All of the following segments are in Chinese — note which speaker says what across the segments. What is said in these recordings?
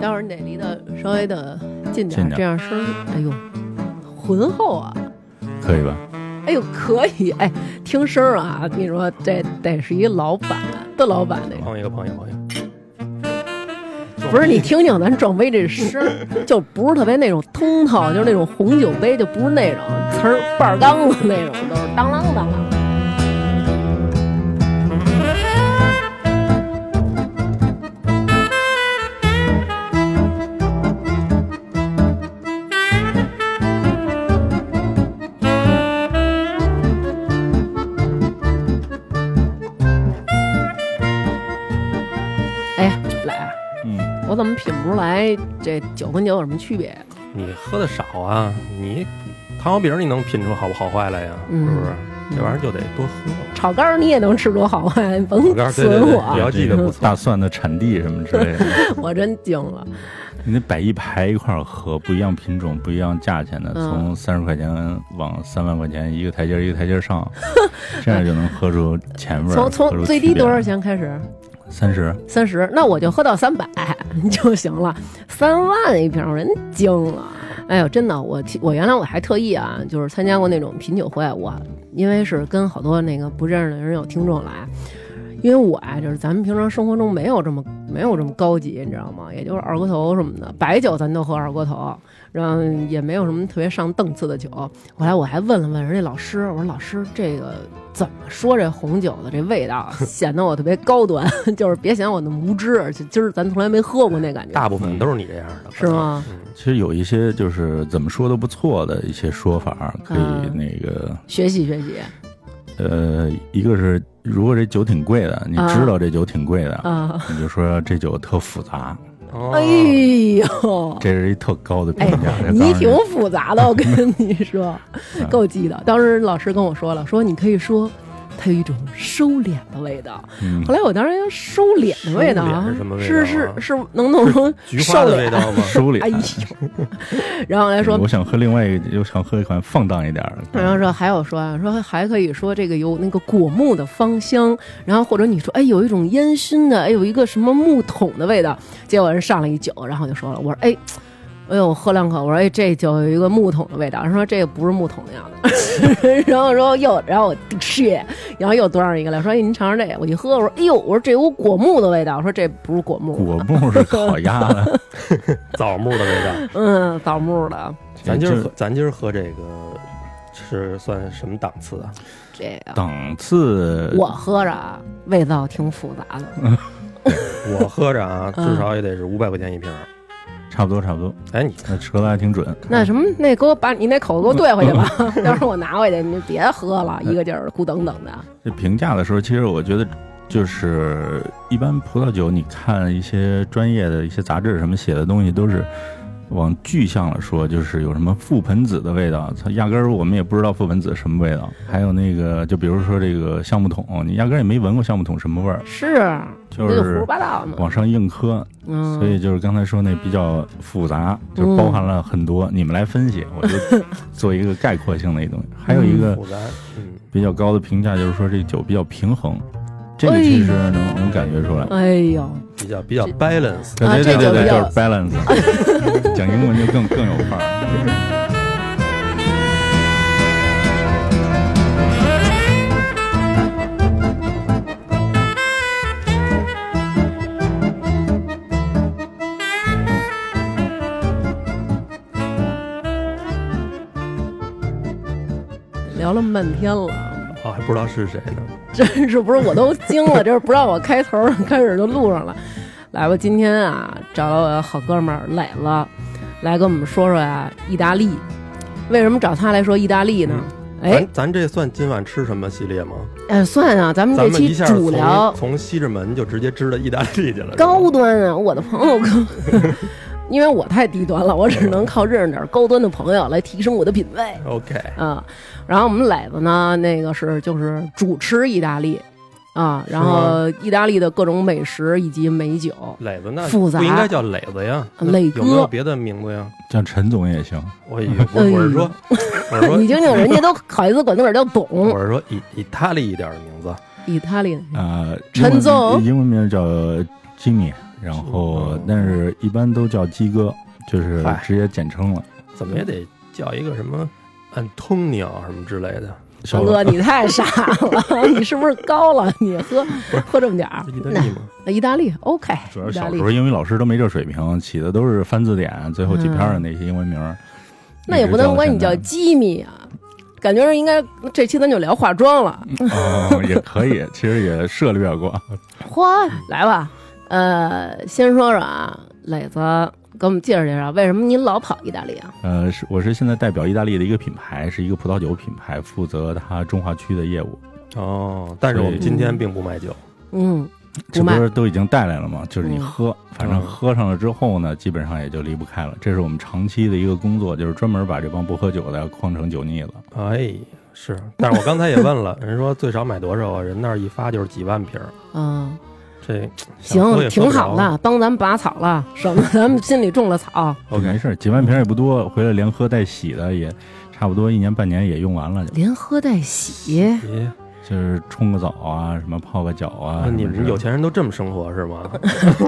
Speaker 1: 但得离得稍微的近点
Speaker 2: 近
Speaker 1: 儿，
Speaker 2: 点儿
Speaker 1: 这样声儿，哎呦，浑厚啊！
Speaker 2: 可以吧？
Speaker 1: 哎呦，可以哎，听声儿啊，你说这得是一老板的老板那种，
Speaker 3: 碰一个碰一个碰一个，
Speaker 1: 不是你听听咱撞杯这声儿，就不是特别那种通透，就是那种红酒杯，就不是那种呲儿半儿缸子那种，都是当啷当啷。哎呀，来啊！
Speaker 2: 嗯，
Speaker 1: 我怎么品不出来这酒跟酒有什么区别？
Speaker 3: 你喝的少啊，你糖油饼你能品出好不好坏来呀？
Speaker 1: 嗯
Speaker 3: 是不是？这玩意儿就得多喝。
Speaker 1: 炒肝儿你也能吃多好坏，
Speaker 3: 我
Speaker 1: 甭
Speaker 3: 告诉你，
Speaker 1: 损
Speaker 3: 对对对，你
Speaker 1: 我，
Speaker 3: 要记得不错。
Speaker 2: 大蒜的产地什么之类的，
Speaker 1: 我真惊了。
Speaker 2: 你得摆一排一块儿喝，不一样品种、不一样价钱的，
Speaker 1: 嗯
Speaker 2: 从三十块钱往三万块钱一个台阶儿一个台阶 儿上，这样就能喝出前味儿。
Speaker 1: 从
Speaker 2: 喝
Speaker 1: 从
Speaker 2: 出
Speaker 1: 最
Speaker 2: 区
Speaker 1: 低
Speaker 2: 别
Speaker 1: 多少？钱开始？
Speaker 2: 三十。
Speaker 1: 三十，那我就喝到三百 就行了。三万一瓶，我真惊了。哎呦，真的，我其我原来我还特意啊，就是参加过那种品酒会，我因为是跟好多那个不认识的人有听众来，因为我啊，就是咱们平常生活中没有这么没有这么高级，你知道吗？也就是二锅头什么的，白酒咱都喝二锅头，然后也没有什么特别上档次的酒。后来我还问了问人家老师，我说老师这个怎么说这红酒的这味 道，啊显得我特别高端， 就是别显我那么无知，就今儿咱从来没喝过那感觉，
Speaker 3: 大部分都是你这样的，
Speaker 1: 是吗？
Speaker 3: 嗯？
Speaker 2: 其实有一些就是怎么说都不错的一些说法，可以
Speaker 1: 嗯
Speaker 2: 那个、
Speaker 1: 学习学习
Speaker 3: 啊
Speaker 2: 呃，一个是如果这酒挺贵的，你
Speaker 1: 啊
Speaker 2: 知道这酒挺贵的，
Speaker 1: 啊！
Speaker 2: 你就说这酒特复杂，
Speaker 3: 哦
Speaker 1: 哎呦，
Speaker 2: 这是一特高的评
Speaker 1: 哎
Speaker 2: 价。这
Speaker 1: 你
Speaker 2: 当然
Speaker 1: 挺复杂的，我跟你说，
Speaker 2: 嗯
Speaker 1: 够记的。当时老师跟我说了，说你可以说它有一种收敛的味道。
Speaker 2: 嗯
Speaker 1: 后来我当时要收敛的味道啊，
Speaker 3: 收敛是什么味道啊
Speaker 1: 是是是能弄成
Speaker 3: 菊花的
Speaker 1: 瘦
Speaker 3: 味
Speaker 1: 脸
Speaker 3: 道吗？
Speaker 2: 收敛。
Speaker 1: 哎呦，然后来说
Speaker 2: 嗯我想喝另外一个，又想喝一款放荡一点儿
Speaker 1: 然后
Speaker 2: 的。
Speaker 1: 说还有说啊，说还可以说这个有那个果木的芳香，然后或者你说哎有一种烟熏的，哎有一个什么木桶的味道，结果人上了一酒，然后就说了，我说哎。哎呦，我喝两口，我说哎，这酒有一个木桶的味道，人说这个不是木桶那样的， 然后说又，然后我去，然后又端上一个来说，哎，您尝尝这个，我一喝，我说哎呦，我说这有果木的味道，我说这不是果木，
Speaker 2: 果木是 烤鸭的，
Speaker 3: 枣木的味道。
Speaker 1: 嗯，枣木的，
Speaker 3: 咱今
Speaker 2: 就
Speaker 3: 儿
Speaker 2: 是
Speaker 3: 喝，咱今儿喝这个是算什么档次啊？
Speaker 1: 这个
Speaker 2: 档次。
Speaker 1: 我喝着啊，味道挺复杂的，
Speaker 3: 我喝着啊，
Speaker 1: 嗯
Speaker 3: 至少也得是五百块钱一瓶儿。
Speaker 2: 差不多差不多，
Speaker 3: 哎，你
Speaker 2: 那说的还挺准。
Speaker 1: 那什么，那给我把你那口给我兑回去吧，到时候我拿回去，你别喝了，一个劲儿咕等等的。
Speaker 2: 这评价的时候，其实我觉得就是一般葡萄酒，你看一些专业的一些杂志什么写的东西，都是往具象了说，就是有什么覆盆子的味道，它压根儿我们也不知道覆盆子什么味道。还有那个，就比如说这个橡木桶，你压根儿也没闻过橡木桶什么味儿，
Speaker 1: 是，
Speaker 2: 就
Speaker 1: 你胡说
Speaker 2: 是
Speaker 1: 八道嘛。
Speaker 2: 往上硬磕。
Speaker 1: 嗯，
Speaker 2: 所以就是刚才说那比较复杂，就包含了很多，你们来 分析，我就做一个概括性的一东西。还有一个
Speaker 3: 复杂，嗯，
Speaker 2: 比较高的评价就是说这酒比较平衡，这个其实能能感觉出来。
Speaker 1: 哎呦，
Speaker 3: 比较比较 balance。
Speaker 2: 对
Speaker 1: 啊
Speaker 2: 对对
Speaker 1: 这
Speaker 2: 对
Speaker 1: 酒
Speaker 2: 对，
Speaker 1: 比
Speaker 2: 就
Speaker 1: 较
Speaker 2: 是 balance，讲英文就更更有范儿。
Speaker 1: 聊了半天了，
Speaker 3: 哦，还不知道是谁呢。
Speaker 1: 真是不是我都惊了，这是不让我开头儿， 开始就录上了。来吧，今天啊，找到我的好哥们儿磊子，来跟我们说说呀、意大利。为什么找他来说意大利呢？哎
Speaker 3: 咱咱这算今晚吃什么系列吗？
Speaker 1: 哎，算啊，咱们这
Speaker 3: 咱们一
Speaker 1: 期
Speaker 3: 下从
Speaker 1: 主聊
Speaker 3: 从西直门就直接支到意大利去了。是吧
Speaker 1: 高端啊！我的朋友 高，因为我太低端了，我只能靠认识点儿高端的朋友来提升我的品味
Speaker 3: OK，
Speaker 1: 啊。然后我们磊子呢，那个是就是主吃意大利啊，然后意大利的各种美食以及美酒。
Speaker 3: 磊子那
Speaker 1: 复杂
Speaker 3: 不应该叫磊子呀，那
Speaker 1: 磊哥
Speaker 3: 有没
Speaker 1: 哎
Speaker 3: 有别的名字呀？
Speaker 2: 像陈总也行，
Speaker 3: 我以为我我是说，我是
Speaker 1: 你 听
Speaker 3: 说，
Speaker 1: 听，人家都好意思管自个儿叫懂
Speaker 3: 我是说意意大利一点的名字。
Speaker 1: 意大利
Speaker 2: 呃，
Speaker 1: 嗯陈
Speaker 2: 英文
Speaker 1: 总
Speaker 2: 英文名叫 Jimmy，然后但是一般都叫鸡哥，就是
Speaker 3: 嗨
Speaker 2: 直接简称了。
Speaker 3: 怎么也得叫一个什么安东尼奥什么之类的。
Speaker 2: 小
Speaker 1: 大哥，你太傻了， 你是不是高了？你喝喝这么 点儿
Speaker 3: 是意，大
Speaker 1: 那
Speaker 3: 利吗？
Speaker 1: 意大利 OK，
Speaker 2: 主要
Speaker 1: 意
Speaker 2: 是
Speaker 1: 大
Speaker 2: 小
Speaker 1: 利
Speaker 2: 时候英语老师都没这水平，起的都是翻字典最后几篇的那些英文名儿。
Speaker 1: 嗯那也不能管你叫
Speaker 2: 鸡
Speaker 1: 吉米啊，感觉是应该这期咱就聊化妆了。
Speaker 2: 哦，也可以，其实也涉略过。
Speaker 1: 嚯，来吧，呃，先说说啊，磊子给我们介绍介绍，为什么您老跑意大利啊？
Speaker 2: 呃，是我是现在代表意大利的一个品牌，是一个葡萄酒品牌，负责它中华区的业务。
Speaker 3: 哦，但是我们今天并不卖酒，
Speaker 1: 嗯，
Speaker 2: 这
Speaker 1: 不
Speaker 2: 不
Speaker 1: 卖
Speaker 2: 是都已经带来了吗？就是你
Speaker 1: 嗯
Speaker 2: 喝，反正
Speaker 3: 嗯
Speaker 2: 喝上了之后呢，基本上也就离不开了。这是我们长期的一个工作，就是专门把这帮不喝酒的框成酒腻子。
Speaker 3: 哎，是。但是我刚才也 问了，人说最少买多少啊？人那儿一发就是几万瓶儿，
Speaker 1: 嗯，
Speaker 3: 这想喝
Speaker 1: 行，
Speaker 3: 也喝不
Speaker 1: 挺好
Speaker 3: 着
Speaker 1: 的，帮咱们拔草了，省得咱们心里种了草。
Speaker 2: 没事，几万瓶也不多，回来连喝带洗的也差不多一年半年也用完了，就
Speaker 1: 连喝带洗，
Speaker 3: 咦，
Speaker 2: 就是冲个澡啊，什么泡个脚啊。
Speaker 3: 那你
Speaker 2: 什么
Speaker 3: 们
Speaker 2: 之
Speaker 3: 有
Speaker 2: 类的
Speaker 3: 钱人都这么生活是 吗？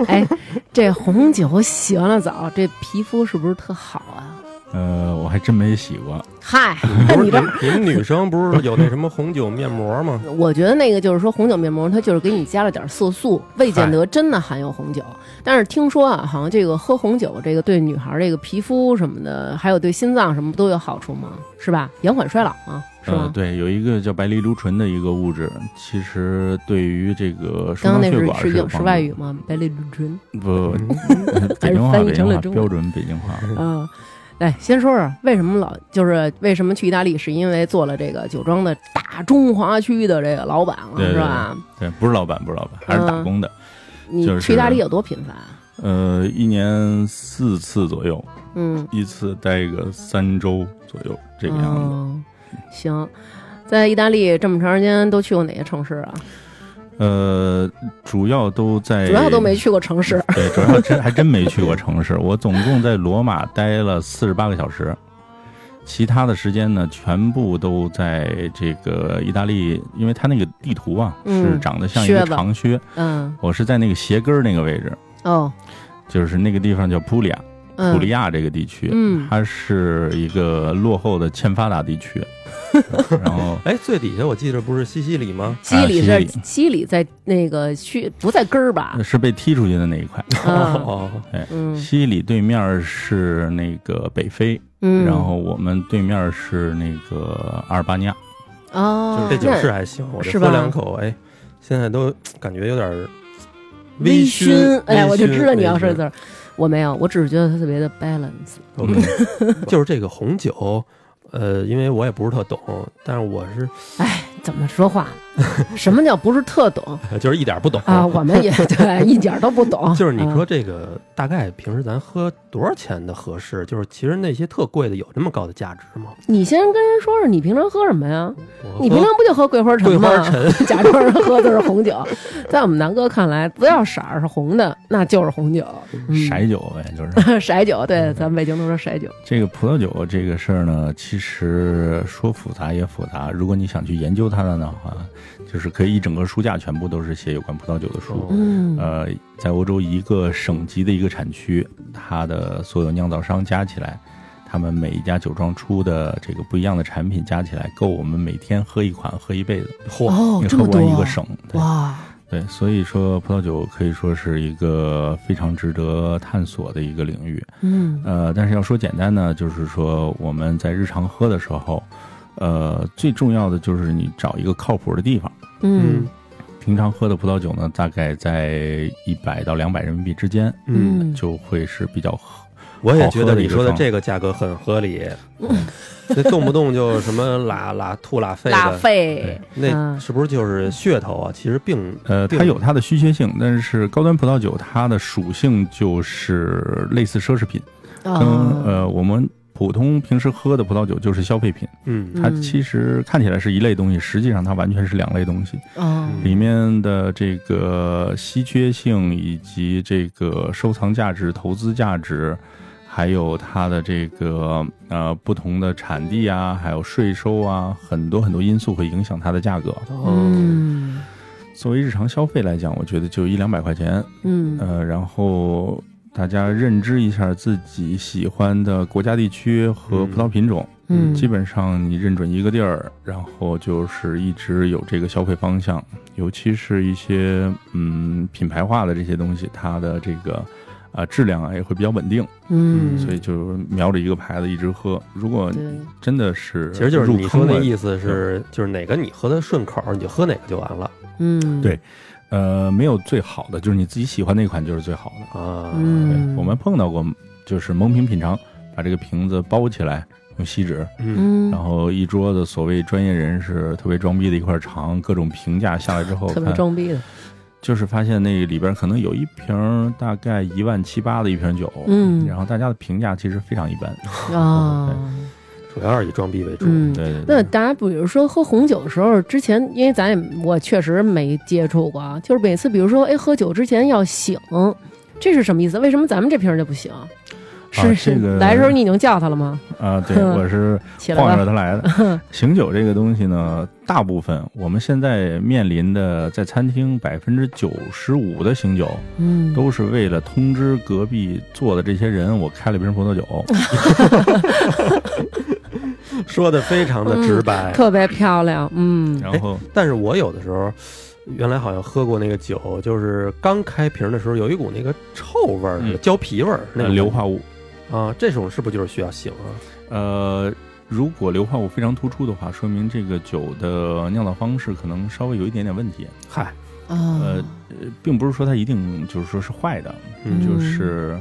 Speaker 1: 哎，这红酒洗完了澡，这皮肤是不是特好啊？
Speaker 2: 呃，我还真没洗过。
Speaker 1: 嗨，那
Speaker 3: 不
Speaker 1: 你
Speaker 3: 是
Speaker 1: 这
Speaker 3: 你你们女生不是有那什么红酒面膜吗？
Speaker 1: 我觉得那个就是说红酒面膜，它就是给你加了点色素，未见得真的含有红酒。但是听说啊，好像这个喝红酒，这个对女孩这个皮肤什么的，还有对心脏什么都有好处嘛，是吧？延缓衰老嘛，是
Speaker 2: 呃，
Speaker 1: 吗？
Speaker 2: 对，有一个叫白藜芦醇的一个物质，其实对于这个
Speaker 1: 刚
Speaker 2: 双
Speaker 1: 刚
Speaker 2: 腔
Speaker 1: 那
Speaker 2: 血
Speaker 1: 是
Speaker 2: 管
Speaker 1: 是
Speaker 2: 有
Speaker 1: 有
Speaker 2: 帮
Speaker 1: 是
Speaker 2: 助
Speaker 1: 外语吗？白藜芦醇，
Speaker 2: 不，
Speaker 1: 还
Speaker 2: 北
Speaker 1: 是
Speaker 2: 京话，
Speaker 1: 翻译
Speaker 2: 北
Speaker 1: 成
Speaker 2: 京
Speaker 1: 了
Speaker 2: 话，
Speaker 1: 中文
Speaker 2: 标准北京话。
Speaker 1: 嗯、来先说说为什么老就是为什么去意大利，是因为做了这个酒庄的大中华区的这个老板了，
Speaker 2: 对对
Speaker 1: 是吧？
Speaker 2: 对，不是老板，不是老板，还是打
Speaker 1: 嗯
Speaker 2: 工的。
Speaker 1: 你
Speaker 2: 就
Speaker 1: 去意大
Speaker 2: 是
Speaker 1: 利有多频繁啊？
Speaker 2: 呃，一年四次左右，
Speaker 1: 嗯，
Speaker 2: 一次待个三周左右这个样子。
Speaker 1: 哦行，在意大利这么长时间都去过哪些城市啊？
Speaker 2: 呃，主要都在，
Speaker 1: 主要都没去过城
Speaker 3: 哎
Speaker 1: 市。
Speaker 2: 对，主要真还真没去过城市。我总共在罗马待了四十八个小时，其他的时间呢，全部都在这个意大利，因为它那个地图啊，
Speaker 1: 嗯
Speaker 2: 是长得像一个
Speaker 1: 靴子
Speaker 2: 长靴。
Speaker 1: 嗯，
Speaker 2: 我是在那个鞋跟儿那个位置，
Speaker 1: 哦，
Speaker 2: 就是那个地方叫普里亚，
Speaker 1: 嗯，
Speaker 2: 普利亚这个地区，
Speaker 1: 嗯
Speaker 2: 它是一个落后的欠发达地 区，然后。
Speaker 3: 哎，最底下我记着不是西西里吗？
Speaker 1: 西里是
Speaker 2: 啊西里
Speaker 1: 西里在那个区不在根儿吧？
Speaker 2: 是被踢出去的那一块，
Speaker 1: 嗯
Speaker 3: 哦，
Speaker 1: 嗯
Speaker 2: 西里对面是那个北非，
Speaker 1: 嗯，
Speaker 2: 然后我们对面是那个阿尔巴尼亚。
Speaker 1: 哦，
Speaker 3: 这酒
Speaker 1: 那
Speaker 3: 是还行，我
Speaker 1: 是
Speaker 3: 这
Speaker 1: 吧
Speaker 3: 喝两口，哎，现在都感觉有点儿
Speaker 1: 微
Speaker 3: 醺。
Speaker 1: 哎，
Speaker 3: 微
Speaker 1: 我就知道你要
Speaker 3: 微
Speaker 1: 说
Speaker 3: 醺
Speaker 1: 这字儿，我没有，我只是觉得它特别的 balance。
Speaker 3: 我们
Speaker 1: 嗯
Speaker 3: 就是这个红酒，呃，因为我也不是特懂，但是我是
Speaker 1: 哎，怎么说话？什么叫不是特懂
Speaker 3: 呃就是一点儿不懂
Speaker 1: 啊？我们也对，一点儿都不懂。
Speaker 3: 哦 就是你说
Speaker 1: 嗯
Speaker 3: 这个大概平时咱喝多少钱的合适？就是其实那些特贵的有那么高的价值吗？
Speaker 1: 你先跟人说说你平常喝什么呀？
Speaker 3: 我
Speaker 1: 你平
Speaker 3: 喝
Speaker 1: 常不就喝桂花
Speaker 3: 桂
Speaker 1: 陈吗？
Speaker 3: 花 陈
Speaker 1: 假装喝的是红酒，在我们南哥看来，只要色儿是红的，那就是红酒。嗯
Speaker 2: 骰酒呗，就是
Speaker 1: 色酒，
Speaker 2: 嗯
Speaker 1: 对，咱们北京都说色酒。
Speaker 2: 这个葡萄酒这个事儿呢，其实说复杂也复杂。如果你想去研究它的话，就是可以一整个书架全部都是写有关葡萄酒的书。
Speaker 1: 嗯
Speaker 2: 呃，在欧洲一个省级的一个产区，它的所有酿造商加起来，他们每一家酒庄出的这个不一样的产品加起来，够我们每天喝一款，喝一辈子，
Speaker 3: 嚯，
Speaker 1: 哦
Speaker 2: 你，
Speaker 1: 这
Speaker 2: 喝
Speaker 1: 么
Speaker 2: 不
Speaker 1: 多
Speaker 2: 完一个省。对
Speaker 1: 哇！
Speaker 2: 对，所以说葡萄酒可以说是一个非常值得探索的一个领域。
Speaker 1: 嗯
Speaker 2: 呃，但是要说简单呢，就是说我们在日常喝的时候，呃，最重要的就是你找一个靠谱的地方。
Speaker 1: 嗯
Speaker 2: 平常喝的葡萄酒呢，大概在一百到两百人民币之间，
Speaker 3: 嗯，
Speaker 1: 嗯，
Speaker 2: 就会是比较合
Speaker 3: 我也
Speaker 2: 好
Speaker 3: 觉
Speaker 2: 喝
Speaker 3: 得
Speaker 2: 的一
Speaker 3: 你
Speaker 2: 个
Speaker 3: 说的
Speaker 2: 方
Speaker 3: 这个价格很合理，
Speaker 1: 嗯
Speaker 3: 这动不动就什么拉拉吐拉肺
Speaker 1: 拉
Speaker 3: 的，
Speaker 1: 菲，
Speaker 3: 那
Speaker 1: 嗯
Speaker 3: 是不是就是噱头啊？其实并
Speaker 2: 呃，它
Speaker 3: 对
Speaker 2: 有它的稀缺性，但是高端葡萄酒它的属性就是类似奢侈品，跟
Speaker 1: 啊，
Speaker 2: 呃我们普通平时喝的葡萄酒就是消费品，
Speaker 3: 嗯
Speaker 2: 它
Speaker 1: 嗯
Speaker 2: 其实看起来是一类东西，实际上它完全是两类东西。
Speaker 1: 哦
Speaker 2: 里面的这个稀缺性以及这个收藏价值、投资价值，还有它的这个呃不同的产地啊，还有税收啊，很多很多因素会影响它的价格。
Speaker 3: 哦
Speaker 1: 嗯
Speaker 2: 作为日常消费来讲，我觉得就一两百块钱，
Speaker 1: 嗯
Speaker 2: 呃，然后大家认知一下自己喜欢的国家、地区和葡萄品种。
Speaker 1: 嗯，
Speaker 2: 基本上你认准一个地儿，然后就是一直有这个消费方向，尤其是一些嗯品牌化的这些东西，它的这个啊、呃质量啊也会比较稳定，
Speaker 1: 嗯，
Speaker 2: 所以就瞄着一个牌子一直喝。如果
Speaker 1: 对，
Speaker 2: 真的是
Speaker 3: 其实就是你说那
Speaker 2: 思，
Speaker 3: 意思是，就是哪个你喝的顺口，你就喝哪个就完了
Speaker 1: 嗯
Speaker 2: 对呃，没有最好的，就是你自己喜欢那款就是最好的。
Speaker 3: 啊。
Speaker 2: 对
Speaker 1: 嗯，
Speaker 2: 我们碰到过，就是蒙瓶品尝，把这个瓶子包起来，用锡纸，
Speaker 3: 嗯，
Speaker 1: 嗯，
Speaker 2: 然后一桌子所谓专业人士特别装逼的一块儿尝，各种评价下来之后，
Speaker 1: 特别
Speaker 2: 看
Speaker 1: 装逼的，
Speaker 2: 就是发现那里边可能有一瓶儿大概一万七八的一瓶酒，
Speaker 1: 嗯
Speaker 2: 然后大家的评价其实非常一般。
Speaker 1: 啊。
Speaker 3: 主要是以装逼为主。
Speaker 1: 嗯，
Speaker 2: 对对
Speaker 1: 那
Speaker 2: 对，
Speaker 1: 大家比如说喝红酒的时候，之前因为咱也我确实没接触过，啊，就是每次比如说哎喝酒之前要醒，这是什么意思？为什么咱们这瓶儿就不醒？是是
Speaker 2: 啊这个
Speaker 1: 来的时候你已经叫他了吗？
Speaker 2: 啊，对 我是
Speaker 1: 起来
Speaker 2: 晃
Speaker 1: 吧
Speaker 2: 着，它来的。醒酒这个东西呢，大部分我们现在面临的，在餐厅百分之九十五的醒酒，
Speaker 1: 嗯，
Speaker 2: 都是为了通知隔壁坐的这些人，我开了瓶葡萄酒。
Speaker 1: 嗯
Speaker 3: 说的非常的直白。
Speaker 1: 特别漂亮，嗯
Speaker 2: 然后
Speaker 3: 但是我有的时候，原来好像喝过那个酒，就是刚开瓶的时候有一股那个臭味儿，
Speaker 2: 嗯
Speaker 3: 胶皮味儿，那
Speaker 2: 呃
Speaker 3: 种
Speaker 2: 硫化物，
Speaker 3: 啊，这种是不是就是需要醒啊？
Speaker 2: 呃，如果硫化物非常突出的话，说明这个酒的酿造方式可能稍微有一点点问题，
Speaker 3: 嗨，
Speaker 1: 啊，
Speaker 2: 呃并不是说它一定就是说是坏的，
Speaker 1: 嗯
Speaker 2: 就是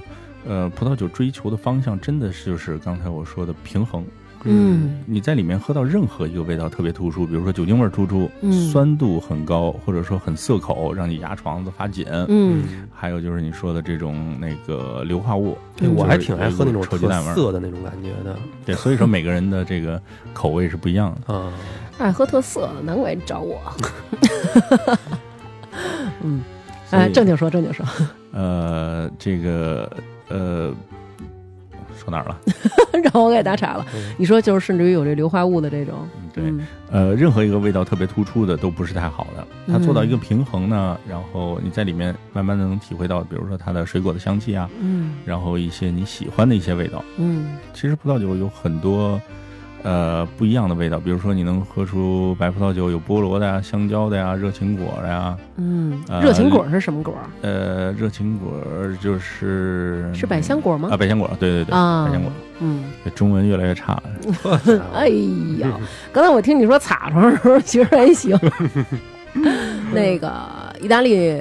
Speaker 2: 呃，葡萄酒追求的方向真的是就是刚才我说的平衡。
Speaker 1: 嗯
Speaker 2: 你在里面喝到任何一个味道特别突出，比如说酒精味儿突出，
Speaker 1: 嗯
Speaker 2: 酸度很高，或者说很涩口，让你牙床子发紧。
Speaker 1: 嗯，
Speaker 2: 还有就是你说的这种那个硫化物，
Speaker 1: 嗯
Speaker 3: 哎，
Speaker 2: 就
Speaker 3: 我
Speaker 2: 是
Speaker 3: 还挺爱喝那种
Speaker 2: 有一股臭
Speaker 3: 特
Speaker 2: 鸡蛋味儿。
Speaker 3: 涩的那种感觉的
Speaker 2: 对，所以说每个人的这个口味是不一样的。
Speaker 3: 啊。
Speaker 1: 爱喝特色，难怪你找我。嗯，
Speaker 2: 所 以
Speaker 1: 哎，正经说，正经说，
Speaker 2: 呃，这个呃，说哪儿 了？
Speaker 1: 让我给打岔了。
Speaker 3: 嗯
Speaker 1: 你说就是，甚至于有这硫化物的这种，
Speaker 2: 嗯对，
Speaker 1: 嗯
Speaker 2: 呃，任何一个味道特别突出的都不是太好的。它做到一个平衡呢，然后你在里面慢慢的能体会到，比如说它的水果的香气啊，
Speaker 1: 嗯
Speaker 2: 然后一些你喜欢的一些味道。
Speaker 1: 嗯
Speaker 2: 其实葡萄酒有很多。呃，不一样的味道，比如说你能喝出白葡萄酒有菠萝的呀、香蕉的呀、热情果的呀。
Speaker 1: 嗯，
Speaker 2: 呃
Speaker 1: 热情果是什么果？
Speaker 2: 呃，热情果儿就是
Speaker 1: 是百香果
Speaker 2: 啊，
Speaker 1: 吗？
Speaker 2: 百香果，对对对，
Speaker 1: 啊
Speaker 2: 百香果。
Speaker 1: 嗯，
Speaker 2: 中文越来越差了。
Speaker 3: 呵家伙
Speaker 1: 哎
Speaker 2: 嗯
Speaker 1: 呀，刚才我听你说擦床的时候，其实还 行。那个意大利，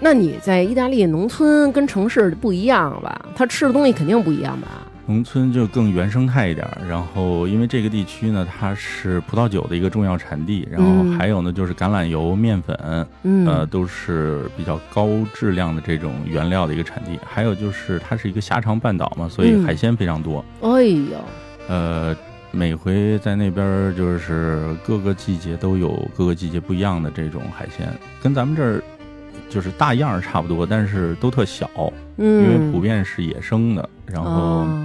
Speaker 1: 那你在意大利农村跟城市不一样吧？他吃的东西肯定不一样吧？
Speaker 2: 农村就更原生态一点儿，然后因为这个地区呢，它是葡萄酒的一个重要产地，然后还有呢就是橄榄油、面粉，
Speaker 1: 嗯，
Speaker 2: 呃，都是比较高质量的这种原料的一个产地。还有就是它是一个狭长半岛嘛，所以
Speaker 1: 嗯
Speaker 2: 海鲜非常多。
Speaker 1: 哎呦，
Speaker 2: 呃，每回在那边儿就是各个季节都有各个季节不一样的这种海鲜，跟咱们这儿就是大样儿差不多，但是都特小，因
Speaker 1: 嗯，
Speaker 2: 为普遍是野生的，然后。
Speaker 1: 哦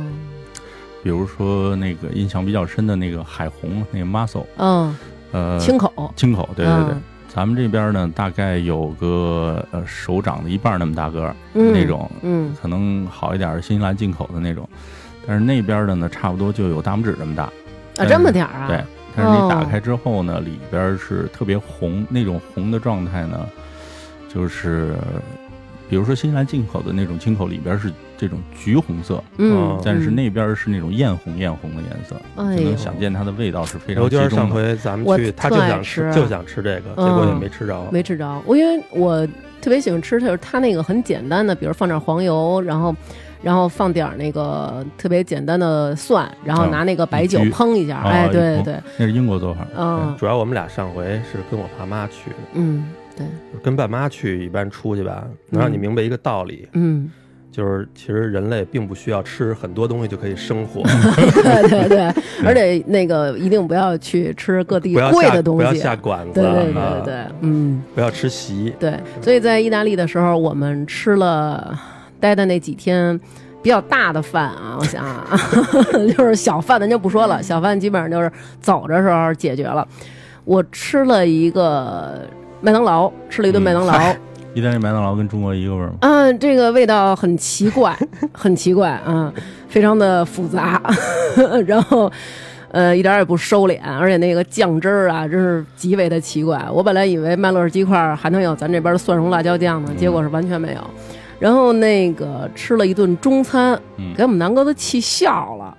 Speaker 2: 比如说那个印象比较深的那个海虹，那个 muscle，
Speaker 1: 嗯，
Speaker 2: 呃，
Speaker 1: 清口，
Speaker 2: 青口，对对对。
Speaker 1: 嗯
Speaker 2: 咱们这边呢，大概有个呃手掌的一半那么大个儿，
Speaker 1: 嗯
Speaker 2: 那种
Speaker 1: 嗯
Speaker 2: 可能好一点儿，新西兰进口的那种，但是那边的呢，差不多就有大拇指这么大。
Speaker 1: 啊，这么点儿啊，
Speaker 2: 对，但是
Speaker 1: 哦
Speaker 2: 你打开之后呢，里边是特别红，那种红的状态呢，就是比如说新西兰进口的那种青口，里边是这种橘红色，
Speaker 1: 嗯
Speaker 3: 哦，
Speaker 2: 但是
Speaker 1: 嗯，
Speaker 2: 那边是那种艳红艳红的颜色。
Speaker 1: 哎
Speaker 2: 就
Speaker 1: 呦
Speaker 2: 能，想见它的味道是非常
Speaker 3: 刘
Speaker 2: 集
Speaker 3: 娟上
Speaker 2: 中的。
Speaker 3: 回咱
Speaker 1: 我
Speaker 3: 们去，她
Speaker 1: 特
Speaker 3: 就
Speaker 1: 爱
Speaker 3: 想
Speaker 1: 吃啊嗯
Speaker 3: 就想吃这个，结果也没吃着。
Speaker 1: 没吃着，我因为我特别喜欢吃，它就是它那个很简单的，比如放点黄油，然后。然后放点儿那个特别简单的蒜，然后
Speaker 2: 啊
Speaker 1: 拿那个白酒
Speaker 2: 一焗
Speaker 1: 烹一下，
Speaker 2: 啊
Speaker 1: 哎，
Speaker 2: 一
Speaker 1: 对对
Speaker 2: 烹
Speaker 1: 对，
Speaker 2: 那是英国做法，
Speaker 1: 嗯
Speaker 3: 主要我们俩上回是跟我爸妈去的，
Speaker 1: 嗯，对，
Speaker 3: 跟爸妈去一般出去吧，能让你明白一个道理，
Speaker 1: 嗯，
Speaker 3: 就是其实人类并不需要吃很多东西就可以生 活，
Speaker 1: 对嗯对对，而且那个一定不要去吃各地
Speaker 3: 不要
Speaker 1: 贵
Speaker 3: 下
Speaker 1: 的东
Speaker 3: 不要
Speaker 1: 西，啊
Speaker 3: 下馆子，
Speaker 1: 对对对
Speaker 3: 啊
Speaker 1: 对，嗯，
Speaker 3: 不要吃席，
Speaker 1: 对，所以在意大利的时候，我们吃了待的那几天比较大的饭啊，我想啊， 就是小饭咱就不说了，小饭基本上就是走着时候解决了。我吃了一个麦当劳，吃了一顿麦当劳。
Speaker 2: 意大利麦当劳跟中国一个味儿吗？
Speaker 1: 啊，这个味道很奇怪， 很奇怪啊，非常的复杂， 然后。呃，一点儿也不收敛，而且那个酱汁儿啊，真是极为的奇怪。我本来以为麦乐鸡块儿还能有咱这边的蒜蓉辣椒酱呢，结果是完全没有。然后那个吃了一顿中餐，
Speaker 2: 嗯
Speaker 1: 给我们南哥都气笑了，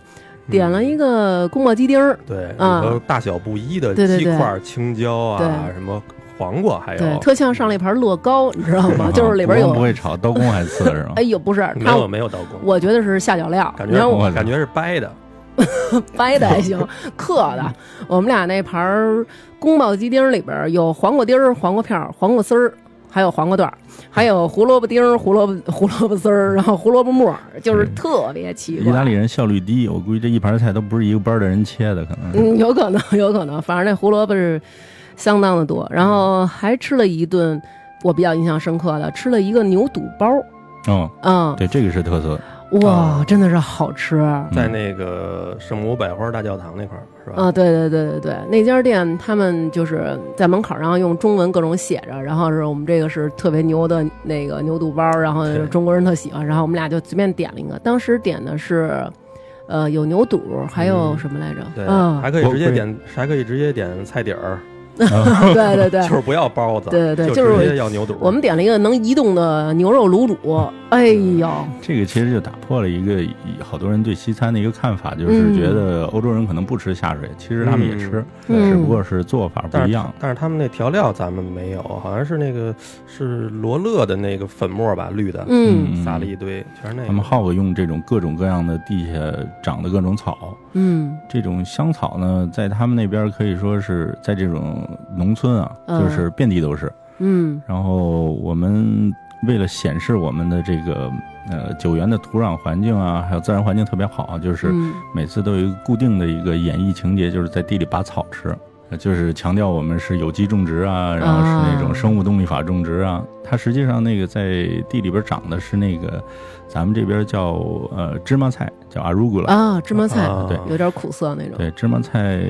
Speaker 1: 点
Speaker 3: 嗯
Speaker 1: 了一个宫保鸡丁儿，
Speaker 3: 对，里
Speaker 1: 啊
Speaker 3: 头大小不一的
Speaker 1: 对对
Speaker 3: 鸡
Speaker 1: 对
Speaker 3: 块儿、青椒啊，
Speaker 1: 对
Speaker 3: 什么黄瓜，还
Speaker 1: 对，
Speaker 3: 有
Speaker 1: 特像上了一盘乐高，你知道 吗？就是里边
Speaker 2: 不光不
Speaker 1: 有，
Speaker 2: 会炒，刀工还次是吗
Speaker 1: 哎？呦，不是
Speaker 3: 没
Speaker 1: 他，
Speaker 3: 有没有刀工，
Speaker 1: 我觉得是下脚料，
Speaker 3: 感
Speaker 1: 你让我
Speaker 2: 我
Speaker 3: 觉感觉是掰的，
Speaker 1: 掰的还行，刻的。我们俩那盘儿宫保鸡丁里边儿有黄瓜丁儿、黄瓜片儿、黄瓜丝儿，还有黄瓜段儿，还有胡萝卜丁儿、胡萝卜 胡萝卜丝儿，然后胡萝卜末儿，就是
Speaker 2: 嗯
Speaker 1: 特别奇
Speaker 2: 意大
Speaker 1: 怪。
Speaker 2: 利人效率低，我估计这一盘菜都不是一个班的人切的，可能是。
Speaker 1: 嗯，有可能，有可能，反正那胡萝卜是相当的多。然后还吃了一顿我比较印象深刻的，吃了一个牛肚包儿，
Speaker 2: 哦，
Speaker 1: 嗯，
Speaker 2: 对，这个是特色。啊
Speaker 1: 哇，真的是好吃。啊
Speaker 3: 在那个圣母百花大教堂那块儿是吧？
Speaker 1: 啊，对对对对对，那家店他们就是在门口上用中文各种写着，然后是我们这个是特别牛的那个牛肚包，然后
Speaker 3: 对
Speaker 1: 中国人特喜欢，然后我们俩就随便点了一个，当时点的是，呃，有牛肚，还有
Speaker 3: 嗯
Speaker 1: 什么来着？
Speaker 3: 对，
Speaker 1: 啊，
Speaker 3: 还可以直接
Speaker 2: 不
Speaker 3: 点，还可以直接点菜底儿，
Speaker 1: 对对对
Speaker 3: 就。是不要包子，
Speaker 1: 对对对
Speaker 3: 就
Speaker 1: 就是
Speaker 3: 直接要牛肚。
Speaker 1: 我们点了一个能移动的牛肉卤煮，哎
Speaker 3: 嗯
Speaker 1: 呦，
Speaker 2: 这个其实就打破了一个以好多人对西餐的一个看法，就是觉得欧洲人可能不吃下水，其实他们也吃，
Speaker 1: 嗯
Speaker 2: 只不过是做法不一样。
Speaker 3: 但是他们那调料咱们没有，好像是那个是罗勒的那个粉末吧，绿的，
Speaker 1: 嗯
Speaker 3: 撒了一堆，全是那个。
Speaker 2: 他们耗子用这种各种各样的地下长的各种草，
Speaker 1: 嗯
Speaker 2: 这种香草呢，在他们那边可以说是在这种农村啊，
Speaker 1: 嗯
Speaker 2: 就是遍地都是。
Speaker 1: 嗯
Speaker 2: 然后我们为了显示我们的这个呃九原的土壤环境啊，还有自然环境特别好，啊就是
Speaker 1: 嗯
Speaker 2: 每次都有一个固定的一个演绎情节，就是在地里拔草吃。呃就是强调我们是有机种植啊，然后是那种生物动力法种植啊。它实际上那个在地里边长的是那个，咱们这边叫呃芝麻菜，叫阿如古拉。
Speaker 1: 啊，芝麻菜
Speaker 3: 啊
Speaker 2: 对
Speaker 1: 有点苦涩那种，
Speaker 2: 对，芝麻菜，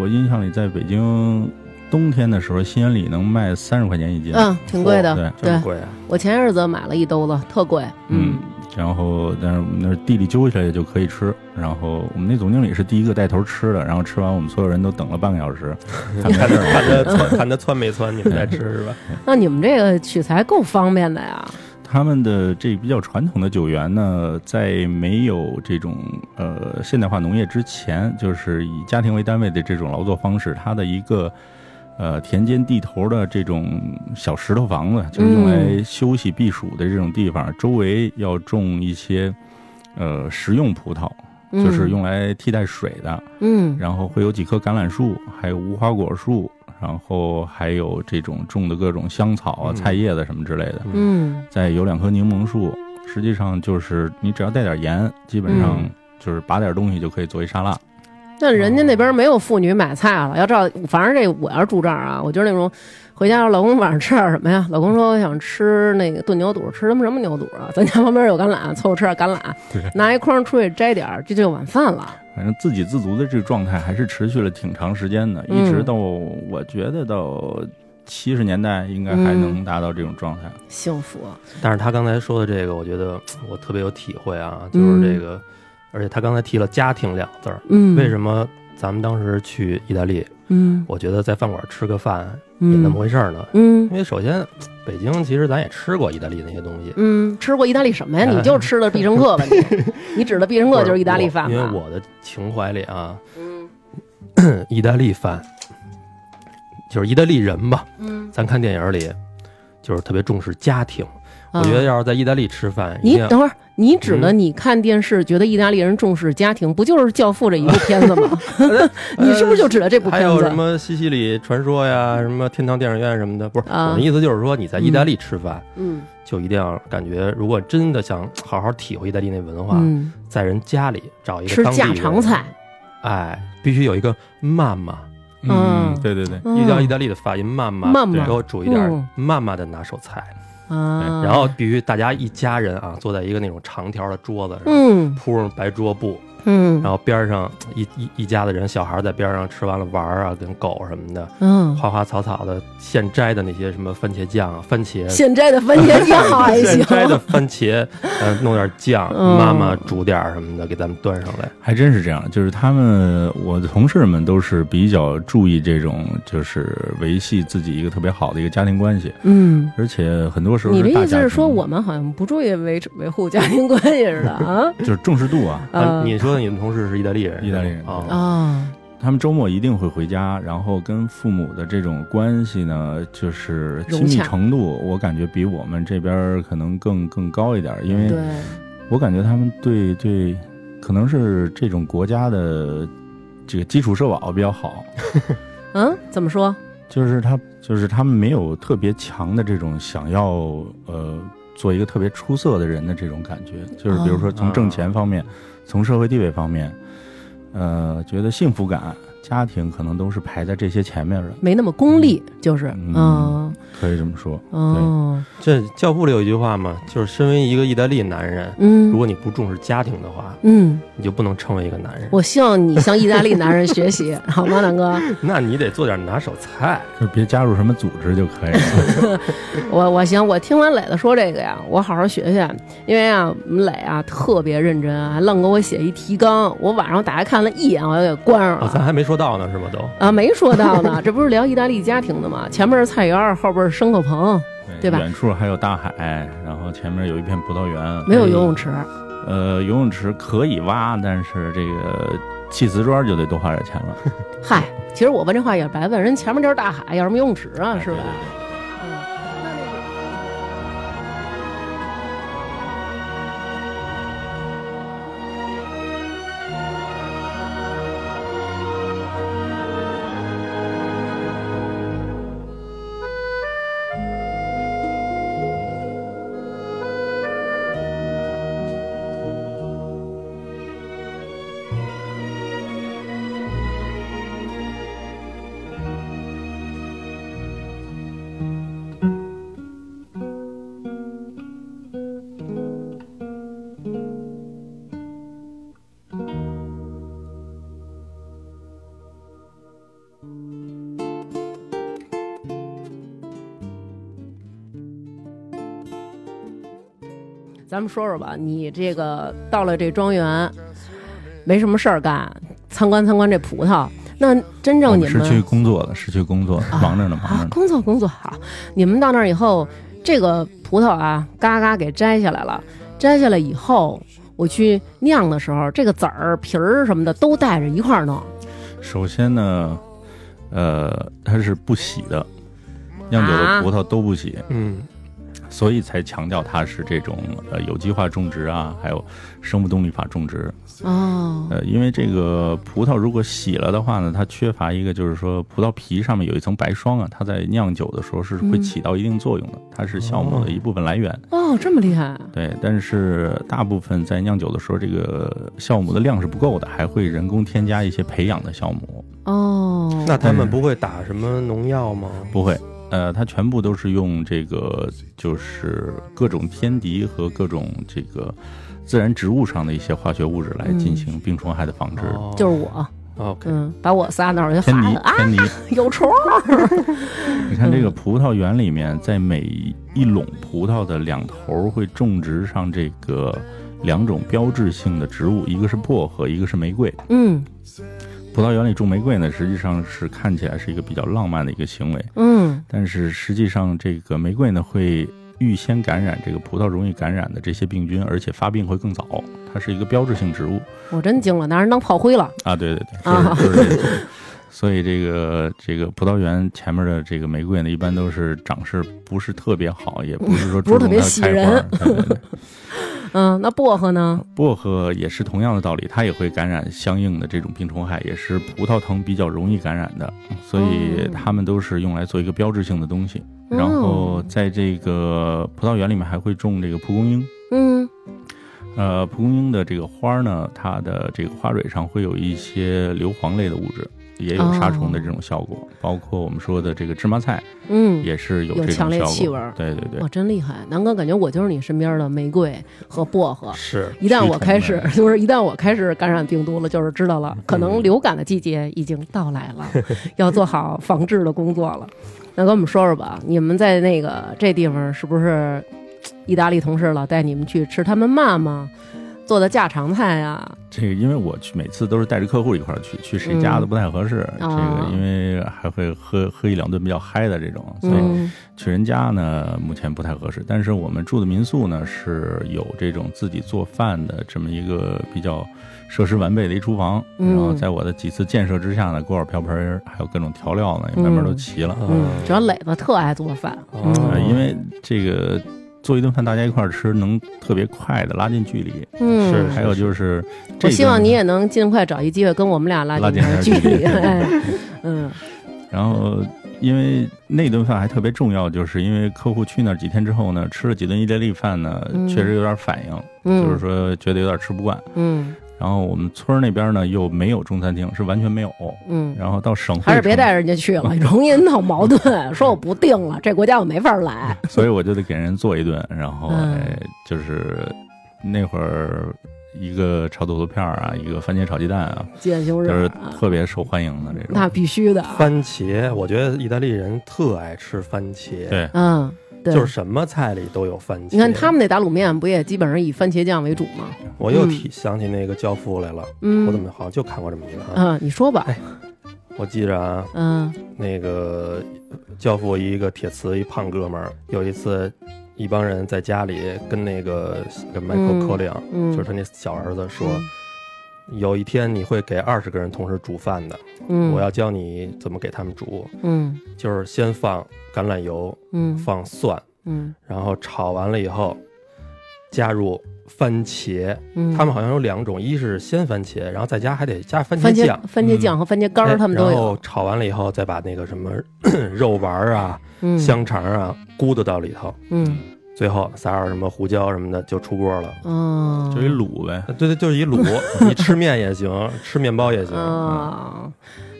Speaker 2: 我印象里在北京冬天的时候，西安里能卖三十块钱一斤。
Speaker 1: 嗯，挺贵的
Speaker 2: 对，
Speaker 3: 这
Speaker 1: 对
Speaker 3: 么，贵啊！
Speaker 1: 我前些日子买了一兜子，特贵。
Speaker 2: 嗯，然后但是我们那儿地里揪下来就可以吃。然后我们那总经理是第一个带头吃的，然后吃完我们所有人都等了半个小 时，他没
Speaker 3: 看
Speaker 2: 事
Speaker 3: 他
Speaker 2: 儿。
Speaker 3: 看他窜看他窜没窜，你们在吃是吧？
Speaker 1: 那你们这个取材够方便的呀。
Speaker 2: 他们的这比较传统的酒园呢，在没有这种呃现代化农业之前，就是以家庭为单位的这种劳作方式，它的一个呃田间地头的这种小石头房子，就是用来休息避暑的这种地方，周围要种一些呃食用葡萄，
Speaker 1: 嗯
Speaker 2: 就是用来替代水的，
Speaker 1: 嗯
Speaker 2: 然后会有几棵橄榄树，还有无花果树。然后还有这种种的各种香草啊、
Speaker 3: 嗯
Speaker 2: 菜叶子什么之类的，
Speaker 1: 嗯
Speaker 2: 再有两棵柠檬树，实际上就是你只要带点盐，基本上
Speaker 3: 嗯
Speaker 2: 就是拔点东西就可以做一沙拉。
Speaker 1: 那人家那边没有妇女买菜了。要照，反正这我要是住这儿啊，我就是那种回家老公晚上吃点什么呀？老公说我想吃那个炖牛肚，吃什么什么牛肚啊？咱家旁边有橄榄，凑合吃点橄 榄
Speaker 2: 对，
Speaker 1: 拿一筐出去摘点儿，这就晚饭了。
Speaker 2: 反正自给自足的这个状态还是持续了挺长时间的，
Speaker 1: 嗯
Speaker 2: 一直到我觉得到七十年代应该还
Speaker 1: 嗯
Speaker 2: 能达到这种状态。
Speaker 1: 幸福，
Speaker 3: 但是他刚才说的这个，我觉得我特别有体会啊，就是这个，而且他刚才提了“家庭”两字儿，
Speaker 1: 嗯，
Speaker 3: 为什么咱们当时去意大利，
Speaker 1: 嗯？
Speaker 3: 我觉得在饭馆吃个饭也
Speaker 1: 嗯，
Speaker 3: 那么回事儿呢？
Speaker 1: 嗯
Speaker 3: 因为首先，北京其实咱也吃过意大利那些东西，
Speaker 1: 嗯，吃过意大利什么呀？你就吃了必胜客吧？你 你指的必胜客就是意大利饭
Speaker 3: 因为
Speaker 1: 吧？
Speaker 3: 我的情怀里啊，
Speaker 1: 嗯
Speaker 3: 意大利饭就是意大利人吧，
Speaker 1: 嗯，
Speaker 3: 咱看电影里就是特别重视家庭。
Speaker 1: 啊
Speaker 3: 我觉得要是在意大利吃饭，
Speaker 1: 你
Speaker 3: 一嗯定要
Speaker 1: 等会儿，你指的你看电视觉得意大利人重视家庭，不就是《教父》这一部片子吗？ 你是不是就指的这部
Speaker 3: 呃还
Speaker 1: 片
Speaker 3: 有什
Speaker 1: 子？
Speaker 3: 么西西里传说呀，什么天堂电影院什么的，不是、
Speaker 1: 啊
Speaker 3: 我的意思就是说你在意大利吃饭，
Speaker 1: 嗯
Speaker 3: 就一定要感觉，如果真的想好好体会意大利那文化，
Speaker 1: 嗯，
Speaker 3: 在人家里找一
Speaker 1: 吃
Speaker 3: 个当地
Speaker 1: 家
Speaker 3: 人
Speaker 1: 常，菜，
Speaker 3: 哎，必须有一个妈妈，
Speaker 1: 嗯
Speaker 2: 对对对，
Speaker 3: 一到意
Speaker 1: 嗯
Speaker 3: 大利的发音妈妈，
Speaker 1: 妈妈
Speaker 3: 对给我煮一点
Speaker 1: 嗯
Speaker 3: 妈妈的拿手菜，哎
Speaker 1: 啊，
Speaker 3: 然后必须大家一家人啊坐在一个那种长条的桌子上，
Speaker 1: 嗯
Speaker 3: 铺上白桌布，
Speaker 1: 嗯
Speaker 3: 然后边儿上一一一家子人，小孩儿在边儿上吃完了玩儿啊，跟狗什么的，
Speaker 1: 嗯，
Speaker 3: 花花草草的现摘的那些什么番茄酱啊、番茄
Speaker 1: 现摘的番茄酱还
Speaker 3: 现
Speaker 1: 行，
Speaker 3: 摘的番茄，呃，弄点酱，
Speaker 1: 嗯
Speaker 3: 妈妈煮点儿什么的给咱们端上来。
Speaker 2: 还真是这样，就是他们，我的同事们都是比较注意这种，就是维系自己一个特别好的一个家庭关系，
Speaker 1: 嗯。
Speaker 2: 而且很多时候
Speaker 1: 你的
Speaker 2: 大
Speaker 1: 意思
Speaker 2: 家
Speaker 1: 是
Speaker 2: 庭
Speaker 1: 说，我们好像不注意维持维护家庭关系似的啊？
Speaker 2: 就是重视度啊，
Speaker 1: 呃
Speaker 3: 啊，你说的你们同事是意大利人是吧？
Speaker 2: 意大利人
Speaker 3: 啊，
Speaker 1: 啊，
Speaker 2: 他们周末一定会回家，然后跟父母的这种关系呢，就是亲密
Speaker 1: 融洽
Speaker 2: 程度，我感觉比我们这边儿可能更更高一点儿，因为
Speaker 1: 对，
Speaker 2: 我感觉他们对对，可能是这种国家的这个基础社保比较好，
Speaker 1: 嗯，怎么说？
Speaker 2: 就是他就是他们没有特别强的这种想要呃做一个特别出色的人的这种感觉，就是比如说从挣钱方面，从社会地位方面，呃，觉得幸福感、家庭可能都是排在这些前面的，
Speaker 1: 没那么功利，就是，
Speaker 2: 嗯
Speaker 1: 嗯，
Speaker 2: 可以这么说。
Speaker 1: 哦，
Speaker 3: 这《教父》里有一句话嘛，就是身为一个意大利男人，如
Speaker 1: 嗯，
Speaker 3: 果你不重视家庭的话，
Speaker 1: 嗯，
Speaker 3: 你就不能成为一个男人。
Speaker 1: 我希望你向意大利男人学习，好吗，南哥？
Speaker 3: 那你得做点拿手菜。
Speaker 2: 就别加入什么组织就 可以了。
Speaker 1: 我我行，我听完磊子说这个呀，我好好学学，因为啊，我们磊啊特别认真，啊还愣给我写一提纲，我晚上我打开看了一眼，我就给关上
Speaker 3: 啊，
Speaker 1: 了。
Speaker 3: 咱还没说到呢，是吗？都
Speaker 1: 啊，没说到呢，这不是聊意大利家庭的吗？前面是菜园儿，后边是牲口棚，对吧
Speaker 2: 远处还有大海，然后前面有一片葡萄园，
Speaker 1: 没有游泳池。
Speaker 2: 呃，游泳池可以挖，但是这个砌瓷砖就得多花点钱了，
Speaker 1: 嗨，其实我问这话也是白问，人前面就是大海，要什么游泳池啊，是吧？
Speaker 2: 对对对
Speaker 1: 咱们说说吧，你这个到了这庄园，没什么事儿干，参观参观这葡萄。那真
Speaker 2: 我
Speaker 1: 正你
Speaker 2: 们是去
Speaker 1: 们
Speaker 2: 工作的，是去工作的，
Speaker 1: 啊
Speaker 2: 忙着呢，忙着
Speaker 1: 啊，
Speaker 2: 呢。
Speaker 1: 工作工作好，你们到那儿以后，这个葡萄啊，嘎嘎给摘下来了，摘下来以后。我去酿的时候，这个籽儿、皮儿什么的都带着一块儿弄。
Speaker 2: 首先呢，呃，它是不洗的，酿酒的葡萄都不洗，
Speaker 3: 嗯，
Speaker 2: 所以才强调它是这种呃有机化种植啊，还有生物动力法种植。
Speaker 1: 哦，
Speaker 2: 呃，因为这个葡萄如果洗了的话呢，它缺乏一个就是说葡萄皮上面有一层白霜啊，它在酿酒的时候是会
Speaker 1: 嗯
Speaker 2: 起到一定作用的，它是酵母的一部分来源。
Speaker 1: 哦，这么厉害！
Speaker 2: 对，但是大部分在酿酒的时候，这个酵母的量是不够的，还会人工添加一些培养的酵母。
Speaker 1: 哦，
Speaker 3: 那
Speaker 2: 嗯
Speaker 3: 他们不会打什么农药吗？
Speaker 2: 不会，呃，它全部都是用这个就是各种天敌和各种这个自然植物上的一些化学物质来进行病虫害的防治。
Speaker 3: 哦
Speaker 1: 就是我，
Speaker 3: OK，
Speaker 1: 嗯，把我撒那儿我就
Speaker 2: 天
Speaker 1: 喊
Speaker 2: 敌
Speaker 1: 了啊，，
Speaker 2: 天敌，
Speaker 1: 有虫儿，
Speaker 2: 你看这个葡萄园里面，在每一垄葡萄的两头会种植上这个两种标志性的植物，一个是薄荷，一个是玫瑰。
Speaker 1: 嗯
Speaker 2: 葡萄园里种玫瑰呢，实际上是看起来是一个比较浪漫的一个行为，
Speaker 1: 嗯，
Speaker 2: 但是实际上这个玫瑰呢会预先感染这个葡萄容易感染的这些病菌，而且发病会更早。它是一个标志性植物
Speaker 1: 我真惊了，拿人当炮灰了，
Speaker 2: 啊，对 对
Speaker 1: 啊
Speaker 2: 对，就是就是这个。所以这个这个葡萄园前面的这个玫瑰呢，一般都是长势不是特别好，也不是说
Speaker 1: 不是
Speaker 2: 注
Speaker 1: 特
Speaker 2: 重
Speaker 1: 别
Speaker 2: 它
Speaker 1: 喜
Speaker 2: 开花
Speaker 1: 人
Speaker 2: 儿。对对对
Speaker 1: 嗯，那薄荷呢？
Speaker 2: 薄荷也是同样的道理，它也会感染相应的这种病虫害，也是葡萄藤比较容易感染的，所
Speaker 1: 哦
Speaker 2: 以它们都是用来做一个标志性的东西。
Speaker 1: 嗯
Speaker 2: 然后在这个葡萄园里面还会种这个蒲公英，
Speaker 1: 嗯
Speaker 2: 呃，蒲公英的这个花儿呢，它的这个花蕊上会有一些硫磺类的物质，也有杀虫的这种效果，包括我们说的这个芝麻菜
Speaker 1: 嗯，
Speaker 2: 也是有
Speaker 1: 哦有
Speaker 2: 这种
Speaker 1: 强烈
Speaker 2: 效果。
Speaker 1: 气味儿
Speaker 2: 对对对
Speaker 1: 哇，，真厉害，南哥，感觉我就是你身边的玫瑰和薄荷。
Speaker 3: 是
Speaker 1: 一旦
Speaker 2: 趋
Speaker 1: 我
Speaker 2: 同
Speaker 1: 开始
Speaker 2: 的，
Speaker 1: 就是一旦我开始感染病毒了，就是知道了，可能
Speaker 3: 嗯
Speaker 1: 流感的季节已经到来了，要做好防治的工作了。那跟我们说说吧，你们在那个这地方是不是意大利同事老带你们去吃他们妈妈做的家常菜啊？
Speaker 2: 这个因为我去每次都是带着客户一块儿去，去谁家
Speaker 1: 嗯
Speaker 2: 的不太合适。这
Speaker 1: 啊
Speaker 2: 个因为还会喝喝一两顿比较嗨的这种，所以
Speaker 1: 嗯
Speaker 2: 去人家呢目前不太合适。但是我们住的民宿呢是有这种自己做饭的这么一个比较设施完备的一厨房。
Speaker 1: 嗯
Speaker 2: 然后在我的几次建设之下呢，锅碗瓢盆儿还有各种调料呢也慢慢都齐了。
Speaker 1: 嗯
Speaker 3: 啊，
Speaker 1: 主要磊子特爱做饭，
Speaker 3: 哦
Speaker 2: 呃
Speaker 1: 嗯
Speaker 2: 因为这个做一顿饭大家一块儿吃，能特别快的拉近距离。
Speaker 1: 嗯，
Speaker 3: 是
Speaker 2: 还有就是这
Speaker 1: 我
Speaker 2: 个，
Speaker 1: 希望你也能尽快找一机会跟我们俩拉
Speaker 2: 拉
Speaker 1: 近
Speaker 2: 近
Speaker 1: 点儿距
Speaker 2: 点儿距
Speaker 1: 离。
Speaker 2: 离
Speaker 1: 哎， 嗯，
Speaker 2: 然后，因为那顿饭还特别重要，就是因为客户去那儿几天之后呢，吃了几顿意大利饭呢，
Speaker 1: 嗯
Speaker 2: 确实有点反应，
Speaker 1: 嗯
Speaker 2: 就是，说觉得有点吃不惯。
Speaker 1: 嗯
Speaker 2: 然后我们村儿那边呢又没有中餐厅，是完全没有。
Speaker 1: 嗯，
Speaker 2: 然后到省会
Speaker 1: 还是别
Speaker 2: 城
Speaker 1: 带人家去了，容易闹矛 盾。说我不定了，这国家我没法来。
Speaker 2: 所以我就得给人做一顿，然后
Speaker 1: 嗯
Speaker 2: 哎，就是那会儿一个炒土豆片儿啊，一个番茄炒鸡蛋啊，
Speaker 1: 节休
Speaker 2: 就
Speaker 1: 日
Speaker 2: 是
Speaker 1: 啊，
Speaker 2: 特别受欢迎的这
Speaker 1: 那
Speaker 2: 种。
Speaker 1: 必须的。
Speaker 3: 番茄，我觉得意大利人特爱吃番茄，
Speaker 2: 对，
Speaker 1: 嗯，对，
Speaker 3: 就是什么菜里都有番茄。
Speaker 1: 你看他们那打卤面不也基本上以番茄酱为主吗？
Speaker 3: 我又
Speaker 1: 嗯
Speaker 3: 提想起那个《教父》来了，
Speaker 1: 嗯，
Speaker 3: 我怎么好像就看过这么一个啊？
Speaker 1: 嗯，你说吧。
Speaker 3: 哎我记着啊，
Speaker 1: 嗯
Speaker 3: 那个《教父》一个铁瓷一胖哥们儿，有一次一帮人在家里跟那个跟迈克
Speaker 1: 嗯
Speaker 3: 克亮，
Speaker 1: 嗯，
Speaker 3: 就是他那小儿子说，有一天你会给二十个人同时煮饭的，
Speaker 1: 嗯，
Speaker 3: 我要教你怎么给他们煮，
Speaker 1: 嗯
Speaker 3: 就是先放橄榄油，
Speaker 1: 嗯
Speaker 3: 放蒜，
Speaker 1: 嗯
Speaker 3: 然后炒完了以后，加入番茄。
Speaker 1: 嗯，
Speaker 3: 他们好像有两种，一是鲜番茄，然后再加还得加番
Speaker 1: 番
Speaker 3: 茄酱
Speaker 1: 茄。番茄酱和番茄干
Speaker 3: 哎
Speaker 1: 儿他们都
Speaker 3: 然后
Speaker 1: 有。
Speaker 3: 炒完了以后，再把那个什么 肉丸儿啊、
Speaker 1: 嗯，
Speaker 3: 香肠啊咕嘟到里头，
Speaker 1: 嗯
Speaker 3: 最后撒点什么胡椒什么的就出锅了。
Speaker 1: 嗯，
Speaker 2: 就一卤呗。
Speaker 3: 对对，就是 一卤，你吃面也行，吃面包也行。
Speaker 2: 嗯
Speaker 1: 啊，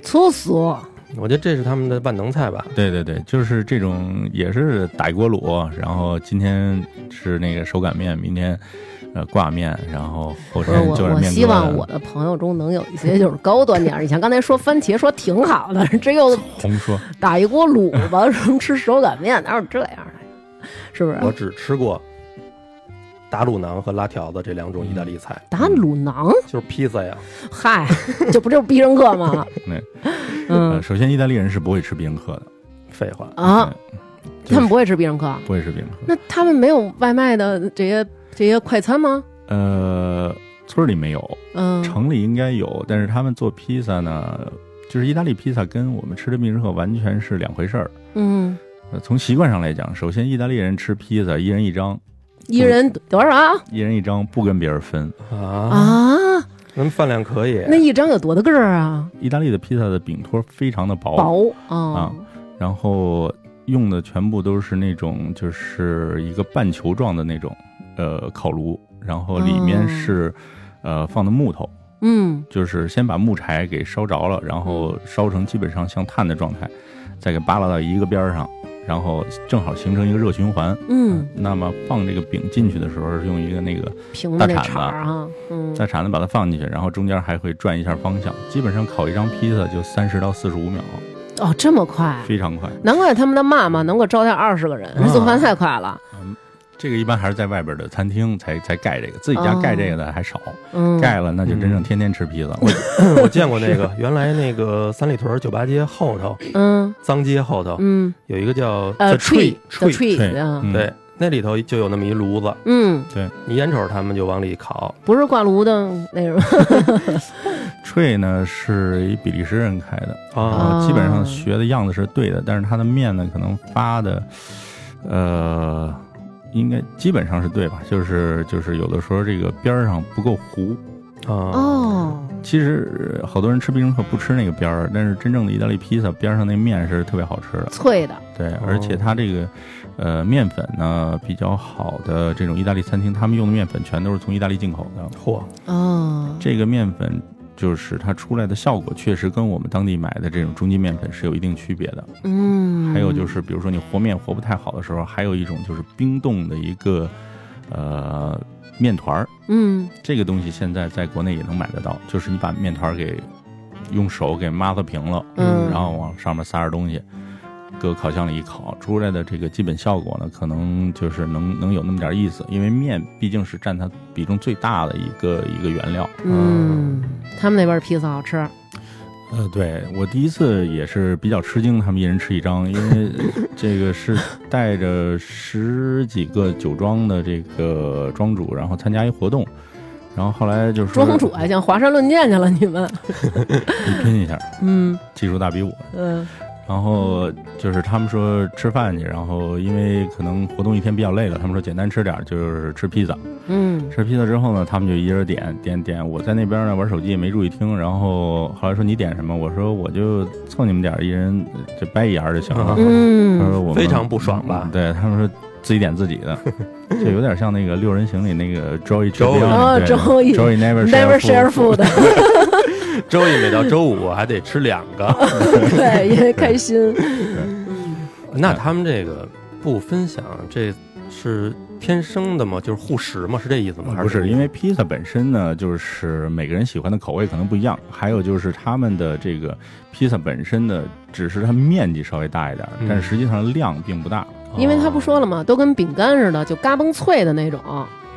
Speaker 1: 粗俗，
Speaker 3: 我觉得这是他们的万能菜吧。
Speaker 2: 对对对，就是这种，也是打一锅卤，然后今天是那个手擀面，明天呃挂面，然后后
Speaker 1: 不是
Speaker 2: 天
Speaker 1: 我
Speaker 2: 就，是
Speaker 1: 我
Speaker 2: 面疙瘩
Speaker 1: 希望我的朋友中能有一些就是高端 点儿。你像刚才说番茄说挺好的，这又
Speaker 2: 红说，
Speaker 1: 打一锅卤 子，什么吃手擀面，哪有这样的呀？是不是？
Speaker 3: 我只吃过打卤馕和拉条子这两种意大利菜，
Speaker 1: 打卤囊，
Speaker 3: 就是披萨呀。
Speaker 1: 嗨，这不就是必胜客吗？
Speaker 2: 对呃，
Speaker 1: 嗯
Speaker 2: 首先意大利人是不会吃必胜客的
Speaker 3: 废话，
Speaker 1: 啊，，
Speaker 2: 对呃嗯就是
Speaker 1: 他们不会吃必胜客，
Speaker 2: 不会吃必胜客。
Speaker 1: 那他们没有外卖的这些这些快餐吗？
Speaker 2: 呃，村儿里没有，
Speaker 1: 嗯，
Speaker 2: 城里应该有，但是他们做披萨呢，就是意大利披萨跟我们吃的必胜客完全是两回事儿。
Speaker 1: 嗯，
Speaker 2: 呃从习惯上来讲，首先意大利人吃披萨一人一张，
Speaker 1: 一人多少啊？
Speaker 2: 一人一张不跟别人分。
Speaker 3: 啊，
Speaker 1: 啊，
Speaker 3: 咱们饭量可以。
Speaker 1: 那一张有多大个儿啊？
Speaker 2: 意大利的披萨的饼托非常的薄，
Speaker 1: 薄啊，
Speaker 2: 然后用的全部都是那种就是一个半球状的那种呃烤炉，然后里面是、呃放的木头，
Speaker 1: 嗯
Speaker 2: 就是先把木柴给烧着了，然后烧成基本上像炭的状态，再给扒拉到一个边儿上，然后正好形成一个热循环。
Speaker 1: 嗯，
Speaker 2: 那么放这个饼进去的时候，是用一个那个
Speaker 1: 平的那
Speaker 2: 大铲子
Speaker 1: 茬儿哈，嗯，
Speaker 2: 大铲子把它放进去，然后中间还会转一下方向。基本上烤一张披萨就三十到四十五秒，
Speaker 1: 哦，这么快，
Speaker 2: 非常快。
Speaker 1: 难怪他们的妈妈能够招待二十个人，人做饭太快了。
Speaker 2: 嗯，这个一般还是在外边的餐厅才才盖这个，自己家
Speaker 1: 哦
Speaker 2: 盖这个的还少，
Speaker 1: 嗯，
Speaker 2: 盖了那就真正天天吃披萨了。
Speaker 3: 我见过那个，原来那个三里屯酒吧街后头，
Speaker 1: 嗯
Speaker 3: 脏街后头
Speaker 1: 嗯，
Speaker 3: 有一个叫
Speaker 1: 呃
Speaker 3: The
Speaker 1: ，tree
Speaker 3: Tree
Speaker 1: the
Speaker 3: Tree，
Speaker 1: tree，
Speaker 2: 对
Speaker 1: 嗯
Speaker 2: 嗯
Speaker 3: 对，那里头就有那么一炉子，
Speaker 1: 嗯，
Speaker 3: 你眼瞅着他们就往里烤，
Speaker 1: 不是挂炉的那种，
Speaker 2: Tree 呢是一比利时人开的，
Speaker 3: 啊
Speaker 2: 呃基本上学的样子是对的，但是它的面呢可能发的，呃，应该基本上是对吧？就是就是有的时候这个边儿上不够糊。
Speaker 3: 啊，
Speaker 1: 哦，
Speaker 2: 其实呃好多人吃必胜客不吃那个边儿，但是真正的意大利披萨边儿上那面是特别好吃的。
Speaker 1: 脆的，
Speaker 2: 对，而且它这个，呃，面粉呢比较好的这种意大利餐厅，他们用的面粉全都是从意大利进口的。
Speaker 3: 嚯，
Speaker 1: 哦，
Speaker 2: 这个面粉就是它出来的效果确实跟我们当地买的这种中筋面粉是有一定区别的。
Speaker 1: 嗯，
Speaker 2: 还有就是，比如说你和面和不太好的时候，还有一种就是冰冻的一个呃面团儿，
Speaker 1: 嗯，
Speaker 2: 这个东西现在在国内也能买得到，就是你把面团儿给用手给抹擦平了，
Speaker 1: 嗯
Speaker 2: 然后往上面撒点东西，搁烤箱里一烤，出来的这个基本效果呢，可能就是能能有那么点意思，因为面毕竟是占它比重最大的一个一个原料。
Speaker 1: 嗯，他们那边披萨好吃，
Speaker 2: 呃，对我第一次也是比较吃惊，他们一人吃一张，因为这个是带着十几个酒庄的这个庄主，然后参加一活动，然后后来就说
Speaker 1: 庄主啊还想华山论剑去了，你们，
Speaker 2: 你拼一下，
Speaker 1: 嗯
Speaker 2: 技术大比我。
Speaker 1: 嗯
Speaker 2: 然后就是他们说吃饭去，然后因为可能活动一天比较累了，他们说简单吃点儿，就是吃披萨。
Speaker 1: 嗯
Speaker 2: 吃披萨之后呢，他们就一人点点点。我在那边呢玩手机也没注意听，然后后来说你点什么，我说我就蹭你们点儿，一人就掰一牙就行了。他
Speaker 1: 嗯
Speaker 2: 说我们嗯
Speaker 3: 非常不爽吧
Speaker 2: 对他们说自己点自己 的，就有点像那个《六人行》里那个 Joey
Speaker 3: Joey
Speaker 1: 哦 Joey
Speaker 2: Joey Never
Speaker 1: ，never share food，
Speaker 3: 周一每到周五我还得吃两 个，
Speaker 1: 对，因为开心，
Speaker 3: 那他们这个不分享，这是天生的吗？就是互食吗？是这意思吗？
Speaker 2: 嗯
Speaker 3: 还
Speaker 2: 不是，因
Speaker 3: 为
Speaker 2: 为披萨本身呢，就是每个人喜欢的口味可能不一样，还有就是他们的这个披萨本身的，只是它面积稍微大一点，
Speaker 3: 嗯
Speaker 2: 但实际上量并不大。
Speaker 1: 因为他
Speaker 3: 哦
Speaker 1: 不说了吗？都跟饼干似的，就嘎嘣脆的那种。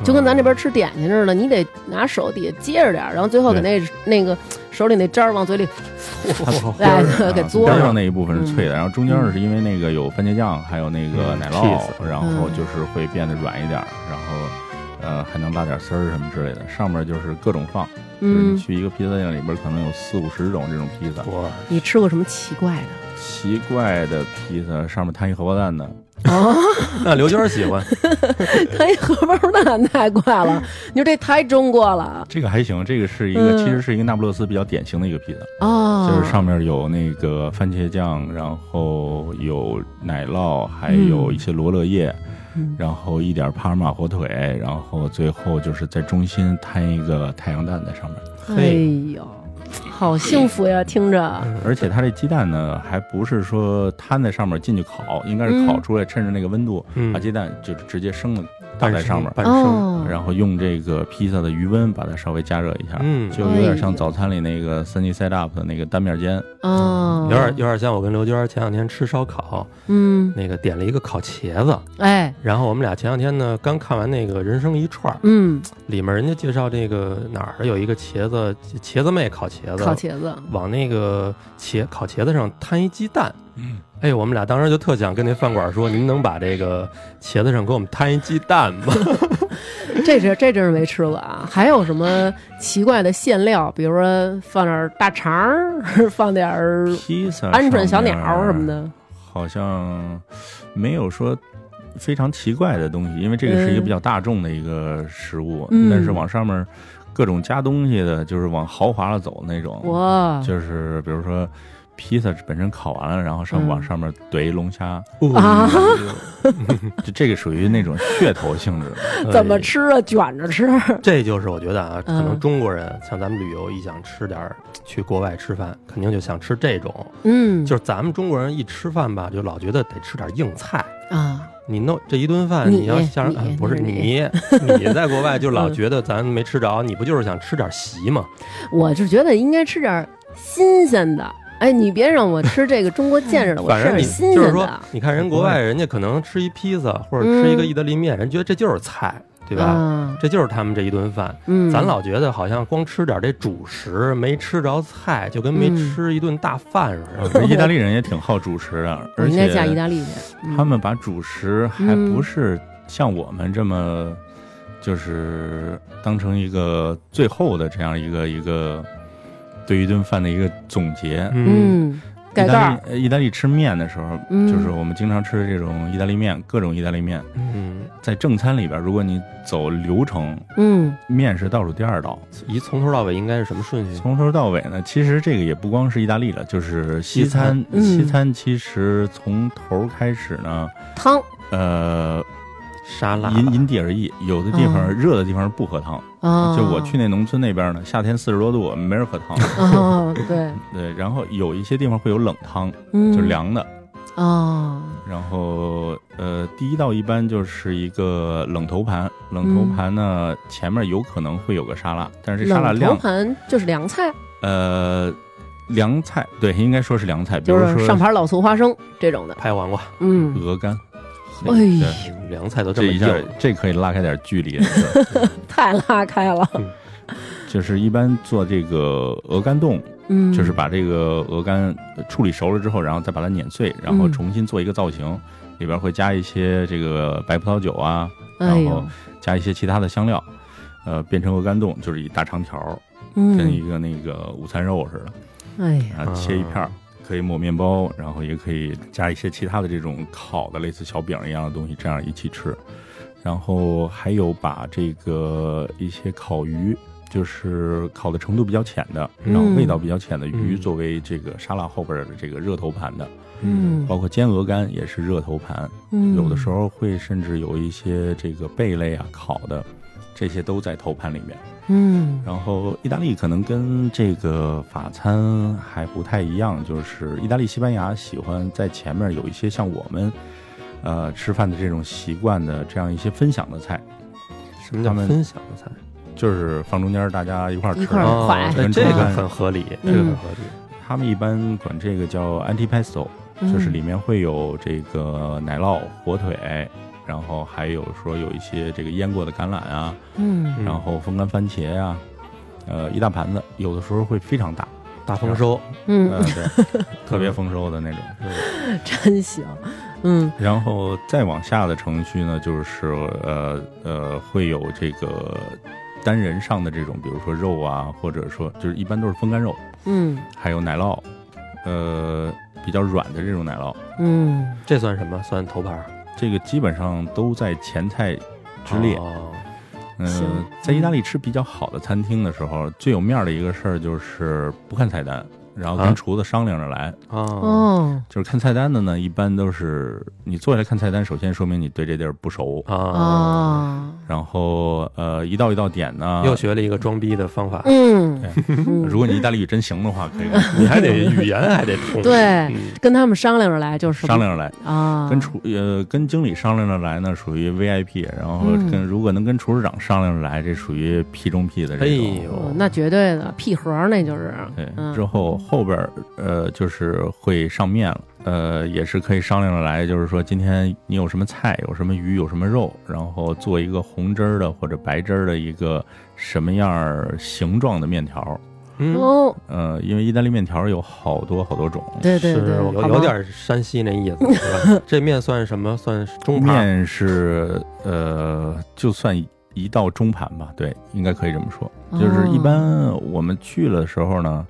Speaker 1: 就跟咱这边吃点心似的，你得拿手底下接着点儿，然后最后给那那个手里那渣儿往嘴里哎 给嗯嘬
Speaker 2: 啊边
Speaker 1: 上
Speaker 2: 上。那一部分是脆的，然后中间是因为那个有番茄酱，还有那个
Speaker 3: 嗯
Speaker 2: 奶酪，
Speaker 3: cheese
Speaker 2: 然
Speaker 1: 嗯
Speaker 2: 后就是会变得软一点，然后呃还能拉点丝儿什么之类的。上面就是各种放，就是你
Speaker 1: 嗯，
Speaker 2: 去一个披萨店里边可能有四五十种这种披萨，
Speaker 3: 哇，
Speaker 1: 你吃过什么奇怪 的？
Speaker 2: 奇怪的披萨上面摊一荷包蛋的，
Speaker 1: 啊，
Speaker 3: 那刘娟儿 喜欢，
Speaker 1: 他一荷包蛋太怪了，你说这太中国了
Speaker 2: 这个还行，这个是一个、
Speaker 1: 嗯
Speaker 2: 其实是一个那不勒斯比较典型的一个披萨，
Speaker 1: 哦，
Speaker 2: 就是上面有那个番茄酱，然后有奶酪，还有一些罗勒叶，
Speaker 1: 嗯
Speaker 2: 然后一点帕尔马火腿，然后最后就是在中心摊一个太阳蛋在上面，
Speaker 1: 哎呦，好幸福呀，听着，
Speaker 2: 而且它这鸡蛋呢还不是说摊在上面进去烤，应该
Speaker 1: 嗯
Speaker 2: 是烤出来，趁着那个温度、
Speaker 3: 嗯
Speaker 2: 把鸡蛋啊就是直接生了搭在上面。
Speaker 3: 半生，
Speaker 1: 哦，
Speaker 2: 然后用这个披萨的余温把它稍微加热一下，
Speaker 3: 嗯，
Speaker 2: 就有点
Speaker 1: 哎
Speaker 2: 像
Speaker 1: 呦
Speaker 2: 早餐里那个 Sunny Side Up 的那个单面煎，
Speaker 1: 哦
Speaker 3: 有，点有点像我跟刘娟儿前两天吃烧烤，
Speaker 1: 嗯，
Speaker 3: 那个点了一个烤茄子，
Speaker 1: 哎，
Speaker 3: 然后我们俩前两天呢刚看完那个《人生一串》，
Speaker 1: 嗯，
Speaker 3: 里面人家介绍这个哪儿有一个茄子茄子妹烤茄子，
Speaker 1: 烤茄子，
Speaker 3: 往那个茄烤茄子上摊一鸡蛋。哎，我们俩当时就特想跟那饭馆说：“您能把这个茄子上给我们摊一鸡蛋 吗
Speaker 1: 这是这真是没吃过啊！还有什么奇怪的馅料？比如说放点儿大肠儿，放点儿
Speaker 2: 披萨
Speaker 1: 嗯鹌鹑、小鸟儿什么，的。
Speaker 2: 好像没有说非常奇怪的东西，因为这个是一个
Speaker 1: 嗯
Speaker 2: 比较大众的一个食物，
Speaker 1: 嗯
Speaker 2: 但是往上面各种加东西的，就是往豪华了走那种，
Speaker 1: 哇，
Speaker 2: 哦就是比如说。披萨本身烤完了，然后上
Speaker 1: 嗯
Speaker 2: 往上面怼龙虾，？”
Speaker 1: 啊，
Speaker 2: 就这个属于那种噱头性质。
Speaker 1: 怎么吃啊？卷着吃。
Speaker 3: 哎这就是我觉得啊，可能
Speaker 1: 嗯
Speaker 3: 中国人像咱们旅游一想吃点儿，去国外吃饭肯定就想吃这种。
Speaker 1: 嗯，
Speaker 3: 就是咱们中国人一吃饭吧，就老觉得得吃点硬菜。
Speaker 1: 啊，
Speaker 3: 你弄这一顿饭，
Speaker 1: 你
Speaker 3: 你要像
Speaker 1: 你嗯
Speaker 3: 哎不是
Speaker 1: 那是
Speaker 3: 你，你在国外就老觉得咱没吃着，你不就是想吃点席吗？
Speaker 1: 我就觉得应该吃点儿新鲜的。哎，你别让我吃这个中 国见识的，我
Speaker 3: 反
Speaker 1: 吃
Speaker 3: 正
Speaker 1: 点
Speaker 3: 你
Speaker 1: 新
Speaker 3: 就是
Speaker 1: 鲜
Speaker 3: 说
Speaker 1: 的。，嗯
Speaker 3: 你看人国外人家可能吃一披萨或者吃一个意大利面，人觉得这就是菜，对吧？
Speaker 1: 啊，
Speaker 3: 这就是他们这一顿饭。
Speaker 1: 嗯，
Speaker 3: 咱老觉得好像光吃点这主食，没吃着菜，就跟没
Speaker 1: 嗯
Speaker 3: 吃一顿大饭似的。
Speaker 2: 呃意大利人也挺好主食的，
Speaker 1: 我
Speaker 2: 而
Speaker 1: 应该嫁意
Speaker 2: 且
Speaker 1: 大利去。嗯
Speaker 2: 他们把主食还不是像我们这么，就是当成一个最后的这样一个一个对一顿饭的一个总结。
Speaker 3: 嗯，
Speaker 1: 嗯，盖
Speaker 2: 意
Speaker 1: 盖
Speaker 2: 大利
Speaker 1: 儿，
Speaker 2: 呃意大利吃面的时候，
Speaker 1: 嗯
Speaker 2: 就是我们经常吃这种意大利面，各种意大利面。
Speaker 3: 嗯，
Speaker 2: 在正餐里边，如果你走流程，
Speaker 1: 嗯
Speaker 2: 面是倒数第二道。
Speaker 3: 一从头到尾应该是什么顺序？
Speaker 2: 从头到尾呢，其实这个也不光是意大利了，就是西
Speaker 3: 西餐
Speaker 2: 餐，
Speaker 1: 嗯
Speaker 2: 西餐其实从头开始呢，
Speaker 1: 汤，
Speaker 2: 呃，
Speaker 3: 沙拉
Speaker 2: 因因地而异，有的地方
Speaker 1: 哦
Speaker 2: 热的地方不喝汤，
Speaker 1: 啊，
Speaker 2: 就我去那农村那边呢，夏天四十多度没人喝汤，
Speaker 1: 哦，对，
Speaker 2: 对，然后有一些地方会有冷汤，
Speaker 1: 嗯，
Speaker 2: 就是凉的，
Speaker 1: 哦，
Speaker 2: 然后呃，第一道一般就是一个冷头盘，冷头盘呢、前面有可能会有个沙拉，但是这沙拉
Speaker 1: 嗯冷头
Speaker 2: 量
Speaker 1: 盘就是凉菜，
Speaker 2: 呃凉菜对，应该说是凉菜，比
Speaker 1: 就
Speaker 2: 如
Speaker 1: 是上
Speaker 2: 说
Speaker 1: 盘老醋花生这种的，
Speaker 3: 拍黄瓜，
Speaker 1: 嗯，
Speaker 2: 鹅肝，
Speaker 1: 哎
Speaker 2: 对
Speaker 1: 呦
Speaker 3: 凉菜都
Speaker 2: 嗯这
Speaker 3: 么
Speaker 2: 一下
Speaker 3: 硬，
Speaker 2: 这可以拉开点距离，对
Speaker 1: 太拉开了，
Speaker 2: 就是一般做这个鹅肝冻，
Speaker 1: 嗯，
Speaker 2: 就是把这个鹅肝处理熟了之后，然后再把它碾碎，然后
Speaker 1: 嗯
Speaker 2: 重新做一个造型，里边会加一些这个白葡萄酒啊，
Speaker 1: 哎
Speaker 2: 然
Speaker 1: 呦
Speaker 2: 后，加一些其他的香料，呃，变成鹅肝冻，就是一大长条儿，跟一
Speaker 1: 嗯，
Speaker 2: 个那个午餐肉似的，
Speaker 1: 哎呀，
Speaker 2: 然后切一片儿
Speaker 3: 啊，
Speaker 2: 可以抹面包，然后也可以加一些其他的这种烤的类似小饼一样的东西，这样一起吃。然后还有把这个一些烤鱼，就是烤的程度比较浅的，
Speaker 3: 嗯
Speaker 2: 然后味道比较浅的鱼，
Speaker 3: 嗯
Speaker 2: 作为这个沙拉后边的这个热头盘的，
Speaker 1: 嗯，
Speaker 2: 包括煎鹅肝也是热头盘，
Speaker 1: 嗯
Speaker 2: 有的时候会甚至有一些这个贝类啊烤的，这些都在头盘里面。
Speaker 1: 嗯，
Speaker 2: 然后意大利可能跟这个法餐还不太一样，就是意大利、西班牙喜欢在前面有一些像我们，呃，吃饭的这种习惯的这样一些分享的菜，
Speaker 3: 什么叫
Speaker 2: 他们
Speaker 3: 分享的菜？
Speaker 2: 就是放中间大家一块儿吃
Speaker 1: 一块儿
Speaker 2: 的。
Speaker 1: 哦快
Speaker 3: 哎
Speaker 2: 跟
Speaker 3: 这个
Speaker 2: 中餐
Speaker 3: 很合理，
Speaker 1: 嗯
Speaker 3: 这个很合理。
Speaker 2: 他们一般管这个叫 antipasto，
Speaker 1: 嗯
Speaker 2: 就是里面会有这个奶酪、火腿，然后还有说有一些这个腌过的橄榄啊，
Speaker 1: 嗯，
Speaker 3: 嗯
Speaker 2: 然后风干番茄啊，呃，一大盘子，有的时候会非常大，
Speaker 3: 大丰收，嗯
Speaker 2: 呃，
Speaker 1: 嗯，
Speaker 2: 对，特别丰收的 那种。
Speaker 1: 真行，嗯
Speaker 2: 然后再往下的程序呢，就是呃呃，会有这个单人上的这种，比如说肉啊，或者说就是一般都是风干肉，
Speaker 1: 嗯
Speaker 2: 还有奶酪，呃，比较软的这种奶酪，
Speaker 1: 嗯，
Speaker 3: 这算什么？算头盘
Speaker 2: 这个基本上都在前菜之列。
Speaker 3: 哦
Speaker 2: 嗯、
Speaker 1: 行
Speaker 2: 在意大利吃比较好的餐厅的时候，最有面儿的一个事儿就是不看菜单，然后
Speaker 3: 啊
Speaker 2: 跟厨子商量着来。
Speaker 3: 哦
Speaker 1: 哦
Speaker 2: 就是看菜单的呢，一般都是你坐下来看菜单，首先说明你对这地儿不熟，
Speaker 3: 啊！
Speaker 1: 啊，
Speaker 2: 然后呃一道一道点呢。
Speaker 3: 又学了一个装逼的方法，
Speaker 1: 哦嗯，
Speaker 2: 哎
Speaker 1: 嗯
Speaker 2: 如果你意大利语真行的话，可以
Speaker 3: 你还得语言还得通。
Speaker 1: 对
Speaker 3: 嗯
Speaker 1: 跟他们商量着来就是
Speaker 2: 商量着来。
Speaker 1: 啊，
Speaker 2: 跟厨呃跟经理商量着来呢，属于 VIP。然后
Speaker 1: 嗯
Speaker 2: 跟如果能跟厨师长商量着来，这属于屁中屁的
Speaker 3: 哎
Speaker 2: 这种。
Speaker 1: 哦
Speaker 3: 呦，
Speaker 1: 那绝对的屁盒儿那就是，嗯
Speaker 2: 对，之后后边儿呃就是会上面了，呃也是可以商量着来，就是说今天你有什么菜，有什么鱼，有什么肉，然后做一个红汁儿的或者白汁儿的一个什么样儿形状的面条。
Speaker 3: 嗯，
Speaker 1: 哦，
Speaker 2: 呃，因为意大利面条有好多好多种，
Speaker 1: 对对
Speaker 3: 是
Speaker 1: 对，
Speaker 3: 我
Speaker 1: 好吧
Speaker 3: 有有点山西那意思， 是吧？这面算什么？算中盘？
Speaker 2: 面是呃，就算一道中盘吧，对，应该可以这么说。
Speaker 1: 哦
Speaker 2: 就是一般我们去了的时候呢，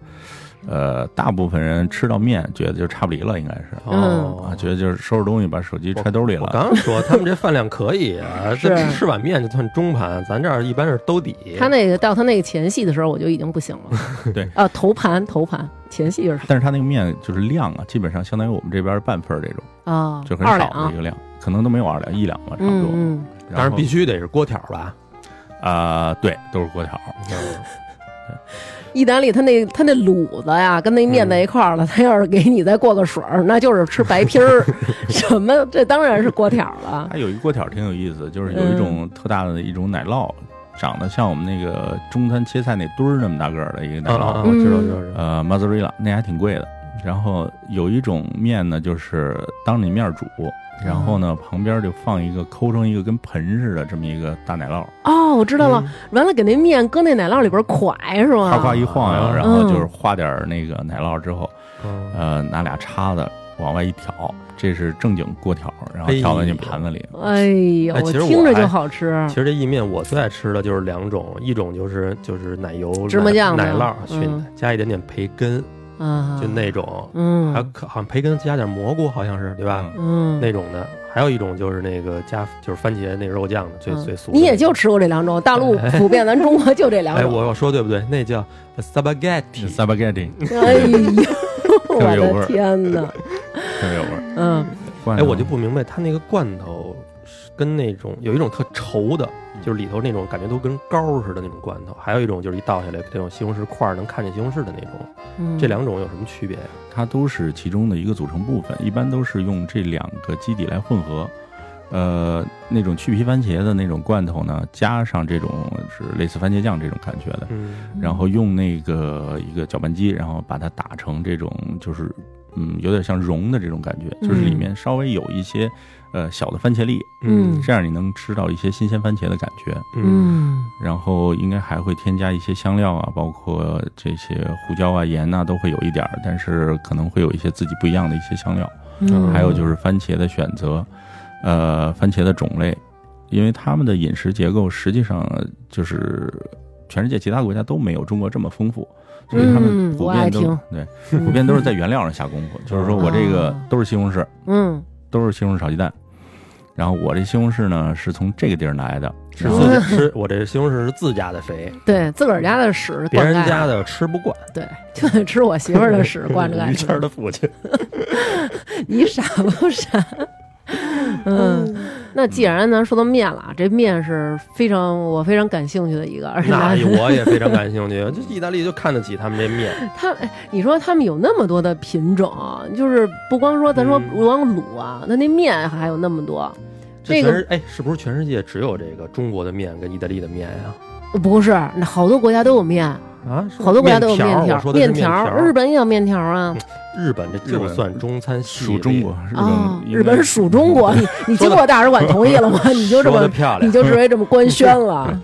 Speaker 2: 呃，大部分人吃到面觉得就差不离了，应该是
Speaker 3: 哦
Speaker 1: 嗯
Speaker 2: 啊，，觉得就是收拾东西把手机揣兜里
Speaker 3: 我
Speaker 2: 了。
Speaker 3: 刚说他们这饭量可以啊，
Speaker 1: 是
Speaker 3: 这吃碗面就算中盘，咱这儿一般是兜底。
Speaker 1: 他那个到他那个前戏的时候，我就已经不行 了。
Speaker 2: 对
Speaker 1: 啊，头盘头盘前戏就是
Speaker 2: 但是他那个面就是量啊，基本上相当于我们这边半份儿这种，
Speaker 1: 啊，
Speaker 2: 就很
Speaker 1: 二
Speaker 2: 少的
Speaker 1: 两
Speaker 2: 一，个量，可能都没有二两，一两吧，差不多。
Speaker 1: 嗯
Speaker 3: 当然必
Speaker 2: 须
Speaker 3: 须得是锅条吧。
Speaker 2: 啊、对，都是锅条。
Speaker 1: 嗯，意大利他那他那卤子呀，跟那面在一块儿
Speaker 3: 嗯
Speaker 1: 了，他要是给你再过个水儿，那就是吃白皮儿， 什么这当然是锅条 了。
Speaker 2: 它有一锅条挺有意思，就是有一
Speaker 1: 嗯
Speaker 2: 种特大的一种奶酪，长得像我们那个中餐切菜那墩儿那么大个儿的一个奶
Speaker 3: 啊啊
Speaker 2: 酪，
Speaker 3: 啊！
Speaker 1: 嗯
Speaker 3: 我知道，知道，知道。
Speaker 2: 呃 m o z z a r e l l a 那还挺贵的。然后有一种面呢，就是当你面儿煮，然后呢旁边就放一个抠成一个跟盆似的这么一个大奶酪，
Speaker 1: 哦，我知道了
Speaker 3: 嗯，
Speaker 1: 完了给那面搁那奶酪里边儿蒯是
Speaker 2: 夸
Speaker 1: 吗
Speaker 2: 夸？一晃悠，
Speaker 3: 啊
Speaker 2: 然
Speaker 1: 嗯
Speaker 2: 后就是化点儿那个奶酪之后，
Speaker 3: 嗯
Speaker 2: 呃，拿俩叉子往外一挑，这是正经锅条，然后挑到你盘子里。
Speaker 1: 哎呦，
Speaker 3: 哎其实我
Speaker 1: 听着
Speaker 3: 还
Speaker 1: 就好吃
Speaker 3: 其。实这意面我最爱吃的就是两种，一种就是就是奶油
Speaker 1: 芝麻酱的
Speaker 3: 奶奶酪
Speaker 1: 嗯
Speaker 3: 熏的，加一点点培根，
Speaker 1: 啊，
Speaker 3: 就那种，
Speaker 1: 嗯
Speaker 3: 还有可好像培根加点蘑菇，好像是对吧？
Speaker 2: 嗯
Speaker 1: 嗯
Speaker 3: 那种的。还有一种就是那个加就是番茄那肉酱的，最
Speaker 1: 嗯
Speaker 3: 最俗的。
Speaker 1: 你也就吃过这两种，大陆普遍咱中国就这两
Speaker 3: 哎，
Speaker 1: 种。
Speaker 3: 我我说对不对？那叫 spaghetti。
Speaker 2: spaghetti
Speaker 1: 哎呦，我
Speaker 2: 别有味
Speaker 1: 的
Speaker 2: 儿
Speaker 1: 天哪！
Speaker 2: 特别有味儿。
Speaker 1: 嗯，
Speaker 2: 哎
Speaker 3: 哎，我就不明白他那个罐头跟那种有一种特稠的，就是里头那种感觉都跟膏似的那种罐头，还有一种就是一倒下来这种西红柿块儿能看见西红柿的那种，
Speaker 1: 嗯
Speaker 3: 这两种有什么区别呀？
Speaker 2: 它都是其中的一个组成部分，一般都是用这两个基底来混合。呃，那种去皮番茄的那种罐头呢，加上这种是类似番茄酱这种感觉的，
Speaker 3: 嗯
Speaker 2: 然后用那个一个搅拌机，然后把它打成这种就是嗯，有点像蓉的这种感觉，就是里面稍微有一些呃小的番茄粒，
Speaker 1: 嗯
Speaker 2: 这样你能吃到一些新鲜番茄的感觉。
Speaker 3: 嗯
Speaker 1: 嗯
Speaker 2: 然后应该还会添加一些香料啊，包括这些胡椒啊、盐呐、都会有一点儿，但是可能会有一些自己不一样的一些香料。
Speaker 1: 嗯，
Speaker 2: 还有就是番茄的选择，呃，番茄的种类，因为他们的饮食结构实际上就是全世界其他国家都没有中国这么丰富，所以他们
Speaker 1: 嗯
Speaker 2: 普
Speaker 1: 我爱
Speaker 2: 遍都、
Speaker 1: 听
Speaker 2: 对
Speaker 1: 嗯
Speaker 2: 普遍都是在原料上下功夫，就是说我这个
Speaker 1: 哦
Speaker 2: 都是西红柿，
Speaker 1: 嗯
Speaker 2: 都是西红柿炒鸡蛋，然后我这西红柿呢是从这个地儿来的，
Speaker 3: 是
Speaker 2: 然
Speaker 1: 哦
Speaker 2: 后
Speaker 3: 自己吃，我这西红柿是自家的肥，
Speaker 1: 对自个儿家的屎，
Speaker 3: 别人家的吃不惯。
Speaker 1: 对， 就得吃我媳妇儿的屎 灌着干
Speaker 3: 于谦儿的 父亲，
Speaker 1: 你傻不 傻？嗯，那既然咱说到面了，啊这面是非常我非常感兴趣的一个，而且
Speaker 3: 那哎
Speaker 1: 它
Speaker 3: 我也非常感兴趣。就意大利就看得起他们 这面，
Speaker 1: 它，哎你说他们有那么多的品种，就是不光说咱说
Speaker 3: 嗯
Speaker 1: 不光卤啊，那那面还有那么多。
Speaker 3: 这
Speaker 1: 这
Speaker 3: 全
Speaker 1: 个
Speaker 3: 是哎，是不是全世界只有这个中国的面跟意大利的面呀？
Speaker 1: 不是，那好多国家都有面，
Speaker 3: 啊，是
Speaker 1: 好多国家都有面
Speaker 3: 面
Speaker 1: 条
Speaker 3: 我，说的是
Speaker 1: 面
Speaker 3: 面
Speaker 1: 条，日本也有面条啊。
Speaker 3: 日本这就算中餐系列
Speaker 2: 属中国，日
Speaker 1: 啊，
Speaker 2: 本
Speaker 1: 日本属中国，你你经过大使馆同意了吗？你就这
Speaker 3: 说
Speaker 1: 么
Speaker 3: 的漂
Speaker 1: 你
Speaker 3: 亮，
Speaker 1: 就直接这么官宣了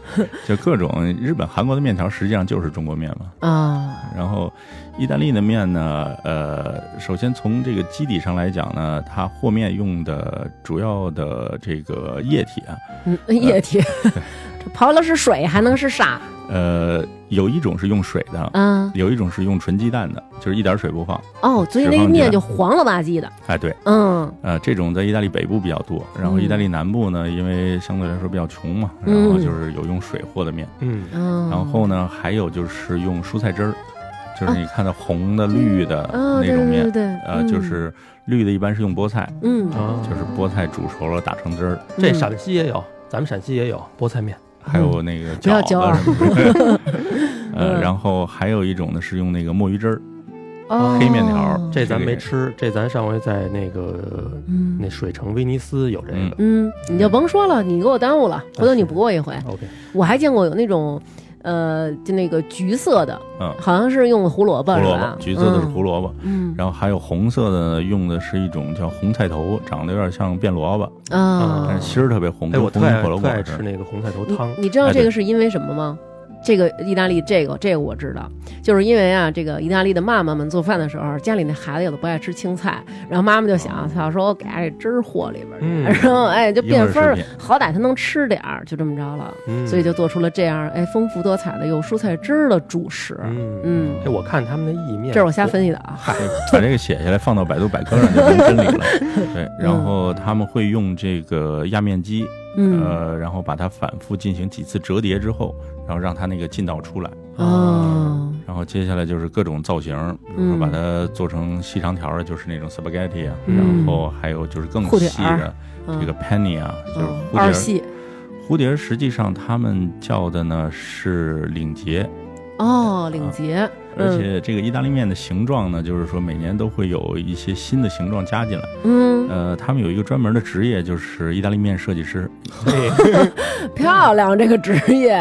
Speaker 2: 就各种日本、韩国的面条实际上就是中国面嘛。
Speaker 1: 啊？
Speaker 2: 然后，意大利的面呢，呃，首先从这个基底上来讲呢，它和面用的主要的这个液体啊，
Speaker 1: 嗯，液体，这刨了是水还能是啥？
Speaker 2: 呃，有一种是用水的，
Speaker 1: 嗯，
Speaker 2: 有一种是用纯鸡蛋的，就是一点水不放。
Speaker 1: 哦，所以那
Speaker 2: 释
Speaker 1: 个
Speaker 2: 放
Speaker 1: 面
Speaker 2: 出来
Speaker 1: 就黄了吧唧的，
Speaker 2: 哎，对，
Speaker 1: 嗯
Speaker 2: 呃，这种在意大利北部比较多，然后
Speaker 1: 嗯
Speaker 2: 意大利南部呢，因为相对来说比较穷嘛，
Speaker 1: 嗯
Speaker 2: 然后就是有用水和的面，
Speaker 3: 嗯，
Speaker 1: 嗯，
Speaker 2: 然后呢，还有就是用蔬菜汁儿，就是你看到红的、绿的
Speaker 1: 啊嗯，
Speaker 2: 那
Speaker 1: 对对
Speaker 2: 种面
Speaker 1: 对，对，
Speaker 2: 呃，就是绿的一般是用菠菜。
Speaker 1: 嗯，
Speaker 3: 啊
Speaker 1: 嗯
Speaker 2: 就是菠菜煮熟了打成汁儿，
Speaker 3: 这
Speaker 1: 嗯
Speaker 3: 陕西也有，咱们陕西也有菠菜面，
Speaker 2: 还有那个
Speaker 1: 不要骄傲
Speaker 2: 饺子什 么的。呃，
Speaker 1: 嗯
Speaker 2: 然后还有一种呢是用那个墨鱼汁儿，
Speaker 1: 哦
Speaker 2: 黑面条
Speaker 3: 这咱
Speaker 2: 这个
Speaker 3: 没
Speaker 2: 也
Speaker 3: 吃，这咱上回在那个
Speaker 1: 嗯
Speaker 3: 那水城威尼斯有这个。
Speaker 1: 嗯，你就甭说了，你给我耽误了，回头你补我一回。
Speaker 3: OK，
Speaker 1: 我还见过有那种，呃，就那个橘色的，
Speaker 2: 嗯，
Speaker 1: 好像是用的胡萝卜
Speaker 2: 胡
Speaker 1: 是
Speaker 2: 萝
Speaker 1: 吧
Speaker 2: 卜，？橘色的是胡萝卜，
Speaker 1: 啊嗯，
Speaker 2: 然后还有红色的呢用的是一种叫红菜头，长得有点像变萝卜，
Speaker 1: 嗯啊，
Speaker 2: 但是芯儿特别红，
Speaker 3: 哎，
Speaker 2: 跟
Speaker 3: 我
Speaker 2: 红
Speaker 3: 特爱
Speaker 2: 心火龙
Speaker 3: 特
Speaker 2: 果
Speaker 3: 爱
Speaker 2: 似
Speaker 3: 吃
Speaker 2: 的。
Speaker 3: 那个红菜头
Speaker 1: 你
Speaker 3: 汤，
Speaker 1: 你知道
Speaker 2: 哎
Speaker 1: 这个
Speaker 2: 对
Speaker 1: 是因为什么吗？这个意大利，这个这个我知道，就是因为啊，这个意大利的妈妈们做饭的时候，家里那孩子有的不爱吃青菜，然后妈妈就
Speaker 2: 哦
Speaker 1: 想，操，说我给他这汁儿和里边儿去，
Speaker 3: 嗯
Speaker 1: 然后哎就变分儿
Speaker 2: 婴儿食，
Speaker 1: 好歹他能吃点儿，就这么着了，
Speaker 3: 嗯
Speaker 1: 所以就做出了这样
Speaker 2: 嗯
Speaker 1: 哎丰富多彩的有蔬菜汁儿的主食。
Speaker 3: 嗯，
Speaker 1: 嗯，
Speaker 3: 哎，我看他们的意面，
Speaker 1: 这是我
Speaker 2: 嗯
Speaker 1: 瞎分析的啊。
Speaker 2: 嗨，把这个写下来放到百度百科上就能真理 了。对，然后他们会用这个压面机，
Speaker 1: 嗯，
Speaker 2: 呃，然后把它反复进行几次折叠之后，然后让它那个劲道出来。
Speaker 1: 哦，
Speaker 2: 然后接下来就是各种造型，比
Speaker 1: 嗯
Speaker 2: 如说把它做成细长条的，就是那种 spaghetti 啊，
Speaker 3: 嗯
Speaker 2: 然后还有就是更
Speaker 1: 蝴蝶
Speaker 2: 细的
Speaker 1: 嗯
Speaker 2: 这个 penny 啊，就是
Speaker 1: 嗯
Speaker 2: 蝴
Speaker 1: 二
Speaker 2: 蝶。
Speaker 1: 细
Speaker 2: 蝴蝶实际上他们叫的呢是领结，
Speaker 1: 哦，
Speaker 2: 嗯
Speaker 1: 领结，
Speaker 2: 而且这个意大利面的形状呢，就是说每年都会有一些新的形状加进来。
Speaker 1: 嗯，
Speaker 2: 呃，他们有一个专门的职业，就是意大利面设计 师，
Speaker 3: 嘿
Speaker 2: 嗯
Speaker 1: 漂亮这个职 业，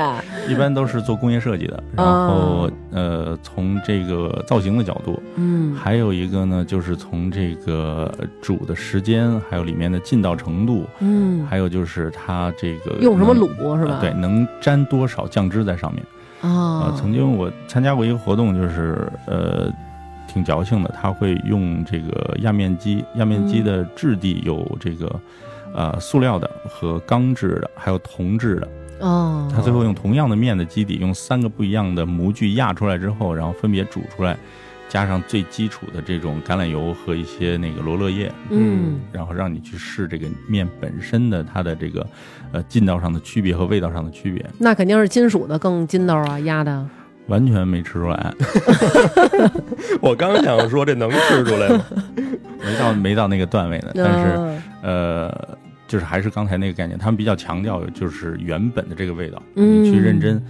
Speaker 2: 一般都是做工业设计的。然后
Speaker 1: 哦
Speaker 2: 呃，从这个造型的角度，
Speaker 1: 嗯
Speaker 2: 还有一个呢，就是从这个煮的时间，还有里面的劲道程度，
Speaker 1: 嗯，
Speaker 2: 还有就是它这个
Speaker 1: 用什么
Speaker 2: 能
Speaker 1: 卤是吧？
Speaker 2: 呃对，能沾多少酱汁在上面。
Speaker 1: 啊
Speaker 2: 呃，，曾经我参加过一个活动，就是呃，挺矫情的，他会用这个压面机，压面机的质地有这个。呃，塑料的和钢制的，还有铜制的，
Speaker 1: 哦，
Speaker 2: 它最后用同样的面的基底，用三个不一样的模具压出来之后，然后分别煮出来，加上最基础的这种橄榄油和一些那个罗勒叶，
Speaker 1: 嗯
Speaker 2: 然后让你去试这个面本身的它的这个呃劲道上的区别和味道上的区别，，
Speaker 1: 那肯定是金属的更筋道啊，压的。
Speaker 2: 完全没吃出来，
Speaker 3: 我刚 想说这能吃出来吗？
Speaker 2: 没到没到那个段位呢。但是
Speaker 1: 嗯
Speaker 2: 呃，就是还是刚才那个概念，他们比较强调就是原本的这个味道，
Speaker 1: 嗯
Speaker 2: 你去认真，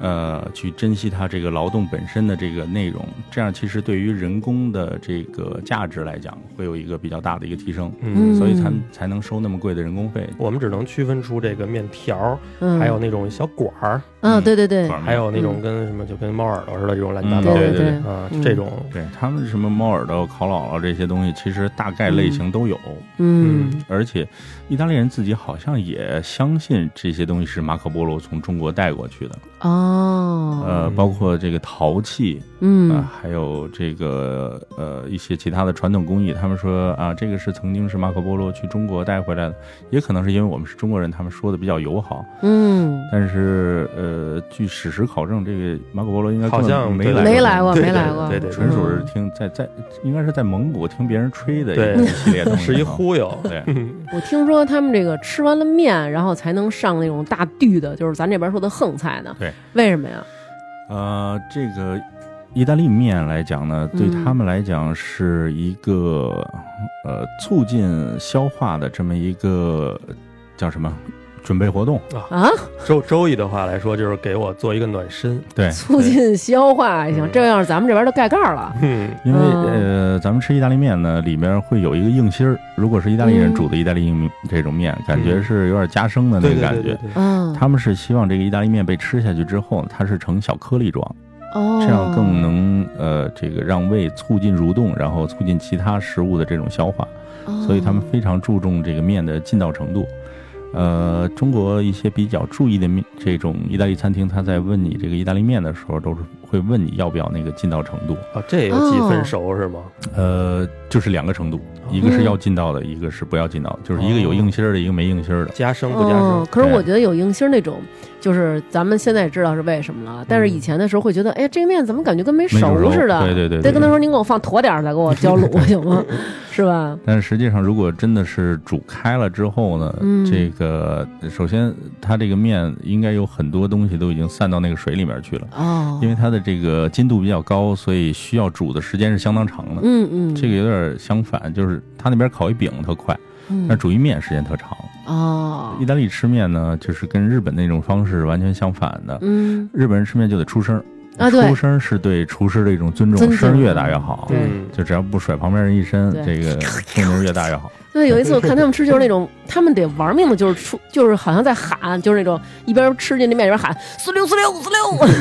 Speaker 2: 呃，去珍惜它这个劳动本身的这个内容，这样其实对于人工的这个价值来讲，会有一个比较大的一个提升，
Speaker 3: 嗯，
Speaker 2: 所以他们
Speaker 1: 嗯
Speaker 2: 才能收那么贵的人工费。
Speaker 3: 我们只能区分出这个面条儿，
Speaker 1: 嗯，
Speaker 3: 还有那种小管儿，
Speaker 1: 嗯，对对对，
Speaker 3: 还有那种跟什么就跟猫耳朵似的这种乱七八
Speaker 2: 嗯
Speaker 3: 糟
Speaker 1: 对
Speaker 2: 对
Speaker 3: 的
Speaker 2: 对
Speaker 1: 对，
Speaker 3: 啊
Speaker 1: 嗯，
Speaker 3: 这种
Speaker 2: 对他们什么猫耳朵、烤姥姥这些东西，其实大概类型都有，
Speaker 1: 嗯
Speaker 2: 而且意大利人自己好像也相信这些东西是马可波罗从中国带过去的，
Speaker 1: 哦，
Speaker 2: 呃，包括这个陶器啊、
Speaker 1: 嗯
Speaker 2: 还有这个呃一些其他的传统工艺，他们说啊，这个是曾经是马可波罗去中国带回来的，也可能是因为我们是中国人，他们说的比较友好，
Speaker 1: 嗯，
Speaker 2: 但是呃，据史实考证，这个马可波罗应该根
Speaker 3: 好
Speaker 2: 本
Speaker 3: 像
Speaker 2: 没
Speaker 3: 对
Speaker 2: 来
Speaker 1: 没
Speaker 2: 过
Speaker 1: 来过，
Speaker 3: 对
Speaker 1: 没
Speaker 3: 对
Speaker 1: 来
Speaker 3: 对
Speaker 1: 过，
Speaker 3: 对对
Speaker 2: 纯属是
Speaker 1: 嗯
Speaker 2: 听在在应该是在蒙古听别人吹的
Speaker 3: 对
Speaker 2: 一一系列东西，
Speaker 3: 是一忽悠，
Speaker 2: 对，
Speaker 1: 我听说他们这个吃完了面，然后才能上那种大地的，就是咱这边说的横菜呢。
Speaker 2: 对，
Speaker 1: 为什么呀？
Speaker 2: 呃，这个意大利面来讲呢，对
Speaker 1: 嗯
Speaker 2: 他们来讲是一个、呃促进消化的这么一个叫什么准备活动，
Speaker 1: 啊，
Speaker 3: 周周易的话来说，就是给我做一个暖 身，
Speaker 2: 对。
Speaker 1: 促进消化也行，
Speaker 3: 嗯
Speaker 1: 这要是咱们这边都盖盖儿了。
Speaker 3: 嗯，
Speaker 2: 因为
Speaker 1: 哦
Speaker 2: 呃，咱们吃意大利面呢，里面会有一个硬芯儿。如果是意大利人煮的意大利面这种面，感觉是有点夹生的那
Speaker 3: 对
Speaker 2: 个
Speaker 3: 对
Speaker 2: 感
Speaker 3: 对
Speaker 2: 觉
Speaker 3: 对。对，
Speaker 1: 嗯，
Speaker 2: 他们是希望这个意大利面被吃下去之后，它是成小颗粒状，
Speaker 1: 哦，
Speaker 2: 这样更能呃这个让胃促进蠕动，然后促进其他食物的这种消化，
Speaker 1: 哦，
Speaker 2: 所以他们非常注重这个面的劲道程度。呃，中国一些比较注意的面，这种意大利餐厅，他在问你这个意大利面的时候，都是会问你要不要那个劲道程度。
Speaker 3: 哦，这也有几分熟是吗？
Speaker 2: 呃，就是两个程度，
Speaker 3: 哦
Speaker 2: 一个是要劲道的，一个是不要劲道的，就是一个有硬芯儿的，一个没硬芯儿的。
Speaker 3: 加生不加
Speaker 1: 哦
Speaker 3: 生，？
Speaker 1: 可是我
Speaker 2: 对
Speaker 1: 觉得有迎新那种，就是咱们现在也知道是为什么了，但是以前的时候会觉得，哎，这个面怎么感觉跟没
Speaker 2: 嗯没煮熟
Speaker 1: 似的？
Speaker 2: 对对对
Speaker 1: 得
Speaker 2: 对
Speaker 1: 跟他说您给我放坨点儿，再给我浇卤行 吗？是吧？
Speaker 2: 但是实际上，如果真的是煮开了之后呢，
Speaker 1: 嗯
Speaker 2: 这个首先它这个面应该有很多东西都已经散到那个水里面去了，
Speaker 1: 哦，
Speaker 2: 因为它的这个筋度比较高，所以需要煮的时间是相当长的。
Speaker 1: 嗯嗯，
Speaker 2: 这个有点相反，就是它那边烤一饼特快，
Speaker 1: 嗯
Speaker 2: 但是煮一面时间特长。
Speaker 1: 哦
Speaker 2: 意，大利吃面呢，就是跟日本那种方式完全相反的。
Speaker 1: 嗯
Speaker 2: 日本人吃面就得出声儿
Speaker 1: 啊对
Speaker 2: 出声儿是对厨师的一种尊
Speaker 1: 尊重
Speaker 2: 重，声儿越大越好。
Speaker 1: 对
Speaker 3: 嗯，
Speaker 2: 就只要不甩旁边人一身，
Speaker 1: 对
Speaker 2: 这个风牛越大 越好。
Speaker 1: 对，有一次我看他们吃就是那种，他们得玩命的，就是出，就是好像在喊，就是那种一边吃进那面一边喊“四六四六四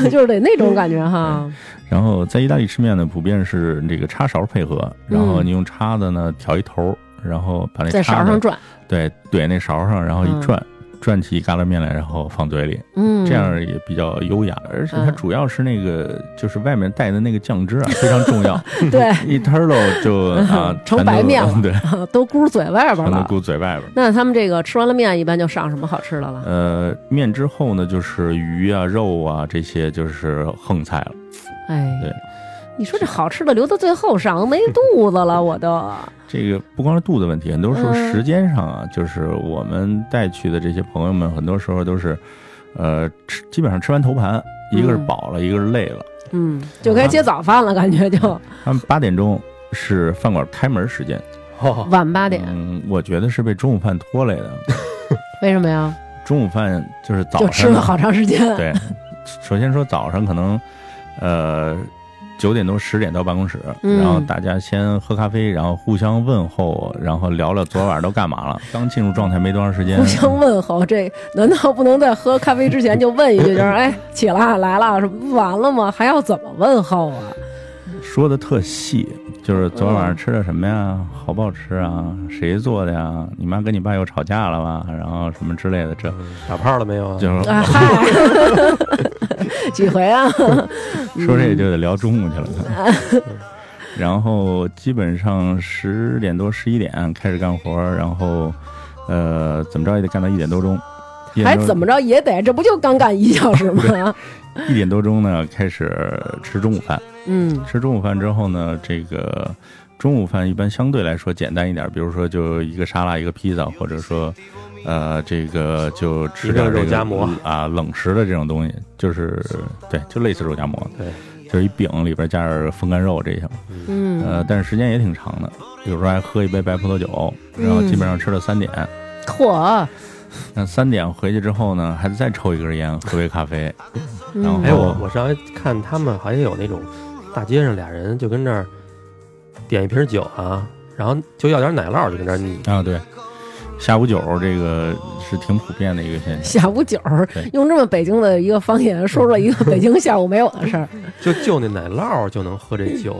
Speaker 1: 六”，就是得那种感觉
Speaker 2: 嗯
Speaker 1: 哈。
Speaker 2: 然后在意大利吃面呢，普遍是这个叉勺配合，然后你用叉子呢挑一头儿，然后把那
Speaker 1: 嗯在
Speaker 2: 叉
Speaker 1: 勺
Speaker 2: 子
Speaker 1: 上转，
Speaker 2: 对怼那勺上，然后
Speaker 1: 嗯
Speaker 2: 一转，转起一疙瘩面来，然后放嘴里，
Speaker 1: 嗯，
Speaker 2: 这样也比较优雅。而且它
Speaker 1: 嗯
Speaker 2: 主要是那个就是外面带的那个酱 汁啊，非常重要，
Speaker 1: 对，
Speaker 2: 一摊儿喽 就啊
Speaker 1: 成
Speaker 2: 全
Speaker 1: 白
Speaker 2: 都
Speaker 1: 面了
Speaker 2: 对，
Speaker 1: 都箍嘴外边
Speaker 2: 全都
Speaker 1: 了。
Speaker 2: 咕嘴外边。
Speaker 1: 那他们这个吃完了面，一般就上什么好吃的了？
Speaker 2: 呃，面之后呢，就是鱼啊、肉啊这些就是横菜了。
Speaker 1: 哎，
Speaker 2: 对
Speaker 1: 你说这好吃的留到最后上，我没肚子了，我 都。
Speaker 2: 这个不光是肚子问题，很多时候
Speaker 1: 嗯
Speaker 2: 时间上啊，就是我们带去的这些朋友们，很多时候都是，呃，吃基本上吃完头盘，一个是
Speaker 1: 嗯
Speaker 2: 饱了，一个是累了。
Speaker 1: 嗯，就该接早饭了，感觉就
Speaker 2: 他们八点钟是饭馆开门时间，
Speaker 3: 哦，
Speaker 1: 晚八点，
Speaker 2: 嗯，我觉得是被中午饭拖累的。
Speaker 1: 为什么呀？
Speaker 2: 中午饭就是早
Speaker 1: 就
Speaker 2: 上
Speaker 1: 吃了好长时间。
Speaker 2: 对，首先说早上可能，呃，九点多十点到办公室，
Speaker 1: 嗯
Speaker 2: 然后大家先喝咖啡，然后互相问候，然后聊聊昨晚都干嘛 了。刚进入状态没多长时间
Speaker 1: 互，相问候，这难道不能在喝咖啡之前就问一句，就是哎起了来了，什么完了吗？还要怎么问候啊？
Speaker 2: 说的特细，就是昨晚上吃的什么呀，好不好吃啊，谁做的呀？你妈跟你爸又吵架了吧？然后什么之类的，这
Speaker 3: 打炮了没有啊？
Speaker 2: 就是
Speaker 1: 啊 嗨，几回啊？
Speaker 2: 说这就得聊中午去了。
Speaker 1: 嗯
Speaker 2: 然后基本上十点多十一点开始干活，然后呃怎么着也得干到一点多钟。一
Speaker 1: 还
Speaker 2: 点多
Speaker 1: 怎么着也得，这不就刚干一小时吗？
Speaker 2: 一点多钟呢，开始吃中午饭。
Speaker 1: 嗯
Speaker 2: 吃中午饭之后呢，这个中午饭一般相对来说简单一点，比如说就一个沙拉，一个披萨，或者说呃这个就吃点
Speaker 3: 一个
Speaker 2: 这
Speaker 3: 肉
Speaker 2: 个
Speaker 3: 夹馍
Speaker 2: 啊冷食的这种东西，就是对，就类似肉夹馍，
Speaker 3: 对，
Speaker 2: 就是一饼里边加点风干肉这些。
Speaker 1: 嗯
Speaker 2: 呃嗯呃，但是时间也挺长的，有时候还喝一杯白葡萄酒，然后基本上吃到三点，
Speaker 1: 嚯，
Speaker 2: 那三点回去之后呢，还得再抽一根烟，喝杯咖啡。然后
Speaker 1: 嗯
Speaker 3: 哎，我我上回看他们好像有那种大街上俩人就跟那儿点一瓶酒啊，然后就要点奶酪，就跟那儿腻。
Speaker 2: 啊，对，下午酒这个是挺普遍的一个现象。
Speaker 1: 下午酒儿
Speaker 2: 对
Speaker 1: 用这么北京的一个方言说出了一个北京下午没有的事儿，
Speaker 3: 就就那奶酪就能喝这酒，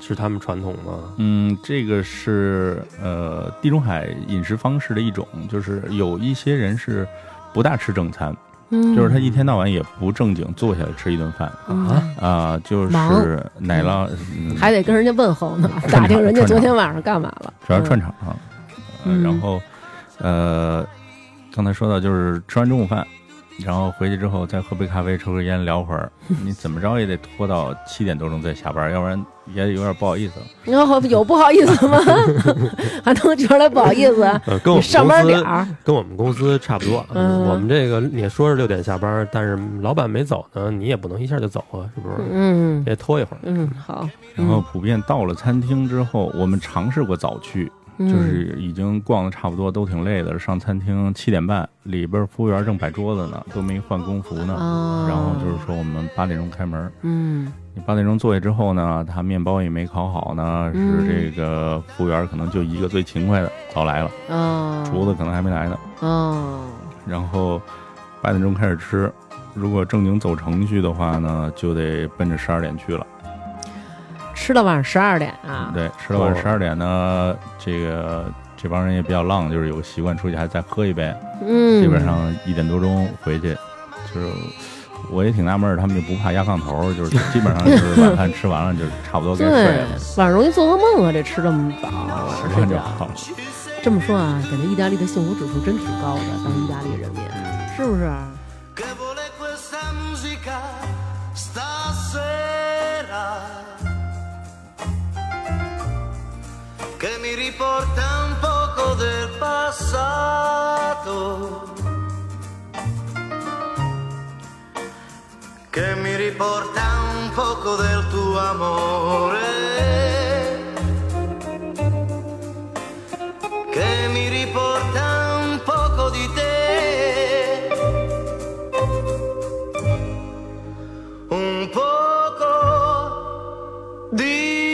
Speaker 3: 是他们传统吗？
Speaker 2: 嗯，这个是呃地中海饮食方式的一种，就是有一些人是不大吃正餐，
Speaker 1: 嗯
Speaker 2: 就是他一天到晚也不正经坐下来吃一顿饭
Speaker 1: 嗯
Speaker 2: 啊、就
Speaker 1: 忙
Speaker 2: 是奶酪，嗯、
Speaker 1: 还得跟人家问候呢，
Speaker 2: 串场
Speaker 1: 打听人家昨天晚上干嘛了，
Speaker 2: 主要是串场，呃
Speaker 1: 嗯
Speaker 2: 然后呃刚才说到就是吃完中午饭。然后回去之后再喝杯咖啡，抽根烟，聊会 儿。你怎么着也得拖到七点多钟再下班，要不然也有点不好意思了。
Speaker 1: 你说有不好意思吗？ 还能觉得不好意思？啊
Speaker 3: 呃，跟
Speaker 1: 你
Speaker 3: 我们
Speaker 1: 上班
Speaker 3: 公
Speaker 1: 点
Speaker 3: 司
Speaker 1: 儿，
Speaker 3: 跟我们公司差不多。
Speaker 1: 嗯
Speaker 3: 我们这个你说是六点下班，但是老板没走呢，你也不能一下就走啊，是不是？
Speaker 1: 嗯
Speaker 3: 得拖一会儿。
Speaker 1: 嗯，好，
Speaker 2: 然后普遍到了餐厅之后，我们尝试过早去，
Speaker 1: 嗯
Speaker 2: 就是已经逛的差不多，都挺累的。上餐厅七点半，里边服务员正摆桌子呢，都没换工服呢。
Speaker 1: 啊，
Speaker 2: 然后就是说我们八点钟开门，
Speaker 1: 嗯
Speaker 2: 你八点钟坐下之后呢，他面包也没烤好呢，
Speaker 1: 嗯
Speaker 2: 是这个服务员可能就一个最勤快的早来了，
Speaker 1: 哦，
Speaker 2: 厨子可能还没来呢。
Speaker 1: 哦，
Speaker 2: 然后八点钟开始吃，如果正经走程序的话呢，就得奔着十二点去了。
Speaker 1: 吃到晚上十二点啊，
Speaker 2: 对，吃到晚
Speaker 3: 哦
Speaker 2: 上十二点呢，这个这帮人也比较浪，就是有习惯出去还再喝一杯，
Speaker 1: 嗯，
Speaker 2: 基本上一点多钟回去，就是。我也挺纳闷儿，他们就不怕压炕头，就是基本上就是晚饭吃完了就差不多该
Speaker 1: 对
Speaker 2: 睡 了，，
Speaker 1: 晚上容易做噩梦啊，这吃这么早，晚
Speaker 2: 习
Speaker 1: 上睡
Speaker 2: 惯 就
Speaker 1: 觉。
Speaker 2: 好了。
Speaker 1: 这么说啊，感觉意大利的幸福指数真挺高的，当意大利人民，是啊不是？
Speaker 4: che vuole questa musica stasera che mi riporta un poco del passato che mi riporta un poco del tuo amore che mi riporta un poco di te un poco di te.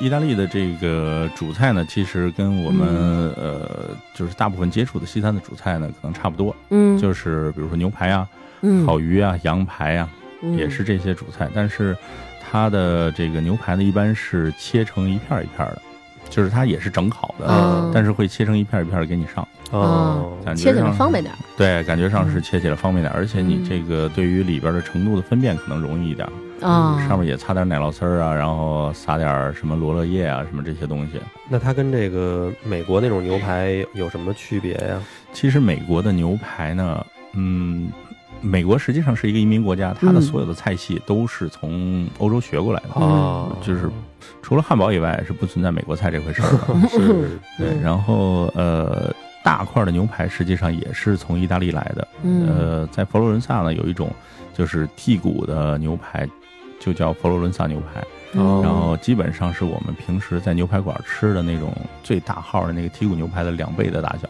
Speaker 2: 意大利的这个主菜呢，其实跟我们
Speaker 1: 嗯
Speaker 2: 呃，就是大部分接触的西餐的主菜呢，可能差不多，
Speaker 1: 嗯，
Speaker 2: 就是比如说牛排啊、
Speaker 1: 嗯，
Speaker 2: 烤鱼啊、羊排啊，
Speaker 1: 嗯
Speaker 2: 也是这些主菜，但是它的这个牛排呢，一般是切成一片儿一片儿的，就是它也是整好的，
Speaker 1: 嗯
Speaker 2: 呃但是会切成一片儿一片儿给你上，
Speaker 3: 哦，
Speaker 2: 感觉
Speaker 1: 切起来
Speaker 2: 上
Speaker 1: 方便点儿。
Speaker 2: 对，感觉上是切起来方便点儿，而且你
Speaker 1: 嗯
Speaker 2: 这个对于里边的程度的分辨可能容易一点儿，
Speaker 1: 啊，
Speaker 2: 嗯上面也擦点奶酪丝儿啊，然后撒点儿什么罗勒叶啊，什么这些东西。
Speaker 3: 那它跟这个美国那种牛排有什么区别呀、
Speaker 2: 其实美国的牛排呢，嗯。美国实际上是一个移民国家，它的
Speaker 1: 嗯
Speaker 2: 所有的菜系都是从欧洲学过来的，
Speaker 3: 哦，
Speaker 2: 就是除了汉堡以外是不存在美国菜这回事儿的。
Speaker 3: 是
Speaker 2: 对，然后呃，大块的牛排实际上也是从意大利来的。
Speaker 1: 嗯
Speaker 2: 呃，在佛罗伦萨呢，有一种就是剔骨的牛排，就叫佛罗伦萨牛排。
Speaker 1: 嗯
Speaker 2: 然后基本上是我们平时在牛排馆吃的那种最大号的那个剔骨牛排的两倍的大小。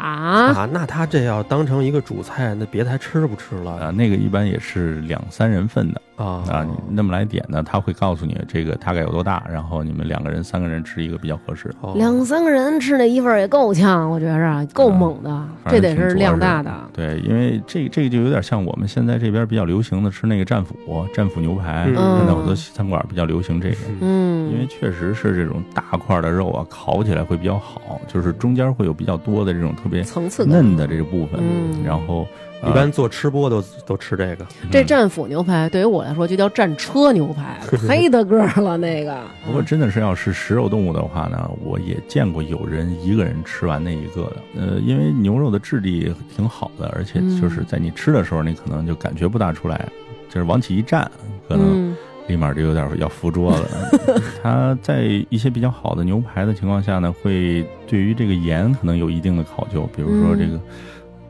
Speaker 1: 啊，
Speaker 3: 啊，那他这要当成一个主菜，那别的还吃不吃
Speaker 2: 啊、
Speaker 3: 了
Speaker 2: 那个一般也是两三人份的
Speaker 3: 啊？
Speaker 2: 啊、你那么来点呢，他会告诉你这个大概有多大，然后你们两个人、三个人吃一个比较合适。
Speaker 3: 哦
Speaker 1: 两三个人吃那一份儿也够呛，我觉着够猛的，
Speaker 2: 反
Speaker 1: 这
Speaker 2: 正
Speaker 1: 得
Speaker 2: 挺
Speaker 1: 是
Speaker 2: 着
Speaker 1: 量
Speaker 2: 实
Speaker 1: 大的。
Speaker 2: 对，因为这这个就有点像我们现在这边比较流行的吃那个战斧战斧牛排，
Speaker 3: 嗯
Speaker 2: 现在好多西餐馆比较流行这个，
Speaker 1: 嗯，
Speaker 2: 因为确实是这种大块的肉啊，烤起来会比较好，就是中间会有比较多的这种特别
Speaker 1: 层次感
Speaker 2: 嫩的这个部分，
Speaker 1: 嗯
Speaker 2: 然后、嗯呃
Speaker 3: 一般做吃播都都吃这个，
Speaker 1: 这战斧牛排对于我来说就叫战车牛排， 黑的个儿了那个。
Speaker 2: 如果真的是要是食肉动物的话呢，我也见过有人一个人吃完那一个的。呃，因为牛肉的质地挺好的，而且
Speaker 1: 嗯
Speaker 2: 就是在你吃的时候，你可能就感觉不大出来，就是往起一站，可能
Speaker 1: 嗯
Speaker 2: 立马就有点要扶桌子了。 它在一些比较好的牛排的情况下呢，
Speaker 1: 嗯
Speaker 2: 会对于这个盐可能有一定的考究，比如说这个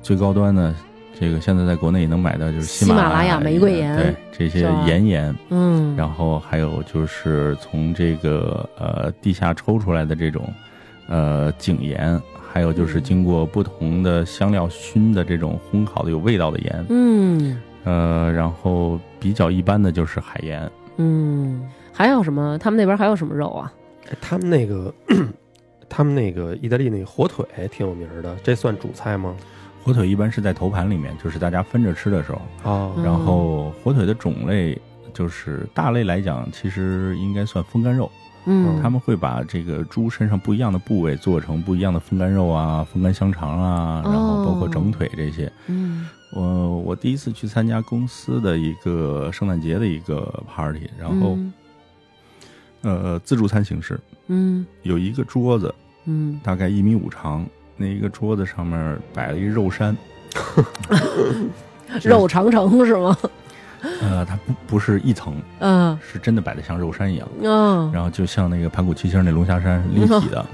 Speaker 2: 最高端的这个现在在国内也能买到，就是喜
Speaker 1: 喜马拉
Speaker 2: 拉
Speaker 1: 雅
Speaker 2: 雅
Speaker 1: 玫瑰盐
Speaker 2: 对这
Speaker 1: 是
Speaker 2: 些
Speaker 1: 吧
Speaker 2: 岩盐，
Speaker 1: 嗯，
Speaker 2: 然后还有就是从这个呃地下抽出来的这种呃井盐，还有
Speaker 1: 嗯
Speaker 2: 就是经过不同的香料熏的这种烘烤的有味道的盐，
Speaker 1: 嗯
Speaker 2: 呃，然后比较一般的就是海盐，
Speaker 1: 嗯，还有什么？他们那边还有什么肉啊？
Speaker 3: 哎他们那个，他们那个意大利那火腿挺有名儿的，这算主菜吗？
Speaker 2: 火腿一般是在头盘里面，就是大家分着吃的时候。
Speaker 1: 嗯
Speaker 3: 哦
Speaker 2: 然后火腿的种类就是大类来讲，其实应该算风干肉，
Speaker 1: 嗯，
Speaker 2: 哦他们会把这个猪身上不一样的部位做成不一样的风干肉啊、风干香肠啊，然后包
Speaker 1: 哦
Speaker 2: 括整腿这些。
Speaker 1: 嗯
Speaker 2: 我呃我第一次去参加公司的一个圣诞节的一个 party，然后、
Speaker 1: 嗯
Speaker 2: 呃自助餐形式，
Speaker 1: 嗯
Speaker 2: 有一个桌子，
Speaker 1: 嗯，
Speaker 2: 大概一米五长，那一个桌子上面摆了一肉山，是
Speaker 1: 肉长城是 吗？
Speaker 2: 呃，它不不是一层，
Speaker 1: 嗯
Speaker 2: 是真的摆的像肉山一样。
Speaker 1: 嗯，
Speaker 2: 然后就像那个盘古七星那龙虾山立体的，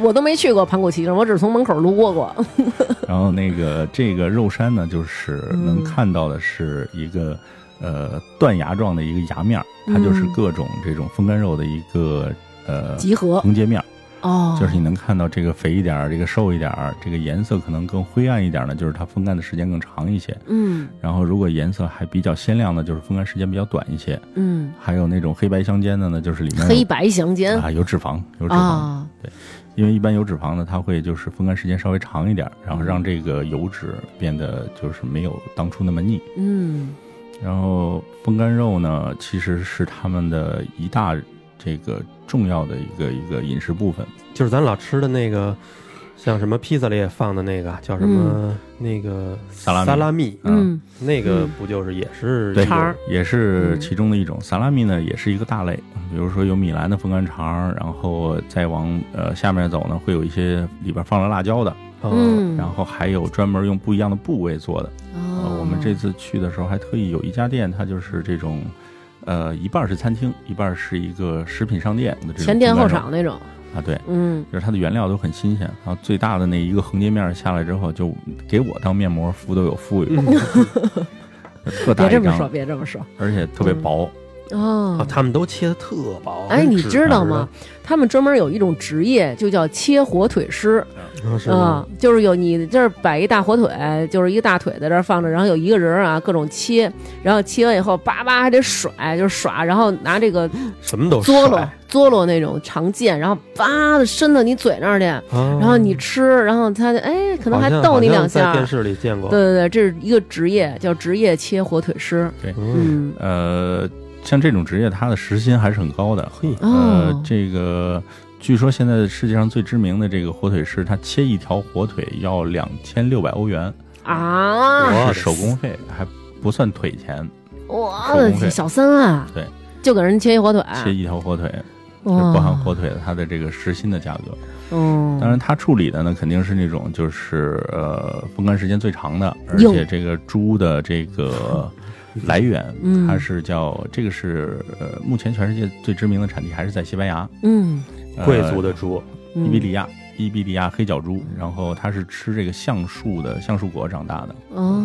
Speaker 1: 我都没去过盘古旗上，我只是从门口路过
Speaker 2: 嗯
Speaker 1: 过。
Speaker 2: 然后那个这个肉山呢，就是
Speaker 1: 嗯
Speaker 2: 能看到的是一个呃断崖状的一个崖面儿，它就是
Speaker 1: 嗯
Speaker 2: 各种这种风干肉的一个呃
Speaker 1: 集合
Speaker 2: 横截面儿，
Speaker 1: 哦，
Speaker 2: 就是你能看到这个肥一点儿，这个瘦一点儿，这个颜色可能更灰暗一点儿呢，就是它风干的时间更长一些。
Speaker 1: 嗯
Speaker 2: 然后如果颜色还比较鲜亮的，就是风干时间比较短一些。
Speaker 1: 嗯，
Speaker 2: 还有那种黑白相间的呢，就是里面有
Speaker 1: 黑白相间
Speaker 2: 啊有脂肪，有脂肪。
Speaker 1: 啊，
Speaker 2: 因为一般油脂肪呢，它会就是风干时间稍微长一点儿，然后让这个油脂变得就是没有当初那么腻。
Speaker 1: 嗯
Speaker 2: 然后风干肉呢，其实是他们的一大这个重要的一个一个饮食部分。
Speaker 3: 就是咱老吃的那个，像什么披萨里也放的那个叫什么、那个
Speaker 2: 萨拉米
Speaker 3: 萨拉米，
Speaker 2: 啊
Speaker 1: 嗯
Speaker 3: 那个
Speaker 1: 嗯
Speaker 3: 不就是也是
Speaker 2: 对
Speaker 3: 一种
Speaker 1: 肠儿
Speaker 2: 也
Speaker 1: 嗯
Speaker 2: 是其中的一种。萨拉米呢，也是一个大类，比如说有米兰的风干肠儿，然后再往呃下面走呢，会有一些里边放了辣椒的，
Speaker 3: 哦
Speaker 1: 嗯，
Speaker 2: 然后还有专门用不一样的部位做的。呃，
Speaker 1: 哦，
Speaker 2: 我们这次去的时候还特意有一家店，它就是这种，呃，一半儿是餐厅，一半儿是一个食品商店的这种
Speaker 1: 前店
Speaker 2: 风
Speaker 1: 后
Speaker 2: 干肉
Speaker 1: 厂那种，
Speaker 2: 啊，对，
Speaker 1: 嗯
Speaker 2: 就是它的原料都很新鲜。然后最大的那一个横截面下来之后，就给我当面膜敷都有敷有， 特大
Speaker 1: 别这
Speaker 2: 一
Speaker 1: 么说，
Speaker 2: 张，
Speaker 1: 别这么说
Speaker 2: 而且特别薄。
Speaker 3: 哦
Speaker 1: 哦。
Speaker 3: 他们都切的特薄。
Speaker 1: 哎，你知道吗？
Speaker 3: 纸
Speaker 1: 他们专门有一种职业，就叫切火腿师。
Speaker 3: 盘啊儿的？是吗
Speaker 1: 嗯，就是有你这儿摆一大火腿，就是一个大腿在这儿放着，然后有一个人儿啊各种切，然后切完以后叭叭还得甩，就是耍，然后拿这个
Speaker 2: 哦
Speaker 3: 什么都
Speaker 1: 嘬
Speaker 3: 甩
Speaker 1: 罗嘬罗那种长剑，然后叭的伸到你嘴那儿去，然
Speaker 2: 嗯
Speaker 3: 然
Speaker 1: 后你吃，然后他就哎可能还逗你两下
Speaker 3: 在电
Speaker 1: 儿。
Speaker 3: 视里见过。
Speaker 1: 对对对，这是一个职业，叫职业切火腿师。嗯
Speaker 3: 嗯，
Speaker 2: 呃，像这种职业，它的时薪还是很高的。
Speaker 3: 嘿
Speaker 1: 哦
Speaker 2: 呃，这个据说现在世界上最知名的这个火腿师，他切一条火腿要两千六百欧元。
Speaker 1: 啊，
Speaker 3: 我的
Speaker 2: 是手工费，还不算腿钱，
Speaker 1: 我的
Speaker 2: 手工
Speaker 1: 天，
Speaker 2: 费
Speaker 1: 小三啊，
Speaker 2: 对，
Speaker 1: 就给人切一火腿，
Speaker 2: 切一条火腿，就
Speaker 1: 哇
Speaker 2: 包含火腿的它的这个时薪的价格。
Speaker 1: 嗯，
Speaker 2: 当然，它处理的呢肯定是那种就是呃风干时间最长的，而
Speaker 1: 哟
Speaker 2: 且这个猪的这个来源
Speaker 1: 嗯，
Speaker 2: 它是叫这个是呃目前全世界最知名的产地还是在西班牙，
Speaker 1: 嗯，
Speaker 2: 呃
Speaker 3: 贵族的猪，
Speaker 1: 嗯
Speaker 2: 伊比利亚。伊比利亚黑脚猪，然后它是吃这个橡树的橡树果长大的，
Speaker 1: 哦，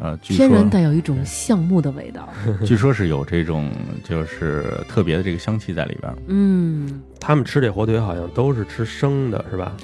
Speaker 2: 呃，据
Speaker 1: 天然
Speaker 2: 说
Speaker 1: 带有一种橡木的味道。
Speaker 2: 据说是有这种就是特别的这个香气在里边儿。
Speaker 1: 嗯，
Speaker 3: 他们吃这火腿好像都是吃生的，是吧？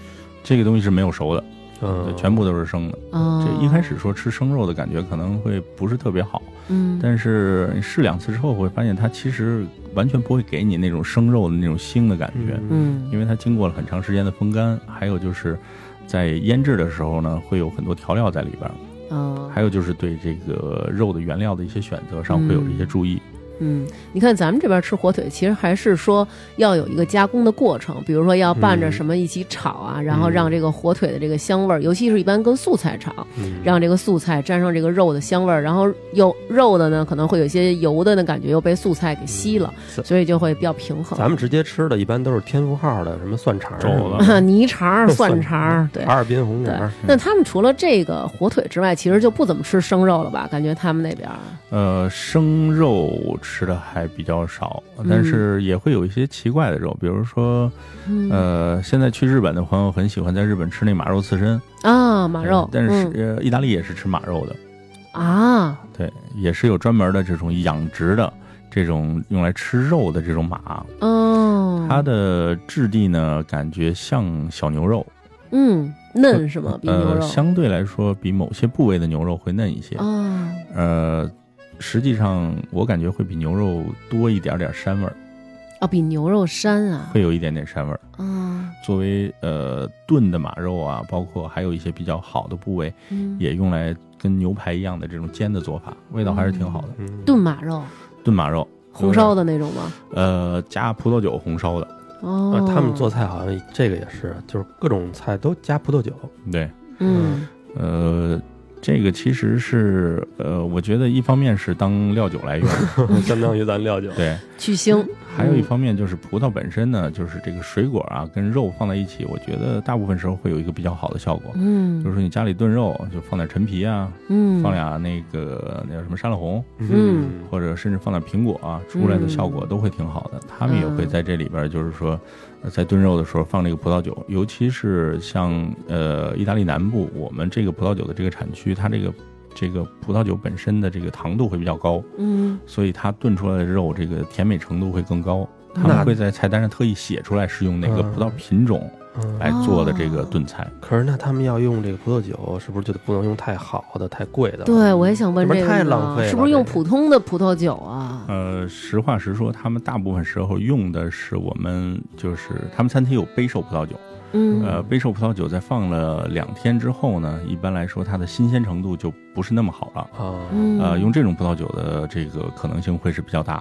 Speaker 2: 这个东西是没有熟的，对
Speaker 3: 嗯，
Speaker 2: 全部都是生的。
Speaker 1: 哦，
Speaker 2: 这一开始说吃生肉的感觉可能会不是特别好，
Speaker 1: 嗯，
Speaker 2: 但是你试两次之后会发现它其实完全不会给你那种生肉的那种腥的感觉，
Speaker 3: 嗯，
Speaker 1: 嗯
Speaker 2: 因为它经过了很长时间的风干，还有就是在腌制的时候呢，会有很多调料在里边儿，
Speaker 1: 哦
Speaker 2: 还有就是对这个肉的原料的一些选择上会有这些注意。
Speaker 1: 嗯，你看咱们这边吃火腿，其实还是说要有一个加工的过程，比如说要拌着
Speaker 3: 嗯
Speaker 1: 什么一起炒啊，然后
Speaker 3: 嗯
Speaker 1: 让这个火腿的这个香味儿，尤其是一般跟素菜炒，
Speaker 3: 嗯
Speaker 1: 让这个素菜沾上这个肉的香味儿，然后有肉的呢可能会有一些油的呢感觉又被素菜给吸了，
Speaker 3: 咱
Speaker 1: 所以就会比较平衡。
Speaker 3: 嗯咱们直接吃的一般都是天福号的，什么蒜肠儿
Speaker 2: 肘 子
Speaker 3: 什么
Speaker 1: 泥肠 儿、蒜
Speaker 3: 蒜嗯
Speaker 1: 肠儿，对
Speaker 3: 的、哈尔滨红
Speaker 1: 对
Speaker 3: 肠儿，。
Speaker 1: 那他们除了这个火腿之外，其实就不怎么吃生肉了吧？感觉他们那边儿，
Speaker 2: 呃，生肉吃的还比较少，但是也会有一些奇怪的肉，比如说，
Speaker 1: 嗯
Speaker 2: 呃，现在去日本的朋友很喜欢在日本吃那马肉刺身，
Speaker 1: 啊，马肉
Speaker 2: 嗯，但是、
Speaker 1: 嗯
Speaker 2: 呃意大利也是吃马肉的，
Speaker 1: 啊，
Speaker 2: 对，也是有专门的这种养殖的这种用来吃肉的这种马，
Speaker 1: 哦，
Speaker 2: 它的质地呢感觉像小牛肉，
Speaker 1: 嗯嫩是吗？比牛
Speaker 2: 呃，
Speaker 1: 肉
Speaker 2: 相对来说比某些部位的牛肉会嫩一些，
Speaker 1: 哦，
Speaker 2: 呃，实际上我感觉会比牛肉多一点点膻味儿，
Speaker 1: 哦，比牛肉膻啊，
Speaker 2: 会有一点点膻味儿。
Speaker 1: 啊，
Speaker 2: 作为呃炖的马肉啊，包括还有一些比较好的部位，
Speaker 1: 嗯
Speaker 2: 也用来跟牛排一样的这种煎的做法，味道还是挺好的。
Speaker 3: 嗯，
Speaker 1: 炖马肉，
Speaker 2: 炖马肉，
Speaker 1: 红烧的那种吗？
Speaker 2: 呃，加葡萄酒红烧的，
Speaker 1: 哦
Speaker 3: 啊，，他们做菜好像这个也是，就是各种菜都加葡萄酒。
Speaker 2: 对，
Speaker 1: 嗯
Speaker 2: 呃。这个其实是，呃，我觉得一方面是当料酒来用，
Speaker 1: 嗯
Speaker 3: 相当于咱 料酒。
Speaker 2: 对，
Speaker 1: 去腥，
Speaker 2: 还有一方面就是葡萄本身呢，就是这个水果啊跟肉放在一起，我觉得大部分时候会有一个比较好的效果。
Speaker 1: 嗯
Speaker 2: 比如说你家里炖肉，就放点陈皮啊，
Speaker 1: 嗯
Speaker 2: 放俩那个那叫什么山里红，
Speaker 1: 嗯
Speaker 2: 或者甚至放点苹果啊，出来的效果都会挺好的。他们也会在这里边，就是说，呃在炖肉的时候放这个葡萄酒，尤其是像呃意大利南部，我们这个葡萄酒的这个产区，它这个这个葡萄酒本身的这个糖度会比较高，
Speaker 1: 嗯
Speaker 2: 所以它炖出来的肉这个甜美程度会更高。他
Speaker 3: 那
Speaker 2: 们会在菜单上特意写出来是用哪个葡萄品种
Speaker 3: 嗯
Speaker 2: 来做的这个炖菜。
Speaker 3: 可是那他们要用这个葡萄酒，是不是就不能用太好的、太贵的？
Speaker 1: 对，我也想问
Speaker 3: 这
Speaker 1: 这
Speaker 3: 边
Speaker 1: 个
Speaker 3: 太
Speaker 1: 呢
Speaker 3: 浪费了
Speaker 1: 是不是用
Speaker 3: 这个
Speaker 1: 普通的葡萄酒啊？
Speaker 2: 呃，实话实说，他们大部分时候用的是我们就是他们餐厅有杯售葡萄酒，
Speaker 1: 嗯
Speaker 2: 呃，杯售葡萄酒在放了两天之后呢，一般来说它的新鲜程度就不是那么好了。
Speaker 3: 啊，
Speaker 1: 嗯
Speaker 2: 呃，用这种葡萄酒的这个可能性会是比较大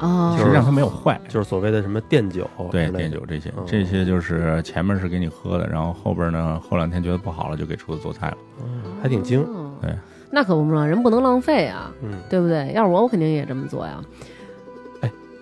Speaker 2: 的，
Speaker 1: 啊，
Speaker 2: 实际上它没有坏，
Speaker 3: 就是所谓的什么垫酒之类
Speaker 2: 对
Speaker 3: 的，
Speaker 2: 碘酒这些
Speaker 3: 哦，
Speaker 2: 这些就是前面是给你喝的，然后后边呢，后两天觉得不好了，就给厨子做菜了。
Speaker 3: 嗯，还挺精。
Speaker 1: 哦
Speaker 2: 对
Speaker 1: 那可不嘛，人不能浪费啊，
Speaker 3: 嗯，
Speaker 1: 对不对？要是我，我肯定也这么做呀。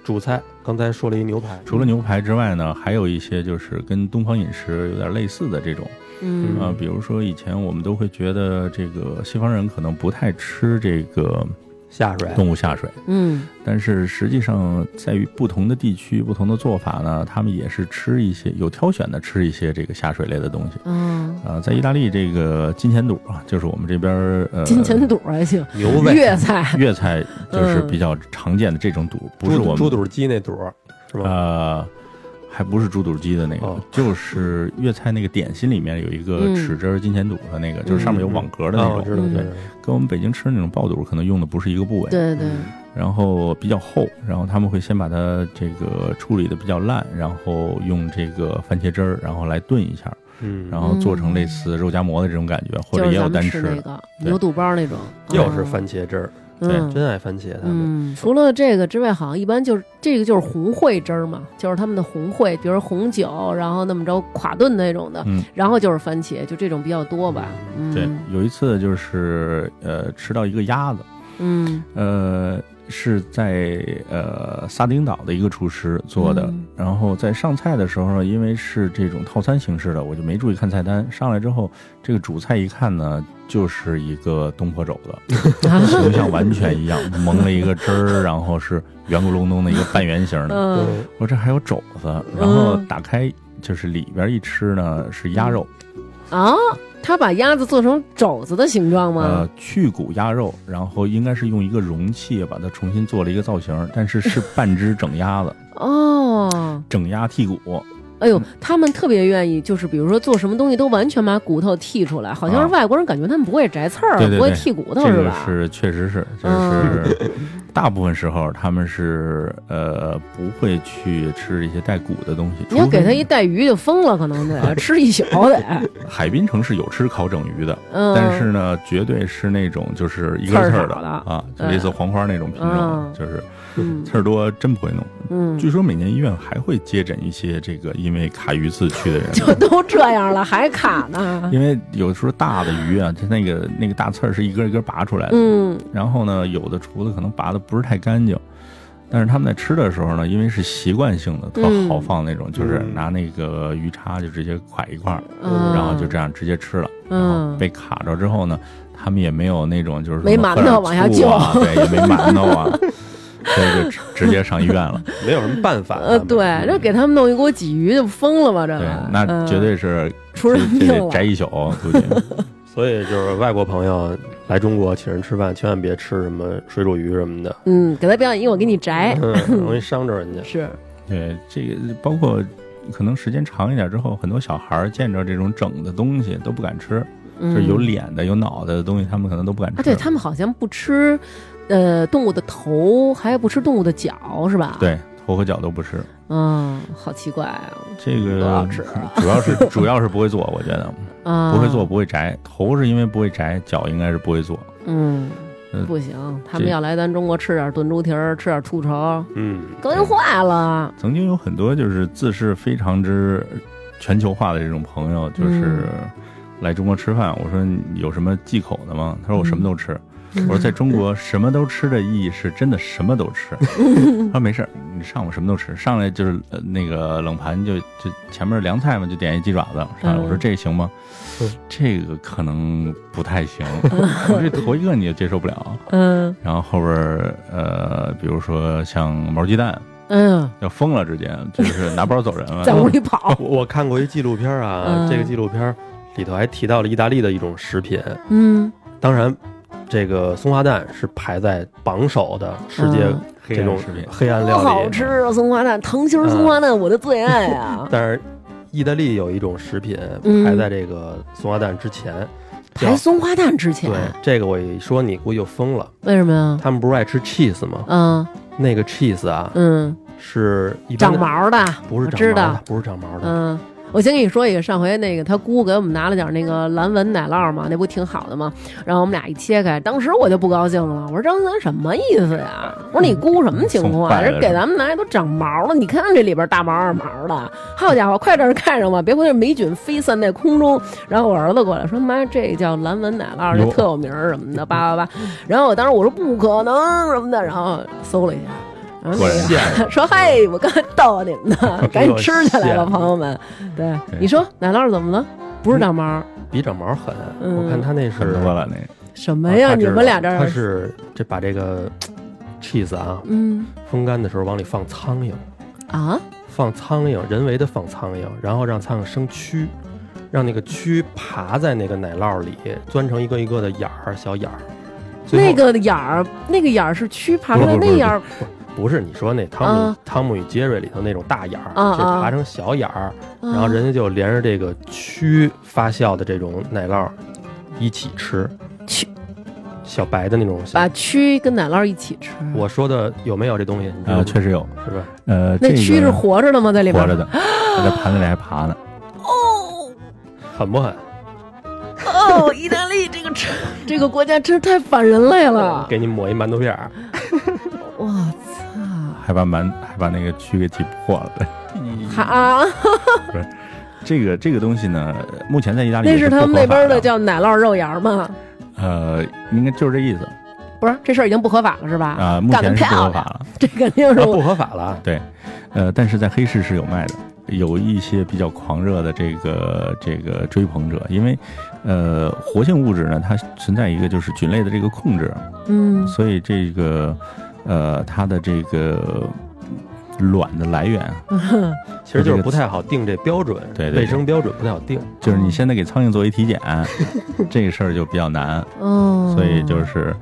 Speaker 3: 主菜刚才说了一牛排，
Speaker 2: 除了牛排之外呢，还有一些就是跟东方饮食有点类似的这种，
Speaker 1: 嗯
Speaker 2: 啊，比如说以前我们都会觉得这个西方人可能不太吃这个
Speaker 3: 下水
Speaker 2: 动物下水，
Speaker 1: 嗯
Speaker 2: 但是实际上在于不同的地区、不同的做法呢，他们也是吃一些有挑选的吃一些这个下水类的东西。
Speaker 1: 啊，
Speaker 2: 啊、在意大利这个金钱肚啊，就是我们这边儿呃
Speaker 1: 金钱肚还行，
Speaker 3: 牛胃、
Speaker 1: 粤菜
Speaker 2: 粤菜就是
Speaker 1: 嗯
Speaker 2: 比较常见的这种肚，不是
Speaker 3: 猪
Speaker 2: 我
Speaker 3: 猪
Speaker 2: 们
Speaker 3: 肚啊鸡那肚是吧？
Speaker 2: 呃，还不是猪肚鸡的那个，
Speaker 3: 哦
Speaker 2: 就是粤菜那个点心里面有一个
Speaker 1: 嗯
Speaker 2: 豉汁儿金钱肚的那个，就是上面有网格的那
Speaker 3: 啊我
Speaker 2: 种，
Speaker 3: 知道，
Speaker 1: 嗯
Speaker 3: 知
Speaker 2: 对，
Speaker 3: 道
Speaker 2: 跟我们北京吃的那种爆肚可能用的不是一个部位，
Speaker 3: 嗯
Speaker 1: 对对，
Speaker 2: 然后比较厚，然后他们会先把它这个处理的比较烂，然后用这个番茄汁儿，然后来炖一下，
Speaker 3: 嗯，
Speaker 2: 然后做成类似肉夹馍的这种感觉，或
Speaker 1: 就
Speaker 2: 者
Speaker 1: 是
Speaker 2: 也有
Speaker 1: 咱们
Speaker 2: 单
Speaker 1: 吃
Speaker 2: 吃的。
Speaker 1: 那个
Speaker 2: 对
Speaker 1: 牛肚包那种，
Speaker 3: 又是番茄汁儿，
Speaker 1: 嗯
Speaker 2: 对
Speaker 1: 嗯
Speaker 3: 真爱番茄他们。
Speaker 1: 嗯，除了这个之外，好像一般就是这个就是红烩汁儿嘛，就是他们的红烩，比如红酒，然后那么着垮炖那种的，
Speaker 2: 嗯
Speaker 1: 然后就是番茄，就这种比较多吧。嗯，
Speaker 2: 对，有一次就是呃吃到一个鸭子，
Speaker 1: 嗯，
Speaker 2: 呃是在呃萨丁岛的一个厨师做的，
Speaker 1: 嗯
Speaker 2: 然后在上菜的时候呢，因为是这种套餐形式的，我就没注意看菜单。上来之后，这个主菜一看呢，就是一个东坡肘 子，
Speaker 1: 啊
Speaker 2: 形象完全一样，蒙了一个汁儿，然后是 圆咕隆咚的一个半圆形的。
Speaker 1: 嗯，
Speaker 3: 对
Speaker 2: 我这还有肘子，然后打开就是里边一吃呢是鸭肉，
Speaker 1: 啊，他把鸭子做成肘子的形状吗
Speaker 2: 呃？，去骨鸭肉，然后应该是用一个容器把它重新做了一个造型，但是是半只整鸭子，
Speaker 1: 哦，
Speaker 2: 整鸭剔骨，
Speaker 1: 哎
Speaker 2: 嗯
Speaker 1: 呦，他们特别愿意，就是比如说做什么东西都完全把骨头剔出来，好像是
Speaker 2: 啊
Speaker 1: 外国人感觉他们不会摘刺儿，
Speaker 2: 对对对
Speaker 1: 不会剔骨头
Speaker 2: 这个
Speaker 1: 吧？
Speaker 2: 是确实是，就
Speaker 1: 嗯
Speaker 2: 是大部分时候他们是呃不会去吃一些带骨的东西，
Speaker 1: 你要
Speaker 2: 除非
Speaker 1: 给他一带鱼就疯了，可能 得吃一宿得。
Speaker 2: 海滨城市有吃烤整鱼的，
Speaker 1: 嗯，
Speaker 2: 但是呢，绝对是那种就是一根
Speaker 1: 刺儿
Speaker 2: 刺
Speaker 1: 少
Speaker 2: 儿的
Speaker 1: 的
Speaker 2: 啊，就
Speaker 1: 嗯
Speaker 2: 类似黄花那种品种
Speaker 1: 嗯
Speaker 2: 的，就是
Speaker 1: 嗯
Speaker 2: 刺儿多真不会弄。
Speaker 1: 嗯，
Speaker 2: 据说每年医院还会接诊一些这个因为卡鱼刺去的人，
Speaker 1: 就都这样了还卡 呢？
Speaker 2: 因为有时候大的鱼啊，它那个那个大刺儿是一根一根拔出来的，
Speaker 1: 嗯
Speaker 2: 然后呢，有的厨子可能拔的不是太干净，但是他们在吃的时候呢，因为是习惯性的，特
Speaker 1: 嗯
Speaker 2: 好放那种，就是
Speaker 3: 嗯
Speaker 2: 拿那个鱼叉就直接㧟一块儿，
Speaker 1: 嗯，
Speaker 2: 然后就这样直接吃了。然后
Speaker 1: 嗯
Speaker 2: 被卡着之后呢，他们也没有那种就是
Speaker 1: 没
Speaker 2: 什么
Speaker 1: 馒
Speaker 2: 喝点
Speaker 1: 头往下
Speaker 2: 醋啊，对，也没馒头啊。对对，直直接上医院了。
Speaker 3: 没有什么 办法。
Speaker 1: 呃，对，
Speaker 3: 咱
Speaker 1: 这
Speaker 3: 们嗯
Speaker 1: 给他们弄一锅鲫鱼就疯了吧？这
Speaker 2: 嗯对
Speaker 1: 个，嗯
Speaker 2: 那绝对是
Speaker 1: 出人
Speaker 2: 这
Speaker 1: 命
Speaker 2: 得
Speaker 1: 了。
Speaker 2: 宅一宿，估计。
Speaker 3: 所以就是外国朋友来中国请人吃饭，千万别吃什么水煮鱼什么的，
Speaker 1: 嗯，给他表演一个，我给你宅。
Speaker 3: 嗯，容易伤着 人家。
Speaker 1: 是，
Speaker 2: 对，这个包括可能时间长一点之后，很多小孩儿见着这种整的东西都不敢吃，
Speaker 1: 嗯
Speaker 2: 就是有脸的、有脑袋的东西，他们可能都不敢吃。
Speaker 1: 啊，对他们好像不吃，呃，动物的头，还不吃动物的脚，是吧？，
Speaker 2: 对头和脚都不吃。
Speaker 1: 嗯，好奇怪啊，
Speaker 2: 这
Speaker 1: 不要
Speaker 2: 个
Speaker 1: 吃啊
Speaker 2: 主要是主要是不会做，我觉得
Speaker 1: 啊，
Speaker 2: 不会做，不会摘。头是因为不会摘，脚应该是不会做。
Speaker 1: 嗯
Speaker 2: 呃，
Speaker 1: 不行，他们
Speaker 2: 这
Speaker 1: 要来咱中国吃点炖猪蹄儿，吃点兔稠，
Speaker 3: 嗯，
Speaker 1: 高兴坏了。
Speaker 2: 曾经有很多就是自视非常之全球化的这种朋友，就是来中国吃饭，我说你有什么忌口的吗？他说我什么都吃。我说在中国什么都吃的意义是真的什么都吃。他说没事儿，你上午什么都吃，上来就是、呃、那个冷盘就就前面凉菜嘛，就点一鸡爪子。上来我说
Speaker 1: 嗯
Speaker 2: 这行吗
Speaker 3: 嗯？
Speaker 2: 这个可能不太行，我说这头一个你就接受不了。
Speaker 1: 嗯
Speaker 2: 然后后边儿呃，比如说像毛鸡蛋，
Speaker 1: 嗯，
Speaker 2: 要疯了，直接就是拿包走人 了。
Speaker 1: 在屋里跑，
Speaker 3: 哦 我我看过一纪录片啊，
Speaker 1: 嗯
Speaker 3: 这个纪录片里头还提到了意大利的一种食品，
Speaker 1: 嗯，
Speaker 3: 当然，这个松花蛋是排在榜首的世界
Speaker 1: 嗯
Speaker 3: 这种
Speaker 2: 食品
Speaker 3: 黑暗
Speaker 1: 多
Speaker 3: 料理。
Speaker 1: 好吃啊！松花蛋，糖心儿松花蛋，我的最爱啊！
Speaker 3: 但是，意大利有一种食品
Speaker 1: 嗯
Speaker 3: 排在这个松花蛋之前，叫
Speaker 1: 排松花蛋之前
Speaker 3: 对，这个我一说你估计就疯了。
Speaker 1: 为什么呀？
Speaker 3: 他们不是爱吃 cheese 吗？
Speaker 1: 嗯
Speaker 3: 那个 cheese 啊，
Speaker 1: 嗯，
Speaker 3: 是一般
Speaker 1: 长
Speaker 3: 的，
Speaker 1: 毛的，
Speaker 3: 不是
Speaker 1: 我
Speaker 3: 长
Speaker 1: 知
Speaker 3: 毛
Speaker 1: 道
Speaker 3: 的，，不是长毛的。
Speaker 1: 嗯，我先跟你说一个，上回那个他姑给我们拿了点那个蓝纹奶酪嘛，那不挺好的吗？然后我们俩一切开，当时我就不高兴了，我说张楠什么意思呀？我说你姑什么情况啊？
Speaker 2: 送坏了
Speaker 1: 这给咱们拿都长毛了，你看这里边大毛二毛的，好家伙，快点看上吧，别回头霉菌飞散在空中。然后我儿子过来说妈，这叫蓝纹奶酪，这
Speaker 2: 哟
Speaker 1: 特有名儿什么的，叭叭叭。然后我当时我说不可能什么的，然后搜了一下。然后
Speaker 2: 果
Speaker 1: 那
Speaker 2: 然
Speaker 1: 个
Speaker 2: 嗯
Speaker 3: 馅儿
Speaker 1: 哎 说嘿，我刚才逗你们呢，赶紧吃起来吧，朋友们。对，
Speaker 2: 对
Speaker 1: 你说奶酪怎么了？不是长毛，比
Speaker 3: 比长毛狠，
Speaker 1: 嗯
Speaker 3: 我看他那是
Speaker 2: 很多了那个。
Speaker 1: 什么呀？
Speaker 3: 啊他
Speaker 1: 你
Speaker 3: 知道
Speaker 1: 们俩这
Speaker 3: 他
Speaker 1: 儿，
Speaker 3: 是这把这个 cheese 啊
Speaker 1: 嗯
Speaker 3: 风干的时候往里放苍蝇。
Speaker 1: 啊，
Speaker 3: 放苍蝇，人为的放苍蝇，然后让苍蝇生蛆，让那个蛆爬在那个奶酪里，钻成一个一个的眼儿，小眼儿。最后
Speaker 1: 那个眼儿，那个眼儿是蛆爬出来，
Speaker 3: 不
Speaker 1: 那
Speaker 3: 是不是不是
Speaker 1: 眼儿
Speaker 3: 不是你说那汤姆、
Speaker 1: 啊
Speaker 3: 汤姆与杰瑞里头那种大眼儿，
Speaker 1: 啊
Speaker 3: 是
Speaker 1: 啊
Speaker 3: 爬成小眼儿，
Speaker 1: 啊
Speaker 3: 然后人家就连着这个蛆发酵的这种奶酪一起吃，
Speaker 1: 蛆
Speaker 3: 小白的那种小。
Speaker 1: 把蛆跟奶酪一起吃。
Speaker 3: 我说的有没有这东西？你知
Speaker 2: 呃，
Speaker 3: 道吗？
Speaker 2: 确实有。
Speaker 3: 是吧？
Speaker 2: 呃，
Speaker 1: 那
Speaker 2: 这个
Speaker 1: 蛆是活着的吗？在里边
Speaker 2: 活着的，在盘子里还爬呢。
Speaker 1: 哦
Speaker 3: 狠不狠？
Speaker 1: 哦，意大利这个吃这个国家真是太反人类了！
Speaker 3: 给你抹一馒头片儿，
Speaker 1: 我操，
Speaker 2: 还把蛮还把那个蛆给挤破了。
Speaker 1: 还啊，
Speaker 2: 这个这个东西呢，目前在意大利
Speaker 1: 那
Speaker 2: 也
Speaker 1: 是
Speaker 2: 不
Speaker 1: 他们那
Speaker 2: 合法
Speaker 1: 边
Speaker 2: 的
Speaker 1: 的叫奶酪肉芽吗？
Speaker 2: 呃，应该就是这意思
Speaker 1: 不是，这事儿已经不合法了是吧？
Speaker 2: 啊、目
Speaker 1: 干得
Speaker 2: 前是不
Speaker 1: 漂亮
Speaker 2: 合法了，
Speaker 1: 这肯定是
Speaker 3: 那
Speaker 1: 我
Speaker 3: 啊不合法了。
Speaker 2: 对，呃，但是在黑市是有卖的。有一些比较狂热的这个这个追捧者，因为，呃，活性物质呢，它存在一个就是菌类的这个控制，
Speaker 1: 嗯
Speaker 2: 所以这个，呃，它的这个呃卵的来源，
Speaker 3: 其实就是不太好定这标准，
Speaker 2: 对对对
Speaker 3: 卫生标准不太好定。
Speaker 1: 嗯
Speaker 2: 就是你现在给苍蝇做一体检，这个事儿就比较难。
Speaker 1: 哦，
Speaker 2: 所以就是，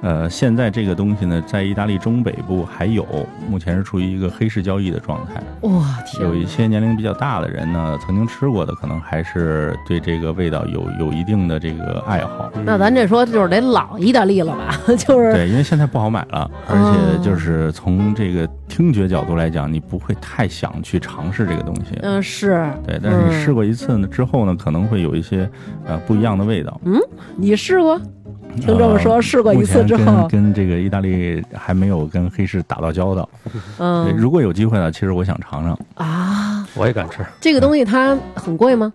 Speaker 2: 呃，现在这个东西呢，在意大利中北部还有，目前是处于一个黑市交易的状态。
Speaker 1: 哇天哪，
Speaker 2: 有一些年龄比较大的人呢，曾经吃过的，可能还是对这个味道有有一定的这个爱好。
Speaker 1: 那咱这说就是得老意大利了吧？ 就是
Speaker 2: 对，因为现在不好买了，而且就是从这个听觉角度来讲，你不会太想去尝试这个东西。
Speaker 1: 嗯是，
Speaker 2: 对，但是你
Speaker 1: 嗯
Speaker 2: 试过一次呢之后呢，可能会有一些呃不一样的味道。
Speaker 1: 你试过？听嗯这么说，
Speaker 2: 呃
Speaker 1: 试过一次之
Speaker 2: 目前
Speaker 1: 后，
Speaker 2: 跟跟这个意大利还没有跟黑市打到交道。对
Speaker 1: 嗯
Speaker 2: 如果有机会呢，其实我想尝尝。
Speaker 1: 啊，
Speaker 3: 我也敢吃，
Speaker 1: 这个东西它很贵吗？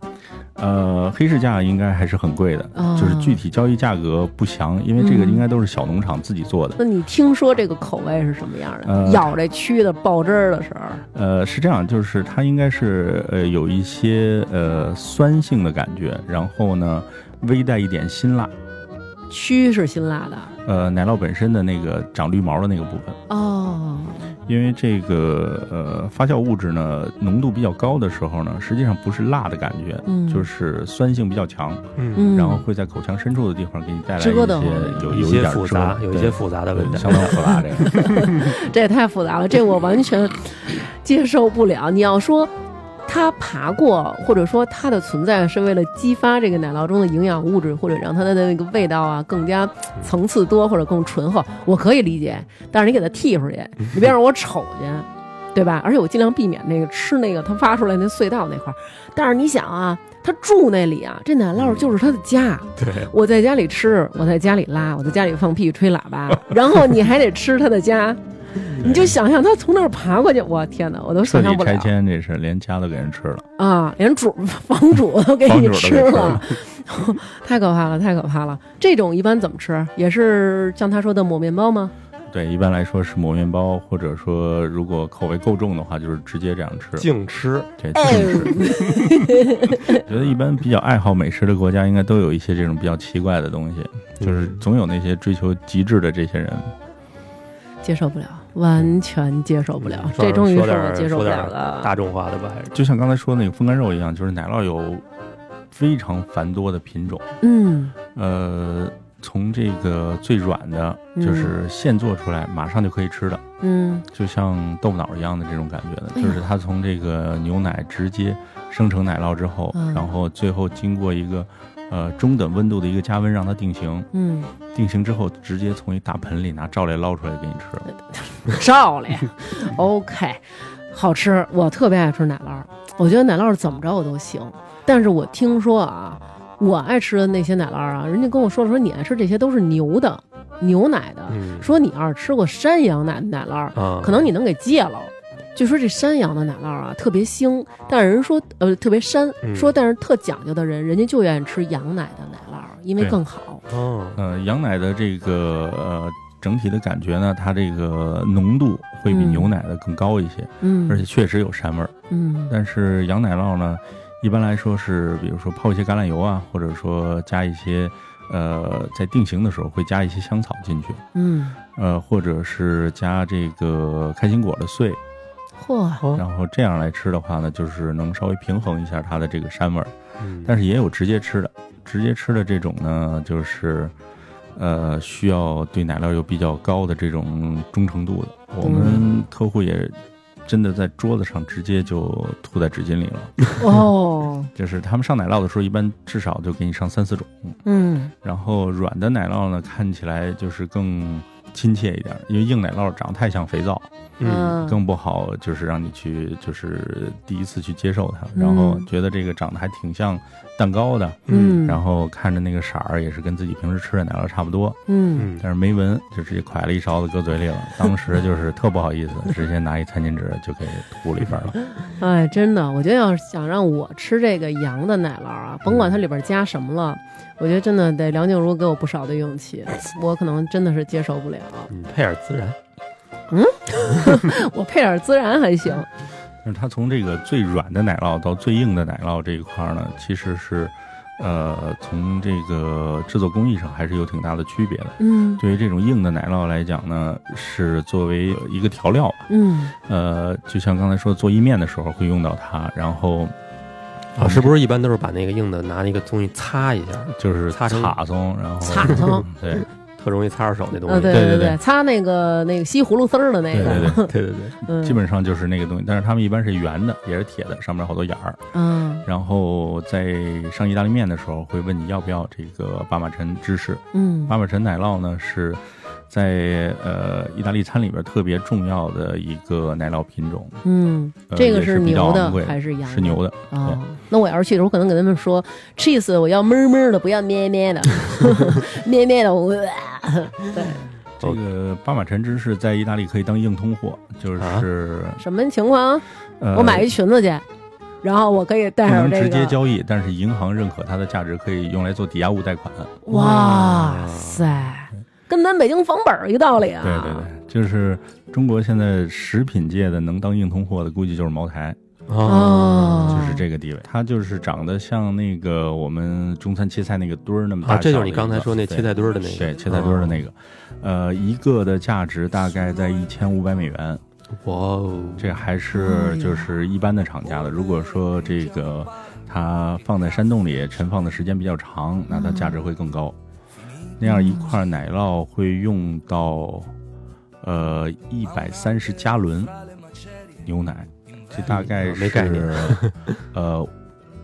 Speaker 2: 呃，黑市价应该还是很贵的，
Speaker 1: 啊
Speaker 2: 就是具体交易价格不详，因为这个
Speaker 1: 嗯
Speaker 2: 应该都是小农场自己做的。
Speaker 1: 那你听说这个口味是什么样的？
Speaker 2: 呃
Speaker 1: 咬这蛆的爆汁儿的时候，
Speaker 2: 呃，是这样，就是它应该是呃有一些呃酸性的感觉，然后呢微带一点辛辣，
Speaker 1: 蛆是辛辣的
Speaker 2: 呃，奶酪本身的那个长绿毛的那个部分，
Speaker 1: 哦，
Speaker 2: 因为这个呃发酵物质呢浓度比较高的时候呢，实际上不是辣的感觉，
Speaker 1: 嗯
Speaker 2: 就是酸性比较强，
Speaker 3: 嗯，
Speaker 1: 嗯，
Speaker 2: 然后会在口腔深处的地方给你带来一些
Speaker 1: 折腾
Speaker 2: 有
Speaker 3: 一
Speaker 2: 有
Speaker 3: 些
Speaker 2: 点
Speaker 3: 复
Speaker 2: 折腾
Speaker 3: 杂，有一
Speaker 2: 对
Speaker 3: 些复杂的味
Speaker 2: 对
Speaker 3: 道。
Speaker 2: 相当复杂这个。
Speaker 1: 这也太复杂了，这我完全接受不了。你要说它爬过，或者说它的存在是为了激发这个奶酪中的营养物质，或者让它的那个味道啊更加层次多或者更醇厚，我可以理解。但是你给它剔出去，你别让我瞅见，对吧？而且我尽量避免那个吃那个它发出来那隧道那块儿。但是你想啊，它住那里啊，这奶酪就是它的家。
Speaker 3: 对，
Speaker 1: 我在家里吃，我在家里拉，我在家里放屁吹喇叭，然后你还得吃他的家，你就想象他从那儿爬过去，我天哪，我都
Speaker 2: 彻
Speaker 1: 想象
Speaker 2: 底
Speaker 1: 不
Speaker 2: 拆
Speaker 1: 了
Speaker 2: 迁这事，连家都给人吃了。
Speaker 1: 啊！连主 房主都给
Speaker 2: 房
Speaker 1: 你
Speaker 2: 主都给
Speaker 1: 吃
Speaker 2: 吃
Speaker 1: 了， 太可怕了，太可怕了！这种一般怎么吃？也是像他说的抹面包吗？
Speaker 2: 对，一般来说是抹面包，或者说如果口味够重的话，就是直接这样吃。
Speaker 3: 净吃，
Speaker 2: 对，
Speaker 1: 哎
Speaker 2: 就是觉得一般比较爱好美食的国家，应该都有一些这种比较奇怪的东西，就是
Speaker 3: 嗯
Speaker 2: 总有那些追求极致的这些人。
Speaker 1: 接受不了，完全接受不了，
Speaker 3: 嗯
Speaker 1: 这终于
Speaker 3: 说
Speaker 1: 是
Speaker 3: 点
Speaker 1: 我
Speaker 3: 儿
Speaker 1: 接受
Speaker 3: 说
Speaker 1: 不
Speaker 3: 点
Speaker 1: 了
Speaker 3: 儿
Speaker 1: 的。
Speaker 3: 大众化的吧，还是
Speaker 2: 就像刚才说的那个风干肉一样，就是奶酪有非常繁多的品种，
Speaker 1: 嗯
Speaker 2: 呃，从这个最软的，
Speaker 1: 嗯
Speaker 2: 就是现做出来马上就可以吃的，
Speaker 1: 嗯
Speaker 2: 就像豆腐脑一样的这种感觉的，
Speaker 1: 哎呦
Speaker 2: 就是它从这个牛奶直接生成奶酪之后，
Speaker 1: 嗯
Speaker 2: 然后最后经过一个呃中等温度的一个加温让它定型，
Speaker 1: 嗯，
Speaker 2: 定型之后直接从一大盆里拿罩来捞出来给你吃。
Speaker 1: 照例，OK，好吃。我特别爱吃奶酪，我觉得奶酪怎么着我都行。但是我听说啊，我爱吃的那些奶酪啊，人家跟我说了说你爱吃这些都是牛的、牛奶的，
Speaker 3: 嗯
Speaker 1: 啊说你要是吃过山羊奶奶酪，
Speaker 3: 啊，
Speaker 1: 可能你能给戒了。就说这山羊的奶酪啊，特别腥，但是人说呃特别膻，
Speaker 3: 嗯
Speaker 1: 说但是特讲究的人，人家就愿意吃羊奶的奶酪，因为
Speaker 2: 对
Speaker 1: 更好。
Speaker 3: 哦，
Speaker 2: 呃，羊奶的这个呃整体的感觉呢，它这个浓度会比
Speaker 1: 嗯
Speaker 2: 牛奶的更高一些，
Speaker 1: 嗯，
Speaker 2: 而且确实有膻味儿。
Speaker 1: 嗯
Speaker 2: 但是羊奶酪呢，一般来说是比如说泡一些橄榄油啊，或者说加一些呃在定型的时候会加一些香草进去，
Speaker 1: 嗯，
Speaker 2: 呃或者是加这个开心果的碎，
Speaker 1: 嚯，
Speaker 2: 然后这样来吃的话呢，就是能稍微平衡一下它的这个膻味儿。
Speaker 3: 嗯
Speaker 2: 但是也有直接吃的，直接吃的这种呢，就是。呃，需要对奶酪有比较高的这种忠诚度的，我们客户也真的在桌子上直接就吐在纸巾里了。
Speaker 1: 哦，
Speaker 2: 就是他们上奶酪的时候，一般至少就给你上三四种，
Speaker 1: 嗯
Speaker 2: 然后软的奶酪呢，看起来就是更亲切一点，因为硬奶酪长得太像肥皂，
Speaker 3: 嗯
Speaker 1: 嗯，
Speaker 2: 更不好就是让你去就是第一次去接受它，然后
Speaker 1: 嗯
Speaker 2: 觉得这个长得还挺像蛋糕的，
Speaker 1: 嗯，
Speaker 2: 然后看着那个色儿也是跟自己平时吃的奶酪差不多，
Speaker 1: 嗯，
Speaker 3: 嗯
Speaker 2: 但是没闻就直接㧟了一勺子搁嘴 里了，当时就是特不好意思，直接拿一餐巾纸就给吐里边了。
Speaker 1: 哎，真的，我觉得要是想让我吃这个羊的奶酪啊，甭管它里边加什么了，我觉得真的得梁静茹给我不少的勇气，我可能真的是接受不了。
Speaker 3: 嗯，配点孜然，
Speaker 1: 我配点孜然还行，
Speaker 2: 但是它从这个最软的奶酪到最硬的奶酪这一块儿呢，其实是，呃，从这个制作工艺上还是有挺大的区别的。
Speaker 1: 嗯
Speaker 2: 对于这种硬的奶酪来讲呢，是作为一个调料吧，
Speaker 1: 嗯
Speaker 2: 呃，就像刚才说做意面的时候会用到它，然后
Speaker 3: 啊，是不是一般都是把那个硬的拿那个东西擦一下，
Speaker 2: 就是
Speaker 3: 擦成
Speaker 2: 擦松，然后
Speaker 1: 擦松，
Speaker 2: 对
Speaker 3: 特容易擦着手那东
Speaker 1: 啊，
Speaker 3: 西？
Speaker 1: 对
Speaker 2: 嗯对对
Speaker 1: 对，
Speaker 2: 对
Speaker 1: 擦那个那个西葫芦丝儿的那
Speaker 2: 对
Speaker 1: 个，
Speaker 2: 对对，
Speaker 3: 对对对，
Speaker 1: 嗯，
Speaker 2: 基本上就是那个东西。但是它们一般是圆的，也是铁的，上面有好多眼儿。
Speaker 1: 嗯
Speaker 2: 然后在上意大利面的时候，会问你要不要这个巴马陈芝士，
Speaker 1: 嗯
Speaker 2: 巴马陈奶酪呢是在呃意大利餐里边特别重要的一个奶酪品种，
Speaker 1: 嗯，
Speaker 2: 呃
Speaker 1: 这个
Speaker 2: 也比较
Speaker 1: 牛的
Speaker 2: 昂贵
Speaker 1: 还是羊？
Speaker 2: 是牛的，哦
Speaker 1: 啊、那我要是去的时候，可能给他们说 cheese，我要闷闷的，不要咩咩的， 咩咩的，我啊对
Speaker 2: 这个巴马陈芝士在意大利可以当硬通货，就是、
Speaker 1: 什么情况？
Speaker 2: 呃
Speaker 1: 我买一裙子去，然后我可以带
Speaker 2: 不
Speaker 1: 上
Speaker 2: 能
Speaker 1: 这
Speaker 2: 直接
Speaker 1: 个。
Speaker 2: 交易，但是银行认可它的价值，可以用来做抵押物贷款。
Speaker 1: 哇塞，跟咱北京房本儿一个道理啊！
Speaker 2: 对对对，就是中国现在食品界的能当硬通货的，估计就是茅台。
Speaker 1: 哦，
Speaker 2: 就是这个地位，它就是长得像那个我们中餐切菜那个墩儿那么大
Speaker 3: 啊，
Speaker 2: 小的一个、
Speaker 3: 这就是你刚才说那
Speaker 2: 对
Speaker 3: 切菜墩儿的那个，嗯
Speaker 2: 对切菜墩儿的那个，呃，一个的价值大概在一千五百美元，
Speaker 3: 哇哦，
Speaker 2: 这还
Speaker 1: 哎
Speaker 2: 是就是一般的厂家的。如果说这个它放在山洞里陈放的时间比较长，那它价值会更高。那样一块奶酪会用到呃一百三十加仑牛奶，这大概
Speaker 3: 嗯
Speaker 2: 是
Speaker 3: 没概念
Speaker 2: 呃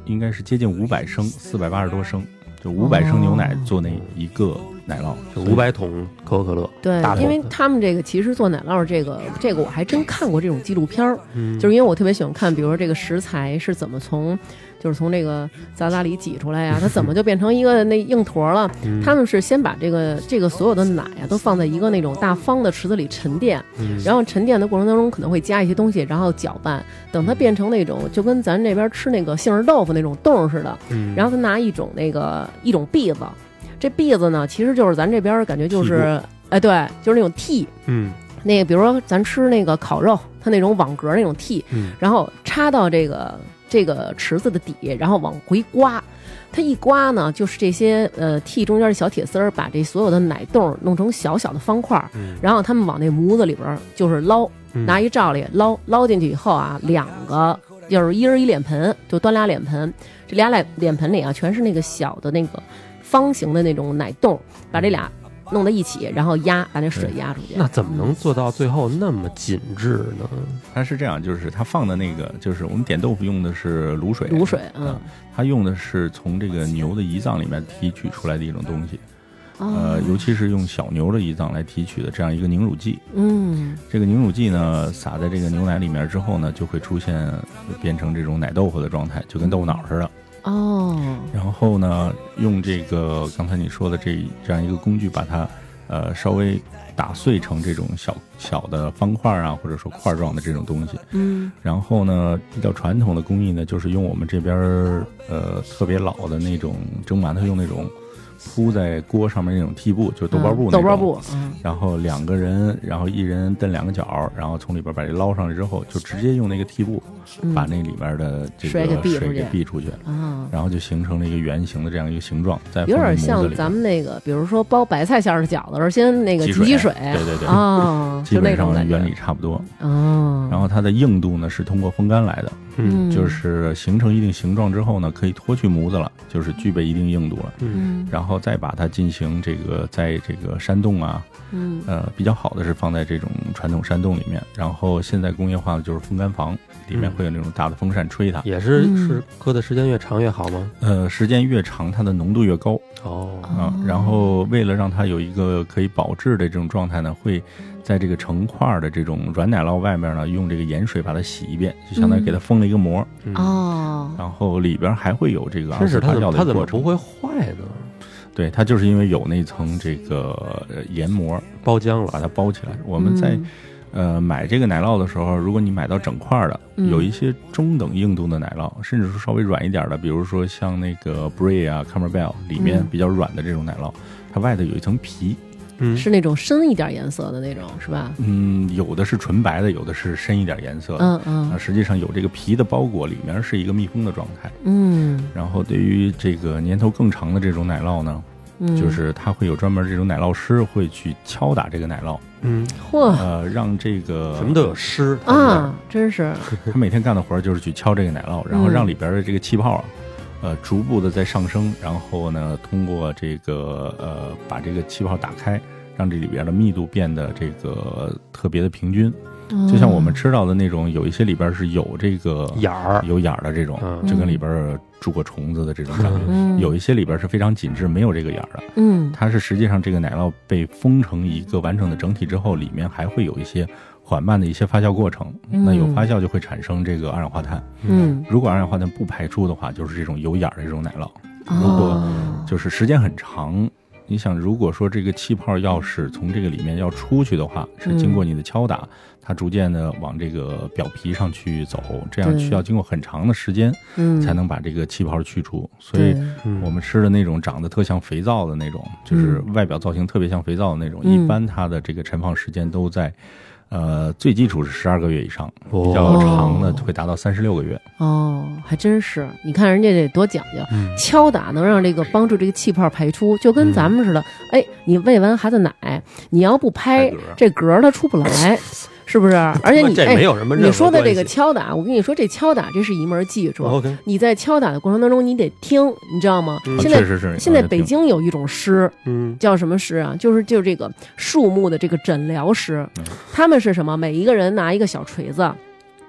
Speaker 2: 应该是接近五百升，四百八十多升，就五百升牛
Speaker 1: 哦
Speaker 2: 奶做那一个奶酪，
Speaker 3: 就五百桶可口可乐，
Speaker 1: 对
Speaker 3: 大，桶
Speaker 1: 因为他们这个其实做奶酪这个这个我还真看过这种纪录片儿，
Speaker 3: 嗯
Speaker 1: 就是因为我特别喜欢看，比如说这个食材是怎么从，就是从这个杂杂里挤出来呀、
Speaker 3: 嗯
Speaker 1: 它怎么就变成一个那硬坨儿了？他们是先把这个这个所有的奶啊都放在一个那种大方的池子里沉淀，然后沉淀的过程当中可能会加一些东西，然后搅拌，等它变成那种就跟咱这边吃那个杏仁豆腐那种冻似的，然后他拿一种那个一种篦子，这篦子呢其实就是咱这边感觉就
Speaker 3: 剔
Speaker 1: 是。哎，对，就是那种屉，
Speaker 3: 嗯
Speaker 1: 那个，比如说咱吃那个烤肉，它那种网格那种屉，
Speaker 3: 嗯
Speaker 1: 然后插到这个这个池子的底，然后往回刮。它一刮呢，就是这些呃屉中间的小铁丝儿，把这所有的奶冻弄成小小的方块儿，
Speaker 3: 嗯
Speaker 1: 然后他们往那模子里边儿就是捞，
Speaker 3: 嗯
Speaker 1: 拿一罩里捞，捞进去以后啊，两个就是一人一脸盆，就端俩脸盆，这俩脸脸盆里啊全是那个小的那个方形的那种奶冻，把这俩弄到一起，然后压把那水压出去。
Speaker 3: 那怎么能做到最后那么紧致呢？
Speaker 2: 它是这样，就是它放的那个，就是我们点豆腐用的是卤水，
Speaker 1: 卤水，
Speaker 2: 啊
Speaker 1: 嗯，
Speaker 2: 它用的是从这个牛的胰脏里面提取出来的一种东西，
Speaker 1: 哦嗯
Speaker 2: 呃，尤其是用小牛的胰脏来提取的这样一个凝乳剂。
Speaker 1: 嗯，
Speaker 2: 这个凝乳剂呢，撒在这个牛奶里面之后呢，就会出现变成这种奶豆腐的状态，就跟豆腐脑似的。
Speaker 1: 哦，
Speaker 2: 然后呢，用这个刚才你说的这这样一个工具，把它呃稍微打碎成这种小小的方块啊，或者说块状的这种东西。
Speaker 1: 嗯，
Speaker 2: 然后呢，比较传统的工艺呢，就是用我们这边儿呃特别老的那种蒸馒头用那种铺在锅上面那种屉布，就是豆包布、
Speaker 1: 嗯豆包。布，嗯，
Speaker 2: 然后两个人，然后一人蹬两个角，然后从里边把这捞上来之后，就直接用那个屉布
Speaker 1: 嗯
Speaker 2: 把那里边的这
Speaker 1: 水给
Speaker 2: 个
Speaker 1: 避出
Speaker 2: 水给
Speaker 1: 去
Speaker 2: 避出去，
Speaker 1: 啊，
Speaker 2: 然后就形成了一个圆形的这样一个形状，嗯在
Speaker 1: 有点
Speaker 2: 模子
Speaker 1: 像
Speaker 2: 里
Speaker 1: 咱们那个，比如说包白菜馅儿的饺子的时候，先那个
Speaker 2: 挤
Speaker 1: 挤挤水，
Speaker 2: 对对对，
Speaker 1: 啊，
Speaker 2: 基
Speaker 1: 就那
Speaker 2: 本
Speaker 1: 种
Speaker 2: 上
Speaker 1: 感觉
Speaker 2: 原理，差不多。
Speaker 1: 哦，
Speaker 2: 然后它的硬度呢是通过风干来的，
Speaker 1: 嗯，
Speaker 2: 就是形成一定形状之后呢，可以脱去模子了，就是具备一定硬度了。
Speaker 1: 嗯
Speaker 2: 然后再把它进行这个在这个山洞啊，
Speaker 1: 嗯
Speaker 2: 呃，比较好的是放在这种传统山洞里面。然后现在工业化的就是风干房，里面
Speaker 3: 嗯
Speaker 2: 会有那种大的风扇吹它。
Speaker 3: 也是
Speaker 1: 嗯
Speaker 3: 是搁的时间越长越好吗？
Speaker 2: 呃，时间越长，它的浓度越高
Speaker 3: 哦，
Speaker 2: 啊。然后为了让它有一个可以保质的这种状态呢，会在这个成块儿的这种软奶酪外面呢，用这个盐水把它洗一遍，就相当于给它封了一个膜。
Speaker 1: 哦，
Speaker 2: 然后里边还会有这个
Speaker 3: 嗯真是它
Speaker 2: 发
Speaker 3: 怎
Speaker 2: 酵
Speaker 3: 么
Speaker 2: 的
Speaker 3: 它怎
Speaker 2: 过
Speaker 3: 么
Speaker 2: 程
Speaker 3: 不。会坏呢？
Speaker 2: 对，它就是因为有那层这个呃研磨，
Speaker 3: 包浆
Speaker 2: 把
Speaker 3: 了，
Speaker 2: 它包起来。我们在、
Speaker 1: 嗯
Speaker 2: 呃买这个奶酪的时候，如果你买到整块儿的，
Speaker 1: 嗯
Speaker 2: 有一些中等硬度的奶酪，甚至说稍微软一点的，比如说像那个 Brie 啊、Camembert 里面
Speaker 1: 嗯
Speaker 2: 比较软的这种奶酪，它外头有一层皮。
Speaker 3: 嗯，
Speaker 1: 是那种深一点颜色的那种，是吧？
Speaker 2: 嗯，有的是纯白的，有的是深一点颜色的。
Speaker 1: 嗯
Speaker 2: 啊，
Speaker 1: 嗯
Speaker 2: 实际上有这个皮的包裹，里面是一个密封的状态。
Speaker 1: 嗯
Speaker 2: 然后对于这个年头更长的这种奶酪呢，
Speaker 1: 嗯，
Speaker 2: 就是它会有专门这种奶酪师会去敲打这个奶酪，
Speaker 3: 嗯，
Speaker 1: 嚯
Speaker 2: 呃，让这个
Speaker 3: 什么都有湿，
Speaker 2: 呃
Speaker 1: 啊，真是，
Speaker 2: 他每天干的活儿就是去敲这个奶酪，然后
Speaker 1: 嗯
Speaker 2: 让里边的这个气泡啊，呃，逐步的在上升，然后呢，通过这个呃，把这个气泡打开，让这里边的密度变得这个特别的平均，
Speaker 1: 嗯
Speaker 2: 就像我们吃到的那种，有一些里边是有这个
Speaker 3: 眼儿，
Speaker 2: 有眼儿的这种，
Speaker 3: 嗯
Speaker 2: 就跟里边住过虫子的这种感觉。
Speaker 1: 嗯
Speaker 2: 有一些里边是非常紧致，没有这个眼儿的。
Speaker 1: 嗯
Speaker 2: 它是实际上这个奶酪被封成一个完整的整体之后，里面还会有一些缓慢的一些发酵过程。
Speaker 1: 嗯
Speaker 2: 那有发酵就会产生这个二氧化碳。
Speaker 1: 嗯，
Speaker 2: 如果二氧化碳不排出的话，就是这种有眼儿的这种奶酪，
Speaker 1: 如
Speaker 2: 果
Speaker 1: 哦
Speaker 2: 就是时间很长。你想，如果说这个气泡要是从这个里面要出去的话，是经过
Speaker 1: 嗯
Speaker 2: 你的敲打，它逐渐的往这个表皮上去走，这样
Speaker 1: 对
Speaker 2: 需要经过很长的时间
Speaker 1: 嗯
Speaker 2: 才能把这个气泡去除。所以
Speaker 1: 对
Speaker 3: 嗯
Speaker 2: 我们吃的那种长得特像肥皂
Speaker 1: 嗯
Speaker 2: 的那种，就是外表造型特别像肥皂的那种，一般它的这个陈放时间都在，呃，最基础是十二个月以上，
Speaker 3: 比
Speaker 2: 比较
Speaker 1: 哦
Speaker 2: 长的会达到三十六个月。
Speaker 1: 哦，还真是，你看人家这多讲究，
Speaker 3: 嗯
Speaker 1: 敲打能让这个帮助这个气泡排出，就跟咱们似的。哎，你喂完孩子奶，你要不拍
Speaker 2: 拍嗝
Speaker 1: 这嗝儿它出不 来，是不是？而且你
Speaker 3: 这
Speaker 1: 哎
Speaker 3: 没有什么任何
Speaker 1: 你说的这个
Speaker 3: 关系
Speaker 1: 敲打，我跟你说，这敲打这是一门技术。
Speaker 3: 我跟
Speaker 1: 你在敲打的过程当中，你得听，你知道吗？
Speaker 3: 嗯
Speaker 1: 现
Speaker 2: 确
Speaker 1: 在
Speaker 2: 实是。
Speaker 1: 现在
Speaker 2: 嗯
Speaker 1: 北京有一种诗
Speaker 3: 嗯
Speaker 1: 叫什么诗啊？就是就是这个树木的这个诊疗师
Speaker 2: 嗯，
Speaker 1: 他们是什么？每一个人拿一个小锤子。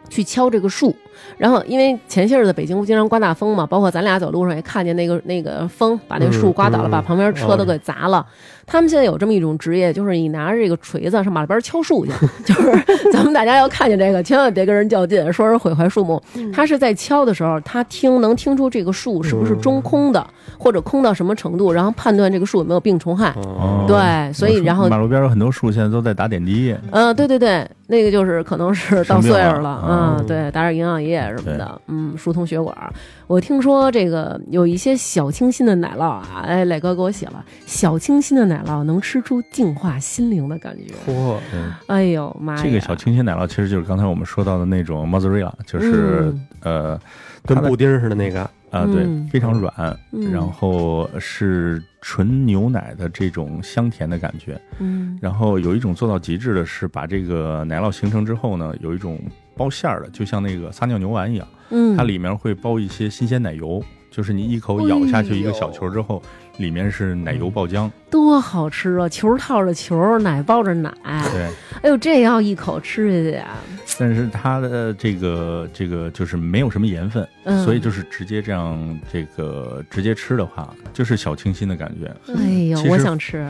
Speaker 1: 去敲这个树，然后因为前些日子北京不经常刮大风嘛，包括咱俩走路上也看见那个那个风把那树刮倒了，
Speaker 3: 嗯嗯
Speaker 1: 把旁边车都给砸了。他们现在有这么一种职业，就是你拿着这个锤子上马路边敲树去， 就是咱们大家要看见这个，千万别跟人较劲，说人毁坏树木。他是在敲的时候，他听能听出这个树是
Speaker 3: 嗯
Speaker 1: 不是中空的，或者空到什么程度，然后判断这个树有没有病虫害。
Speaker 3: 哦
Speaker 2: 哦
Speaker 1: 对，所 以
Speaker 2: 我说
Speaker 1: 然后
Speaker 2: 马路边有很多树，现在都在打点滴液。
Speaker 1: 嗯，对对对，那个就是可能是到
Speaker 2: 生
Speaker 1: 岁
Speaker 2: 病
Speaker 1: 数
Speaker 2: 了
Speaker 1: 了，
Speaker 2: 嗯
Speaker 1: 嗯，对，打点营养液什么的，嗯，疏通血管儿。我听说这个有一些小清新的奶酪啊，哎，磊哥给我写了，小清新的奶酪能吃出净化心灵的感觉。
Speaker 3: 嚯，
Speaker 2: 嗯
Speaker 1: 哎呦妈呀！
Speaker 2: 这个小清新奶酪其实就是刚才我们说到的那种 mozzarella，就是
Speaker 1: 嗯
Speaker 2: 呃
Speaker 3: 跟布丁似的那个，
Speaker 2: 啊对
Speaker 1: 嗯，
Speaker 2: 非常软，
Speaker 1: 嗯
Speaker 2: 然后是纯牛奶的这种香甜的感觉。
Speaker 1: 嗯
Speaker 2: 然后有一种做到极致的是把这个奶酪形成之后呢，有一种包馅儿的，就像那个撒尿牛丸一样，
Speaker 1: 嗯，
Speaker 2: 它里面会包一些新鲜奶油，就是你一口咬下去一个小球之后，里面是奶油爆浆。
Speaker 1: 多好吃啊！球套着球，奶抱着奶，
Speaker 2: 对，
Speaker 1: 哎呦，这要一口吃下去啊！
Speaker 2: 但是它的这个这个就是没有什么盐分，
Speaker 1: 嗯
Speaker 2: 所以就是直接这样这个直接吃的话，就是小清新的感觉。
Speaker 1: 哎呦
Speaker 2: 其，实
Speaker 1: 我想吃。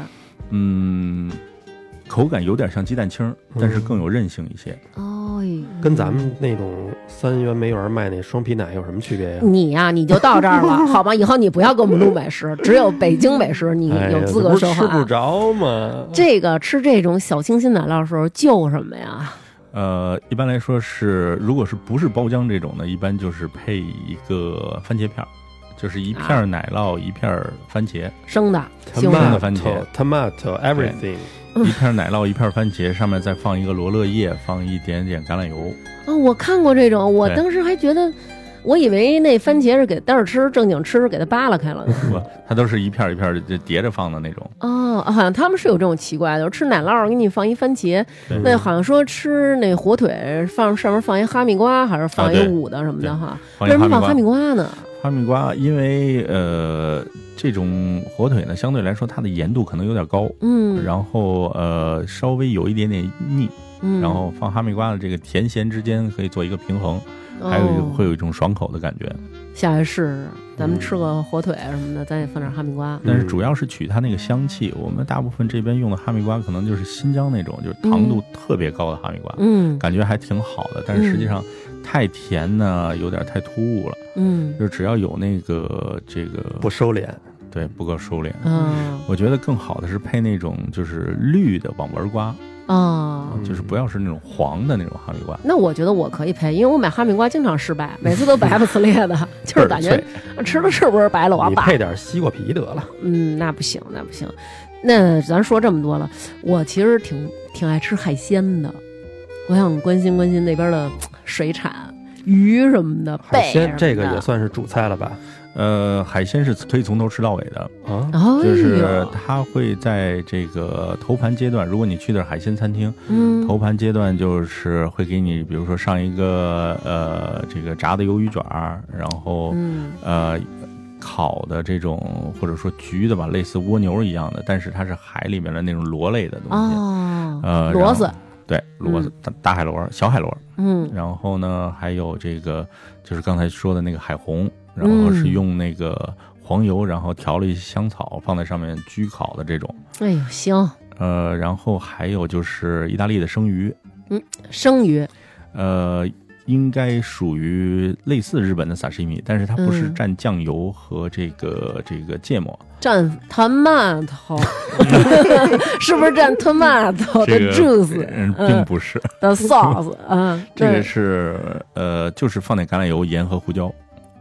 Speaker 2: 嗯，口感有点像鸡蛋清儿，但是
Speaker 1: 嗯
Speaker 2: 更有韧性一些。
Speaker 1: 哎，
Speaker 3: 跟咱们那种三元梅园卖那双皮奶有什么区别呀？
Speaker 1: 你呀、你就到这儿了，好吧？以后你不要给我们录美食，只有北京美食你
Speaker 3: 哎呀
Speaker 1: 有资
Speaker 3: 这
Speaker 1: 格
Speaker 3: 不是
Speaker 1: 说
Speaker 3: 吃
Speaker 1: 话。啊
Speaker 3: 不着嘛。
Speaker 1: 这个吃这种小清新奶酪的时候就什么呀？
Speaker 2: 呃，一般来说是，如果是不是包浆这种呢，一般就是配一个番茄片儿，就是一片儿奶酪，一片儿番茄，
Speaker 1: 生的，
Speaker 2: 生
Speaker 1: 行吗？
Speaker 2: 的番茄
Speaker 3: tomato everything，
Speaker 2: 一片儿奶酪，一片儿番茄，上面再放一个罗勒叶，放一点点橄榄油。
Speaker 1: 啊、我看过这种，我
Speaker 2: 对
Speaker 1: 当时还觉得，我以为那番茄是给袋儿吃，正经吃给它扒拉开了呢。
Speaker 2: 不，它都是一片儿一片儿的就叠着放的那种。
Speaker 1: 哦，好像他们是有这种奇怪的，吃奶酪给你放一番茄，
Speaker 2: 对
Speaker 1: 那好像说吃那火腿放上面放一哈密瓜，还是放
Speaker 2: 啊
Speaker 1: 一
Speaker 2: 对
Speaker 1: 五的什么的
Speaker 2: 对
Speaker 1: 哈？
Speaker 2: 放
Speaker 1: 为什
Speaker 2: 一
Speaker 1: 么
Speaker 2: 哈
Speaker 1: 放哈密
Speaker 2: 密瓜
Speaker 1: 瓜呢？
Speaker 2: 哈密瓜，因为呃，这种火腿呢，相对来说它的盐度可能有点高，
Speaker 1: 嗯，
Speaker 2: 然后呃，稍微有一点点腻，
Speaker 1: 嗯
Speaker 2: 然后放哈密瓜的这个甜咸之间可以做一个平衡，还有一个
Speaker 1: 哦
Speaker 2: 会有一种爽口的感觉。
Speaker 1: 下来试试，咱们吃个火腿什么的，咱也放点哈密瓜。
Speaker 2: 但是
Speaker 3: 嗯
Speaker 2: 主要是取它那个香气。我们大部分这边用的哈密瓜可能就是新疆那种，就是糖度特别高的哈密瓜，
Speaker 1: 嗯
Speaker 2: 感觉还挺好的，但是实际上太甜呢，有点太突兀了。
Speaker 1: 嗯
Speaker 2: 就只要有那个这个
Speaker 3: 不收敛，
Speaker 2: 对不够收敛。
Speaker 1: 啊
Speaker 2: 我觉得更好的是配那种就是绿的网纹瓜，
Speaker 1: 啊！
Speaker 2: 就是不要是那种黄的那种哈密瓜，
Speaker 1: 那我觉得我可以配，因为我买哈密瓜经常失败，每次都白不呲咧的， 就是感觉
Speaker 2: 脆
Speaker 1: 吃的是不是白了我
Speaker 3: 你
Speaker 1: 爸。
Speaker 3: 配点西瓜皮得了。
Speaker 1: 嗯，那不行，那不行。那咱说这么多了，我其实挺挺爱吃海鲜的，我想关心关心那边的水产。鱼什么的，
Speaker 3: 海
Speaker 1: 贝什
Speaker 3: 鲜
Speaker 1: 么
Speaker 3: 这个也
Speaker 1: 的
Speaker 3: 算是主菜了吧？
Speaker 2: 呃，海鲜是可以从头吃到尾的，
Speaker 3: 啊，
Speaker 1: 哎呦
Speaker 2: 就是它会在这个头盘阶段，如果你去的是海鲜餐厅，
Speaker 1: 嗯
Speaker 2: 头盘阶段就是会给你，比如说上一个呃这个炸的鱿鱼卷儿，然后
Speaker 1: 嗯
Speaker 2: 呃烤的这种或者说焗的吧，类似蜗牛一样的，但是它是海里面的那种螺类的东西，
Speaker 1: 哦，嗯
Speaker 2: 呃，
Speaker 1: 螺丝
Speaker 2: 然后，对，螺丝，大大海螺、小海螺，
Speaker 1: 嗯
Speaker 2: 然后呢，还有这个就是刚才说的那个海虹，然后是用那个黄油，然后调了一些香草放在上面焗烤的这种，
Speaker 1: 哎呦，行，
Speaker 2: 呃，然后还有就是意大利的生鱼，
Speaker 1: 生鱼，
Speaker 2: 呃。应该属于类似日本的萨西米，但是它不是
Speaker 1: 嗯
Speaker 2: 蘸酱油和这个、这个芥末，
Speaker 1: 蘸 tomato，是不是蘸 tomato 的
Speaker 2: 这个
Speaker 1: juice，
Speaker 2: 嗯，并
Speaker 1: 嗯，
Speaker 2: 不是，
Speaker 1: 的 sauce，嗯，
Speaker 2: 这个
Speaker 1: 对
Speaker 2: 是呃，就是放点橄榄油、盐和胡椒，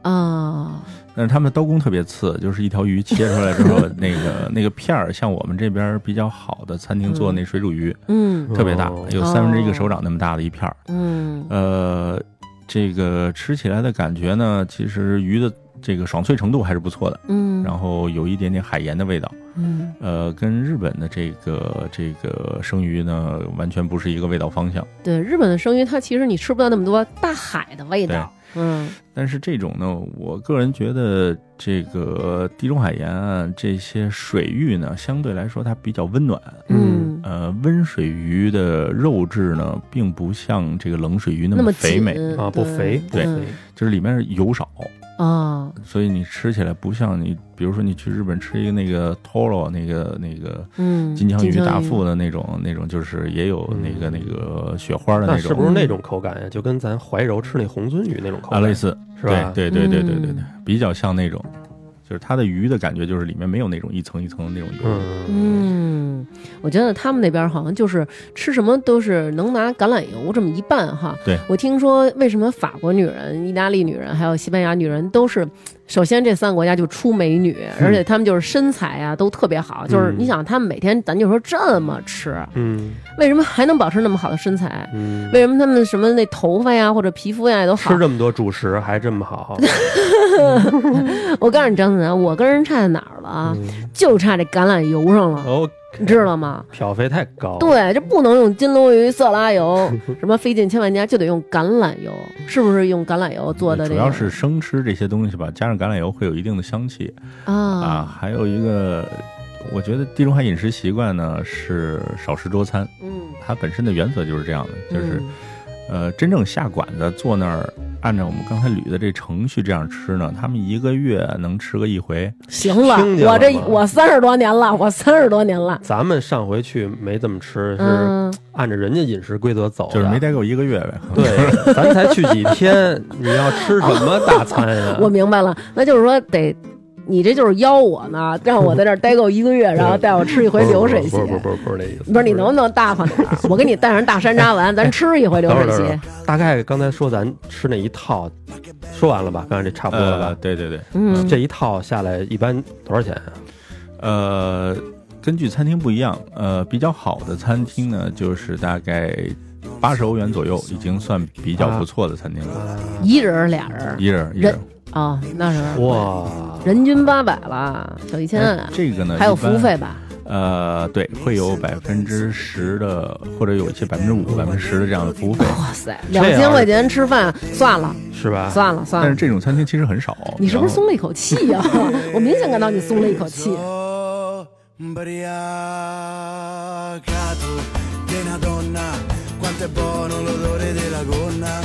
Speaker 1: 啊，
Speaker 2: 但是他们的刀工特别次，就是一条鱼切出来之后，那 个那个片儿，像我们这边比较好的餐厅做那水煮鱼，
Speaker 1: 嗯
Speaker 2: 特别大
Speaker 3: 哦，
Speaker 2: 有三分之一个手掌那么大的一片儿。
Speaker 1: 嗯
Speaker 2: 呃，这个吃起来的感觉呢，其实鱼的这个爽脆程度还是不错的，
Speaker 1: 嗯，
Speaker 2: 然后有一点点海盐的味道。
Speaker 1: 嗯
Speaker 2: 呃，跟日本的这个这个生鱼呢，完全不是一个味道方向。
Speaker 1: 对日本的生鱼，它其实你吃不到那么多大海的味道，嗯
Speaker 2: 但是这种呢，我个人觉得这个地中海沿岸这些水域呢，相对来说它比较温暖。
Speaker 1: 嗯，
Speaker 2: 呃，温水鱼的肉质呢，并不像这个冷水鱼那
Speaker 1: 那
Speaker 2: 么
Speaker 1: 么
Speaker 2: 肥美，
Speaker 1: 紧
Speaker 3: 啊，不肥，不
Speaker 1: 对
Speaker 3: 肥，
Speaker 1: 嗯
Speaker 2: 就是里面油少，
Speaker 1: 啊，
Speaker 2: 所以你吃起来不像你，比如说你去日本吃一个那个 toro 那个那个
Speaker 1: 嗯，
Speaker 2: 金枪鱼大
Speaker 1: 腹
Speaker 2: 腹的那种那种，就是也有那个那个雪花的
Speaker 3: 嗯那
Speaker 2: 那
Speaker 3: 是
Speaker 2: 种
Speaker 1: 嗯
Speaker 3: 不是那种口感呀？就跟咱怀柔吃那红鳟鱼那种口
Speaker 2: 啊，
Speaker 3: 感，
Speaker 2: 类似，
Speaker 3: 是
Speaker 2: 对
Speaker 3: 吧？
Speaker 2: 对对对对对对
Speaker 1: 嗯，
Speaker 2: 比较像那种，就是它的鱼的感觉，就是里面没有那种一层一层的那种油。
Speaker 3: 嗯，
Speaker 1: 嗯，我觉得他们那边好像就是吃什么都是能拿橄榄油这么一拌哈。
Speaker 2: 对，
Speaker 1: 我听说为什么法国女人、意大利女人还有西班牙女人都是，首先这三个国家就出美女，而且她们就是身材啊都特别好，就是
Speaker 3: 嗯
Speaker 1: 你想她们每天咱就说这么吃，
Speaker 3: 嗯
Speaker 1: 为什么还能保持那么好的身材？
Speaker 3: 嗯，
Speaker 1: 为什么她们什么那头发呀或者皮肤呀也都好
Speaker 3: 吃？这么多主食还这 么好，
Speaker 1: 我告诉你张思楠，我跟人差在哪儿了啊？
Speaker 3: 嗯
Speaker 1: 就差这橄榄油上了，
Speaker 3: 哦，
Speaker 1: 你知道吗？
Speaker 3: 漂肥太高，，
Speaker 1: 对，这不能用金龙鱼、色拉 油，什么费尽千万家，就得用橄榄油，是不是用橄榄油做的、这
Speaker 2: 主
Speaker 1: 个？
Speaker 2: 要是生吃这些东西吧，加上橄榄油会有一定的香气啊。
Speaker 1: 啊，
Speaker 2: 还有一个，我觉得地中海饮食习惯呢是少食多餐，
Speaker 1: 嗯，
Speaker 2: 它本身的原则就是这样的，就是
Speaker 1: 嗯
Speaker 2: 呃，真正下馆子坐那儿，按照我们刚才捋的这程序这样吃呢，他们一个月能吃个一回。
Speaker 1: 行了
Speaker 3: 听，见
Speaker 1: 我
Speaker 3: 了
Speaker 1: 这
Speaker 3: 吗
Speaker 1: 我三十多年了，我三十多年了，
Speaker 3: 咱们上回去没这么吃，是
Speaker 1: 嗯，
Speaker 3: 按照人家饮食规则走的，
Speaker 2: 就是没待够一个月呗。
Speaker 3: 对， 咱才去几天，你要吃什么大餐 呀？
Speaker 1: 我明白了，那就是说得。你这就是邀我呢，让我在这儿待够一个月，然后带我吃一回流水席
Speaker 3: 不。是不是不是不是那意思，
Speaker 1: 不是你能不能大方点儿？我给你带上大山楂丸，咱吃一回流
Speaker 3: 等会
Speaker 1: 水
Speaker 3: 儿等会
Speaker 1: 席
Speaker 3: 儿。，大概刚才说咱吃那一套，说完了吧？刚才这差不多了
Speaker 2: 呃，
Speaker 3: 吧？
Speaker 2: 对对对，
Speaker 1: 嗯，
Speaker 3: 这一套下来一般多少钱啊？
Speaker 2: 呃，根据餐厅不一样，呃，比较好的餐厅呢，就是大概八十欧元左右，已经算比较不错的餐厅了。
Speaker 1: 一人儿俩人儿
Speaker 2: 一人一人，
Speaker 1: 啊，那是
Speaker 3: 哇，
Speaker 1: 人均八百了，小一千
Speaker 2: 哎
Speaker 1: 啊。
Speaker 2: 这个呢，
Speaker 1: 还有
Speaker 2: 一
Speaker 1: 服
Speaker 2: 般
Speaker 1: 务费，吧？
Speaker 2: 呃，对，会有百分之十的，或者有一些百分之五、
Speaker 1: 哦
Speaker 2: 百分之十的这样的服务费。
Speaker 1: 哇塞，
Speaker 3: 这
Speaker 1: 两
Speaker 3: 样
Speaker 1: 千块钱吃饭，算了
Speaker 3: 是吧？
Speaker 1: 算了算
Speaker 2: 但
Speaker 1: 了，
Speaker 2: 是这种餐厅其实很少。
Speaker 1: 你是不是
Speaker 2: 然后
Speaker 1: 松了一口气 呀、 我明显感到你松了一口气。
Speaker 5: Sbriacato di una donna, quanto è buono l'odore della gonna,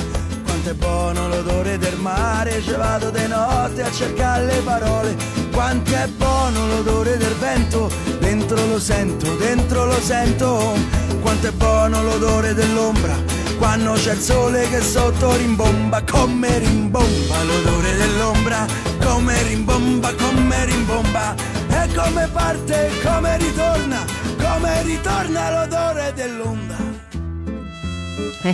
Speaker 5: quanto è buono l'odore del mare, ci vado di notte a cercare le parole, quanto è buono l'odore del vento, dentro lo sento, dentro lo sento, quanto è buono l'odore dell'ombra, quando c'è il sole che sotto rimbomba, come rimbomba l'odore dell'ombra, come rimbomba, come rimbomba. E come parte, e come ritorna, come ritorna l'odore dell'onda.
Speaker 1: 哎，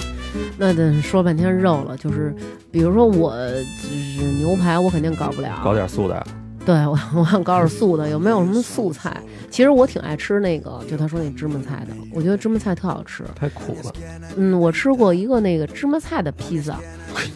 Speaker 1: 那得说半天肉了，就是比如说我就是牛排，我肯定搞不
Speaker 3: 搞
Speaker 1: 了。
Speaker 3: 点素的，
Speaker 1: 对，我 我想搞点素的，有没有什么素菜？其实我挺爱吃那个，就他说那芝麻菜的，我觉得芝麻菜特好吃。
Speaker 3: 太苦了。
Speaker 1: 嗯，我吃过一个那个芝麻菜的披萨，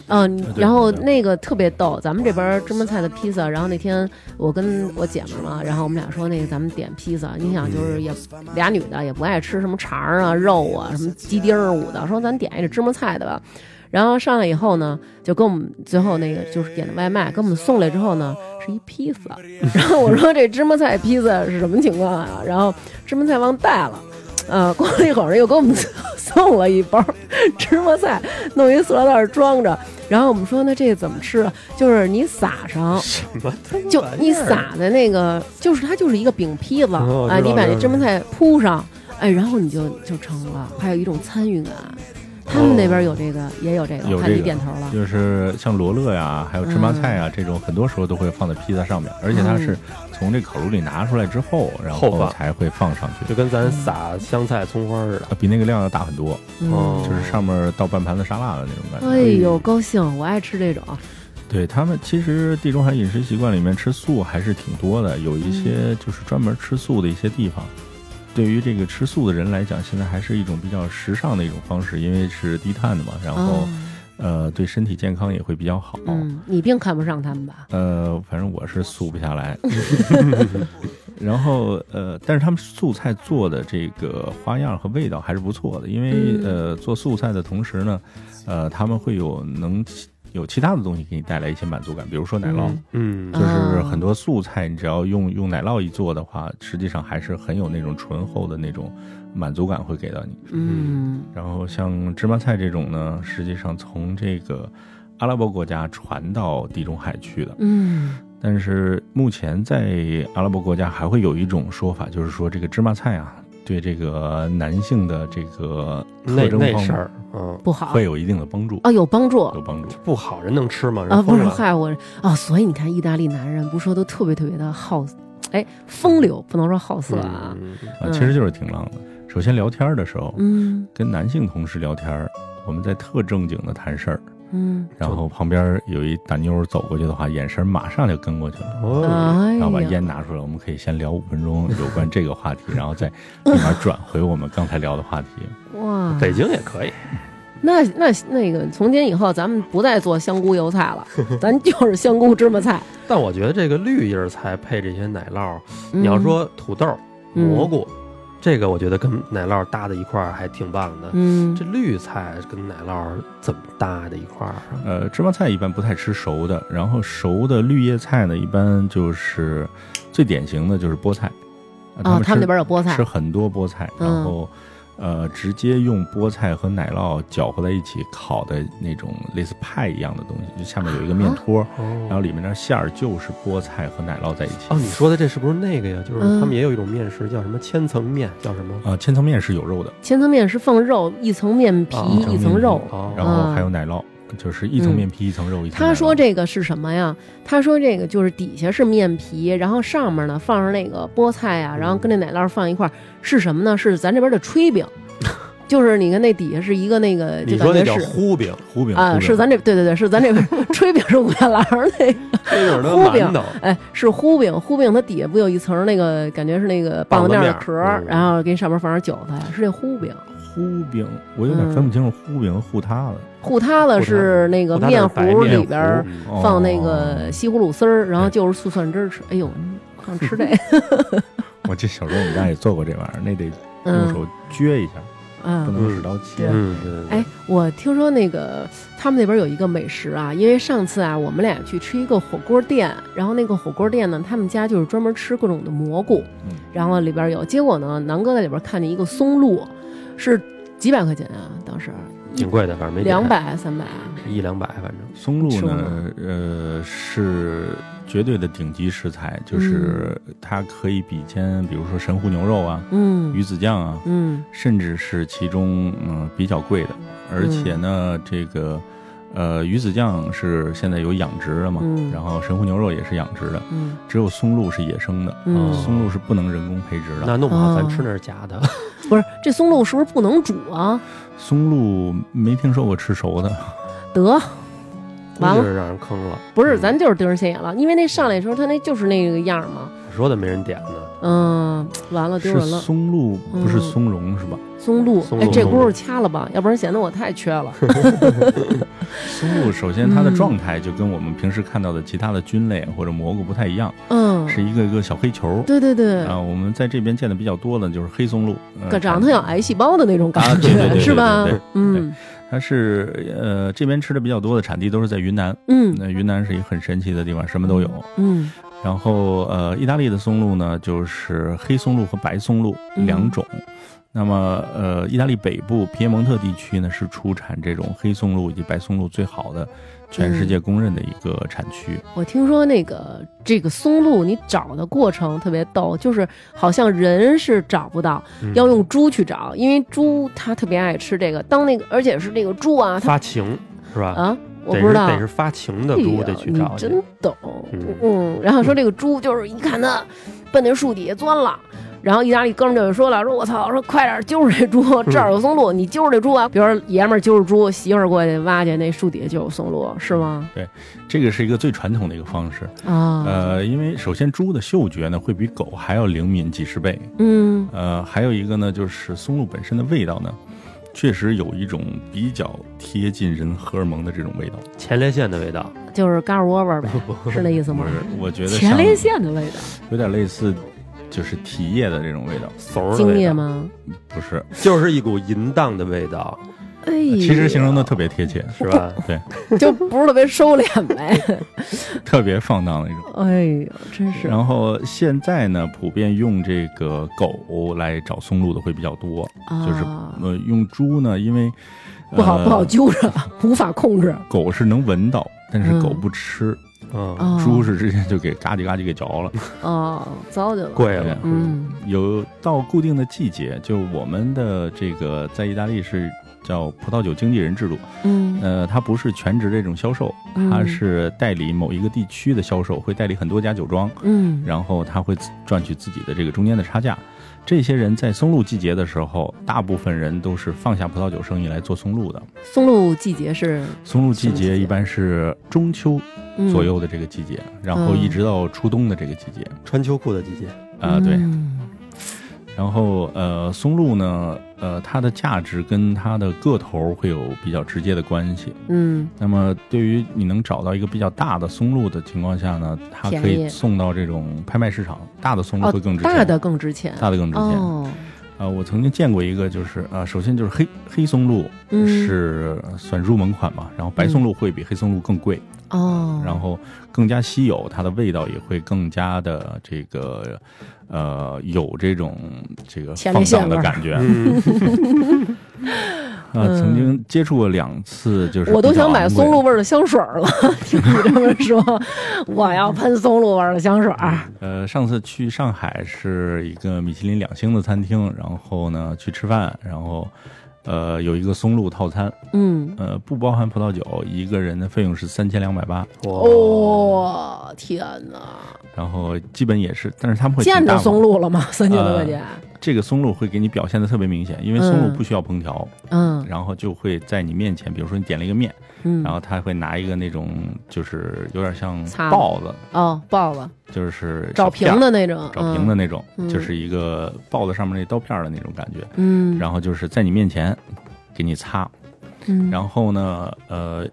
Speaker 1: 嗯，然后那个特别逗，咱们这边儿芝麻菜的披萨，然后那天我跟我姐们儿嘛，然后我们俩说那个咱们点披萨，你想就是也俩女的也不爱吃什么肠儿啊、肉啊、什么鸡丁儿舞的，说咱点一个芝麻菜的吧。然后上来以后呢，就跟我们最后那个就是点的外卖，给我们送来之后呢，是一披 萨。然后我说这芝麻菜披萨是什么情况啊？然后芝麻菜忘带了，呃，过了一会儿又给我们送了一包 芝麻菜，弄一塑料袋儿装着。然后我们说那这怎么吃啊？就是你撒上，
Speaker 3: 什么他妈
Speaker 1: 就
Speaker 3: 玩意
Speaker 1: 你
Speaker 3: 儿
Speaker 1: 撒在那个，就是它就是一个饼坯子
Speaker 3: 哦
Speaker 1: 啊，
Speaker 3: 知道
Speaker 1: 你把
Speaker 3: 知
Speaker 1: 那
Speaker 3: 道
Speaker 1: 芝麻菜铺上，哎，然后你就就成了，还有一种参与感。他们那边有这个，也有这个，
Speaker 2: 哦有
Speaker 1: 看
Speaker 2: 这
Speaker 1: 你
Speaker 2: 个
Speaker 1: 点头了。嗯
Speaker 2: 就是像罗勒呀，还有芝麻菜呀、啊这种，很多时候都会放在披萨上面，而且它是从这烤炉里拿出来之后，然
Speaker 3: 后
Speaker 2: 后
Speaker 3: 放
Speaker 2: 才会放上去
Speaker 3: 就，跟咱撒香菜、葱花似的。
Speaker 2: 比那个量要大很多，
Speaker 1: 嗯，
Speaker 3: 哦
Speaker 1: 哎
Speaker 2: 就是上面倒半盘子沙拉的那种感觉。
Speaker 1: 哎呦，高兴！我爱吃这种，
Speaker 2: 对他们，其实地中海饮食习惯里面吃素还是挺多的，有一些就是专门吃素的一些地方。对于这个吃素的人来讲，现在还是一种比较时尚的一种方式，因为是低碳的嘛，然后、呃对身体健康也会比较好。
Speaker 1: 哦嗯，你并看不上他们吧？
Speaker 2: 呃，反正我是素不下 来。然后呃，但是他们素菜做的这个花样和味道还是不错的，因为、
Speaker 1: 嗯
Speaker 2: 呃，做素菜的同时呢，呃，他们会有能有其他的东西给你带来一些满足感，比如说奶酪。
Speaker 1: 嗯
Speaker 3: 嗯
Speaker 2: 就
Speaker 1: 啊
Speaker 2: 是很多素菜，你只要用用奶酪一做的话，实际上还是很有那种醇厚的那种满足感会给到你。
Speaker 1: 嗯
Speaker 2: 然后像芝麻菜这种呢，实际上从这个阿拉伯国家传到地中海去的。
Speaker 1: 嗯
Speaker 2: 但是目前在阿拉伯国家还会有一种说法，就是说这个芝麻菜啊，对这个男性的这个
Speaker 3: 那
Speaker 2: 特征
Speaker 3: 那
Speaker 2: 方
Speaker 3: 事
Speaker 2: 面
Speaker 3: 儿，嗯，
Speaker 1: 不好
Speaker 2: 会有一定的帮助，
Speaker 1: 啊，有帮助
Speaker 2: 有帮助。
Speaker 3: 不好人能吃吗？
Speaker 1: 啊，
Speaker 3: 人
Speaker 1: 不
Speaker 3: 疯
Speaker 1: 是
Speaker 3: 了。
Speaker 1: 害我啊，所以你看，意大利男人不是说都特别特别的好，哎，风流不能说好色啊，
Speaker 3: 嗯，
Speaker 2: 啊，
Speaker 1: 嗯
Speaker 2: 其实就是挺浪的。首先聊天的时候，
Speaker 1: 嗯
Speaker 2: 跟男性同事聊天儿，我们在特正经的谈事儿，
Speaker 1: 嗯，
Speaker 2: 然后旁边有一大妞儿走过去的话，眼神马上就跟过去了。
Speaker 3: 哦，
Speaker 1: 哎
Speaker 2: 然后把
Speaker 1: 呀，
Speaker 2: 烟拿出来，我们可以先聊五分钟有关这个话题，然后再立马转回我们刚才聊的话题。
Speaker 1: 哇，
Speaker 3: 北京也可以，
Speaker 1: 那那那个，从今以后咱们不再做香菇油菜了，咱就是香菇芝麻菜。
Speaker 3: 但我觉得这个绿叶菜配这些奶酪，你要说土豆、
Speaker 1: 嗯
Speaker 3: 蘑菇，这个我觉得跟奶酪搭在一块儿还挺棒的。
Speaker 1: 嗯，
Speaker 3: 这绿菜跟奶酪怎么搭在一块儿啊？
Speaker 2: 呃，芝麻菜一般不太吃熟的，然后熟的绿叶菜呢，一般就是最典型的就是菠菜。
Speaker 1: 啊，他们
Speaker 2: 他们
Speaker 1: 那
Speaker 2: 吃
Speaker 1: 边有菠菜
Speaker 2: 吃，很多菠菜，
Speaker 1: 嗯
Speaker 2: 然后呃，直接用菠菜和奶酪搅和在一起烤的那种类似派一样的东西，就下面有一个面
Speaker 1: 啊
Speaker 2: 托，然
Speaker 3: 哦，
Speaker 2: 后里面的馅儿就是菠菜和奶酪在一起。
Speaker 3: 哦，你说的这是不是那个呀？就是
Speaker 1: 嗯
Speaker 3: 他们也有一种面食叫什么千层面，叫什么？
Speaker 2: 啊，千层面是有肉的，
Speaker 1: 千层面是放肉，一层面皮
Speaker 3: 啊
Speaker 1: 一层肉。嗯
Speaker 3: 哦，
Speaker 2: 然后还有奶酪，就是一层面皮一层肉一层奶酪。
Speaker 1: 他说这个是什么呀？他说这个就是底下是面皮，然后上面呢放上那个菠菜啊，然后跟那奶酪放一块儿，是什么呢？是咱这边的炊 饼，就是你看那底下是一个那个，
Speaker 3: 你
Speaker 1: 呃就感
Speaker 3: 说那
Speaker 1: 觉
Speaker 3: 叫
Speaker 1: 是
Speaker 3: 糊饼，
Speaker 2: 糊饼
Speaker 1: 啊，是咱这对对对，是咱这边 炊饼是五月兰儿那个。
Speaker 3: 这就是那
Speaker 1: 糊饼
Speaker 3: 馒头。
Speaker 1: 哎，是糊饼，糊饼它底下不有一层那个，感觉是那个棒子面的壳
Speaker 3: 棒
Speaker 1: 儿
Speaker 3: 子面儿，嗯
Speaker 1: 然后给你上面放点韭菜，是那糊饼。
Speaker 2: 糊饼，我有点
Speaker 1: 嗯
Speaker 2: 分不清楚糊饼和糊塌了。
Speaker 1: 糊塌了是那个面糊里边儿
Speaker 3: 嗯
Speaker 2: 哦
Speaker 1: 放那个西葫芦丝儿，然后就是醋蒜汁儿吃。哎呦，想吃 这个，
Speaker 2: 我记得小时候我们家也做过这玩意儿，那得用
Speaker 1: 嗯
Speaker 2: 手撅一下，不
Speaker 1: 嗯。
Speaker 2: 能使刀切。
Speaker 3: 嗯，对对对
Speaker 1: 哎，我听说那个他们那边有一个美食啊，因为上次啊，我们俩去吃一个火锅店，然后那个火锅店呢，他们家就是专门吃各种的蘑菇，
Speaker 2: 嗯
Speaker 1: 然后里边有，结果呢，南哥在里边看见一个松露，是几百块钱啊，当时
Speaker 3: 挺贵的，反正没
Speaker 1: 两百三百，
Speaker 3: 一两百，反正
Speaker 2: 松露
Speaker 1: 吃过
Speaker 2: 呢，呃，是绝对的顶级食材，就是它可以比肩，比如说神户牛肉啊、
Speaker 1: 嗯
Speaker 2: 鱼子酱啊，
Speaker 1: 嗯
Speaker 2: 甚至是其中嗯、比较贵的。而且呢，
Speaker 1: 嗯
Speaker 2: 这个呃鱼子酱是现在有养殖的嘛，
Speaker 1: 嗯
Speaker 2: 然后神户牛肉也是养殖的，
Speaker 1: 嗯
Speaker 2: 只有松露是野生的，
Speaker 1: 嗯，
Speaker 3: 哦
Speaker 2: 松露是不能人工培植的。
Speaker 3: 那弄不好咱
Speaker 1: 哦
Speaker 3: 吃那是假 的。
Speaker 1: 不是这松露是不是不能煮啊？
Speaker 2: 松露没听说过吃熟的，
Speaker 1: 得。完
Speaker 3: 就
Speaker 1: 了，
Speaker 3: 是让人坑了。
Speaker 1: 不是，
Speaker 3: 嗯
Speaker 1: 咱就是丢人现眼了，因为那上来的时候，他那就是那个样儿嘛，
Speaker 3: 我说的没人点呢，
Speaker 1: 嗯，完了，丢
Speaker 2: 是
Speaker 1: 人了。
Speaker 2: 松露不是
Speaker 1: 嗯
Speaker 2: 松茸是吧？
Speaker 1: 松露
Speaker 3: 松，
Speaker 1: 哎，
Speaker 3: 露
Speaker 1: 这轱辘掐了吧，要不然显得我太缺 了。
Speaker 2: 松露首先它的
Speaker 1: 嗯
Speaker 2: 状态就跟我们平时看到的其他的菌类或者蘑菇不太一样，
Speaker 1: 嗯，
Speaker 2: 是一个一个小黑球。
Speaker 1: 对对对，
Speaker 2: 啊，我们在这边见的比较多的就是黑松露，呃
Speaker 1: 可长得像癌细胞的那种
Speaker 2: 啊，
Speaker 1: 感
Speaker 2: 对对对
Speaker 1: 觉，
Speaker 2: 对，
Speaker 1: 是吧
Speaker 2: 对？对
Speaker 1: 嗯
Speaker 2: 它是呃这边吃的比较多的产地都是在云南，
Speaker 1: 嗯
Speaker 2: 那云南是一个很神奇的地方，什么都有。
Speaker 1: 嗯
Speaker 2: 然后呃，意大利的松露呢，就是黑松露和白松露
Speaker 1: 嗯
Speaker 2: 两种。那么呃，意大利北部皮耶蒙特地区呢，是出产这种黑松露以及白松露最好的，全世界公认的一个产区。
Speaker 1: 我听说那个这个松露，你找的过程特别逗，就是好像人是找不到，
Speaker 2: 嗯
Speaker 1: 要用猪去找，因为猪它特别爱吃这个。当那个，而且是这个猪啊，它
Speaker 3: 发情是吧？
Speaker 1: 啊，我
Speaker 3: 得
Speaker 1: 不
Speaker 3: 是
Speaker 1: 知道
Speaker 3: 得。是发情的
Speaker 1: 哎
Speaker 3: 猪
Speaker 1: 呀
Speaker 3: 得去
Speaker 1: 你嗯
Speaker 3: 找去。
Speaker 1: 真懂，嗯，然后说这个猪就是一看它奔那树底下钻了，然后意大利哥们儿就说了，说我操，说快点儿揪着这猪，
Speaker 2: 嗯
Speaker 1: 这儿有松露，你揪着这猪啊。比如说爷们儿揪着猪，媳妇儿过去挖去，那树底下就有松露，是吗？
Speaker 2: 这个是一个最传统的一个方式。
Speaker 1: 啊，
Speaker 2: 呃，因为首先猪的嗅觉呢会比狗还要灵敏几十倍，
Speaker 1: 嗯
Speaker 2: 呃，还有一个呢就是松露本身的味道呢，确实有一种比较贴近人荷尔蒙的这种味道。
Speaker 3: 前列腺的味道，
Speaker 1: 就是嘎吱窝窝呗，是那意思吗
Speaker 2: 不？是，我觉得
Speaker 1: 前
Speaker 2: 像
Speaker 1: 列腺的味道，
Speaker 2: 有点类似，就是体液的这种味道，
Speaker 3: 嗖儿的
Speaker 1: 精
Speaker 3: 味
Speaker 1: 液
Speaker 3: 道，
Speaker 1: 吗？
Speaker 2: 不是？
Speaker 3: 就是一股淫荡的味道，
Speaker 1: 哎，
Speaker 2: 啊其实形容的特别贴切，
Speaker 3: 是吧？
Speaker 1: 就不是特别收敛呗。
Speaker 2: 特别放荡的一种。
Speaker 1: 哎呦，真是
Speaker 2: 然后现在呢，普遍用这个狗来找松露的会比较多，就是
Speaker 1: 啊
Speaker 2: 呃，用猪呢，因为
Speaker 1: 不好
Speaker 2: 呃
Speaker 1: 不好揪着，无法控制。
Speaker 2: 狗是能闻到，但是
Speaker 1: 嗯
Speaker 2: 狗不吃，
Speaker 3: 嗯，
Speaker 1: 哦
Speaker 2: 猪是直接就给嘎叽嘎叽给嚼了。
Speaker 1: 哦，糟践了。
Speaker 3: 贵了，
Speaker 1: 嗯
Speaker 2: 有到固定的季节，就我们的这个在意大利是叫葡萄酒经纪人制度，
Speaker 1: 嗯
Speaker 2: 呃，它不是全职这种销售，
Speaker 1: 嗯
Speaker 2: 它是代理某一个地区的销售，会代理很多家酒庄，
Speaker 1: 嗯，
Speaker 2: 然后他会赚取自己的这个中间的差价。这些人在松露季节的时候，大部分人都是放下葡萄酒生意来做松露的。
Speaker 1: 松露季节是
Speaker 2: 松露季
Speaker 1: 松露季节
Speaker 2: 节一般是中秋
Speaker 1: 嗯
Speaker 2: 左右的这个季节，然后一直到初冬的这个季节。
Speaker 3: 穿秋裤的季节，
Speaker 2: 啊、对。
Speaker 1: 嗯
Speaker 2: 然后呃，松露呢，呃，它的价值跟它的个头会有比较直接的关系。
Speaker 1: 嗯
Speaker 2: 那么对于你能找到一个比较大的松露的情况下呢，它可
Speaker 1: 便宜
Speaker 2: 以送到这种拍卖市场，大的松露
Speaker 1: 哦
Speaker 2: 会更值钱，
Speaker 1: 大的更值钱。
Speaker 2: 大的更值钱。
Speaker 1: 哦，
Speaker 2: 呃，我曾经见过一个，就是啊、呃首先就是黑黑松露
Speaker 1: 嗯
Speaker 2: 是呃算入门款嘛，然后白松露会比黑松露更贵，
Speaker 1: 哦，
Speaker 2: 然后更加稀有，它的味道也会更加的这个呃有这种这个
Speaker 1: 前
Speaker 2: 放
Speaker 1: 列腺
Speaker 2: 荡的
Speaker 1: 味儿
Speaker 2: 感觉。
Speaker 3: 嗯，
Speaker 2: 啊，曾经接触过两次，就是
Speaker 1: 我都
Speaker 2: 比较
Speaker 1: 想买
Speaker 2: 昂贵
Speaker 1: 松露。味儿的香水儿了。 听你这么说，我要喷松露味儿的香水儿。
Speaker 2: 呃，上次去上海是一个米其林两星的餐厅，然后呢去吃饭，然后呃有一个松露套餐，
Speaker 1: 嗯，
Speaker 2: 呃不包含葡萄酒，一个人的费用是三千两百八。
Speaker 3: 哇，
Speaker 1: 哦，天哪！
Speaker 2: 然后基本也是，但是他们会
Speaker 1: 见
Speaker 2: 挺大
Speaker 1: 着
Speaker 2: 方
Speaker 1: 松，露了吗？ 三千多
Speaker 2: 呃
Speaker 1: 块钱。
Speaker 2: 这个松露会给你表现的特别明显，因为松
Speaker 1: 嗯
Speaker 2: 露不需要烹调，
Speaker 1: 嗯
Speaker 2: 然后就会在你面前，比如说你点了一个面，
Speaker 1: 嗯，
Speaker 2: 呃然后他会拿一个那种就是有点像
Speaker 1: 叉子
Speaker 2: 豹子，
Speaker 1: 哦，豹子
Speaker 2: 就是
Speaker 1: 找
Speaker 2: 小片
Speaker 1: 平
Speaker 2: 儿
Speaker 1: 的那种，
Speaker 2: 找平的那种，
Speaker 1: 嗯
Speaker 2: 就是一个豹子上面那刀片儿的那种感觉，
Speaker 1: 嗯，
Speaker 2: 然后就是在你面前给你擦，
Speaker 1: 嗯
Speaker 2: 然后呢，呃。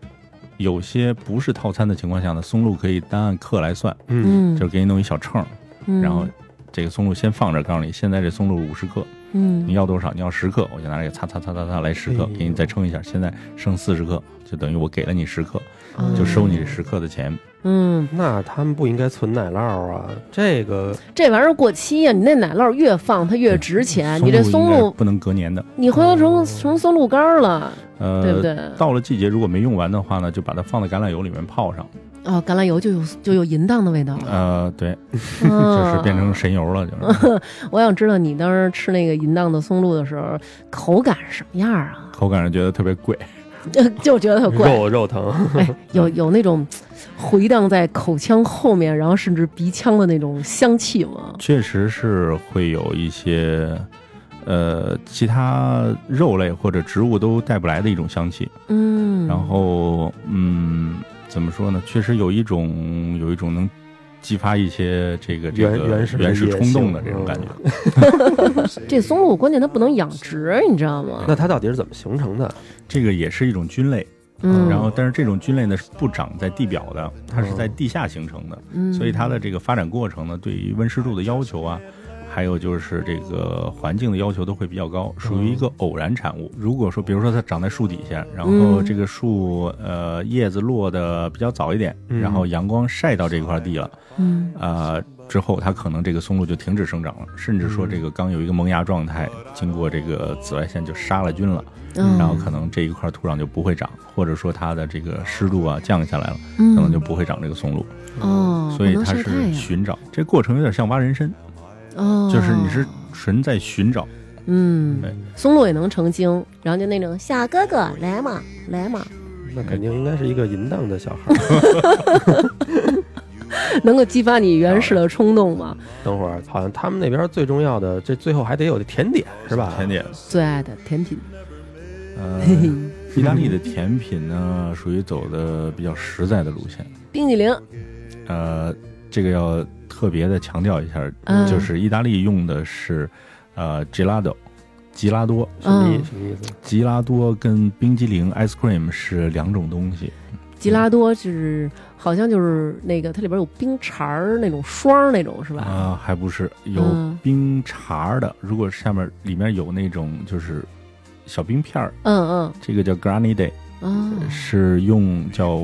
Speaker 2: 有些不是套餐的情况下呢，松露可以单按克来算，
Speaker 3: 嗯，
Speaker 1: 嗯，
Speaker 2: 就是给你弄一小秤儿，
Speaker 1: 嗯
Speaker 2: 然后这个松露先放这儿，告诉你现在这松露五十克，
Speaker 1: 嗯
Speaker 2: 你要多少？你要十克，我就拿这个擦擦擦擦擦来十克
Speaker 3: 哎，呦
Speaker 2: 给你再称一下，现在剩四十克，就等于我给了你十克，
Speaker 1: 哦
Speaker 2: 嗯就收你这十克的钱。
Speaker 1: 嗯，
Speaker 3: 那他们不应该存奶酪啊，这个
Speaker 1: 这玩意儿过期呀，你那奶酪越放它越值钱，嗯啊你这松
Speaker 2: 应该是
Speaker 1: 露
Speaker 2: 不能隔年的，
Speaker 1: 你回头成成松露干儿了，
Speaker 2: 呃，
Speaker 1: 对不对？
Speaker 2: 到了季节如果没用完的话呢，就把它放在橄榄油里面泡上，
Speaker 1: 哦，橄榄油就有就有淫荡的味道 了，
Speaker 2: 呃，对，就
Speaker 1: 嗯
Speaker 2: 是变成神油 了，就是
Speaker 1: 我想知道你当时吃那个淫荡的松露的时候，口感是什么样啊？
Speaker 2: 口感上觉得特别贵。
Speaker 1: 就觉得特怪，
Speaker 3: 肉肉疼，
Speaker 1: 哎，有有那种回荡在口腔后面，然后甚至鼻腔的那种香气吗？
Speaker 2: 确实是会有一些，呃，其他肉类或者植物都带不来的一种香气。
Speaker 1: 嗯，
Speaker 2: 然后，嗯，怎么说呢？确实有一种有一种能激发一些这个这个
Speaker 3: 原原始的
Speaker 2: 原始
Speaker 3: 野
Speaker 2: 冲动
Speaker 3: 性嗯
Speaker 2: 的这种感觉。
Speaker 1: 这松露关键它不能养殖，你知道吗？
Speaker 3: 那它到底是怎么形成的？
Speaker 2: 这个也是一种菌类，
Speaker 1: 嗯，
Speaker 2: 然后但是这种菌类呢是不长在地表的，它是在
Speaker 3: 嗯
Speaker 2: 地下形成的，
Speaker 1: 嗯
Speaker 2: 所以它的这个发展过程呢，对于温湿度的要求啊。还有就是这个环境的要求都会比较
Speaker 1: 哦
Speaker 2: 高，属于一个偶然产物。如果说，比如说它长在树底下，然后
Speaker 1: 嗯
Speaker 2: 这个树呃叶子落的比较早一点，
Speaker 3: 嗯
Speaker 2: 然后阳光晒到这块地了，
Speaker 1: 嗯
Speaker 2: 呃，之后它可能这个松露就停止生长了，甚至说
Speaker 1: 嗯
Speaker 2: 这个刚有一个萌芽状态，经过这个紫外线就杀了菌了，
Speaker 1: 嗯
Speaker 2: 然后可能这一块土壤就不会长，或者说它的这个湿度啊降下来了，
Speaker 1: 嗯
Speaker 2: 可能就不会长这个松露，
Speaker 1: 哦，
Speaker 2: 所以
Speaker 1: 不能
Speaker 2: 它
Speaker 1: 晒太
Speaker 2: 是
Speaker 1: 阳
Speaker 2: 寻找。这过程有点像挖人参，
Speaker 1: 哦，
Speaker 2: 就是你是纯在寻找，
Speaker 1: 嗯
Speaker 2: 对，
Speaker 1: 松露也能成精，然后就那种小哥哥来嘛 来嘛，
Speaker 2: 哎
Speaker 3: 那肯定应该是一个淫荡的小孩儿，
Speaker 1: 能够激发你原始的冲动吗？
Speaker 3: 等会儿好像他们那边最重要的，这最后还得有甜点是吧？
Speaker 2: 甜点，
Speaker 1: 最爱的甜品，
Speaker 2: 呃，意大利的甜品呢，属于走的比较实在的路线。
Speaker 1: 冰激凌，
Speaker 2: 呃，这个要特别的强调一下，
Speaker 1: 嗯
Speaker 2: 就是意大利用的是呃 gelato，吉拉多，
Speaker 3: 什么意
Speaker 1: 嗯
Speaker 3: 什么意思？
Speaker 2: 吉拉多跟冰激凌 ice cream 是两种东西。
Speaker 1: 吉拉多就是好像就是那个它里边有冰碴儿那种霜儿那种是吧？
Speaker 2: 啊、还不是有
Speaker 1: 嗯
Speaker 2: 冰碴儿的。如果下面里面有那种就是小冰片儿，
Speaker 1: 嗯
Speaker 2: 这个叫 granny day，
Speaker 1: 嗯啊
Speaker 2: 是用叫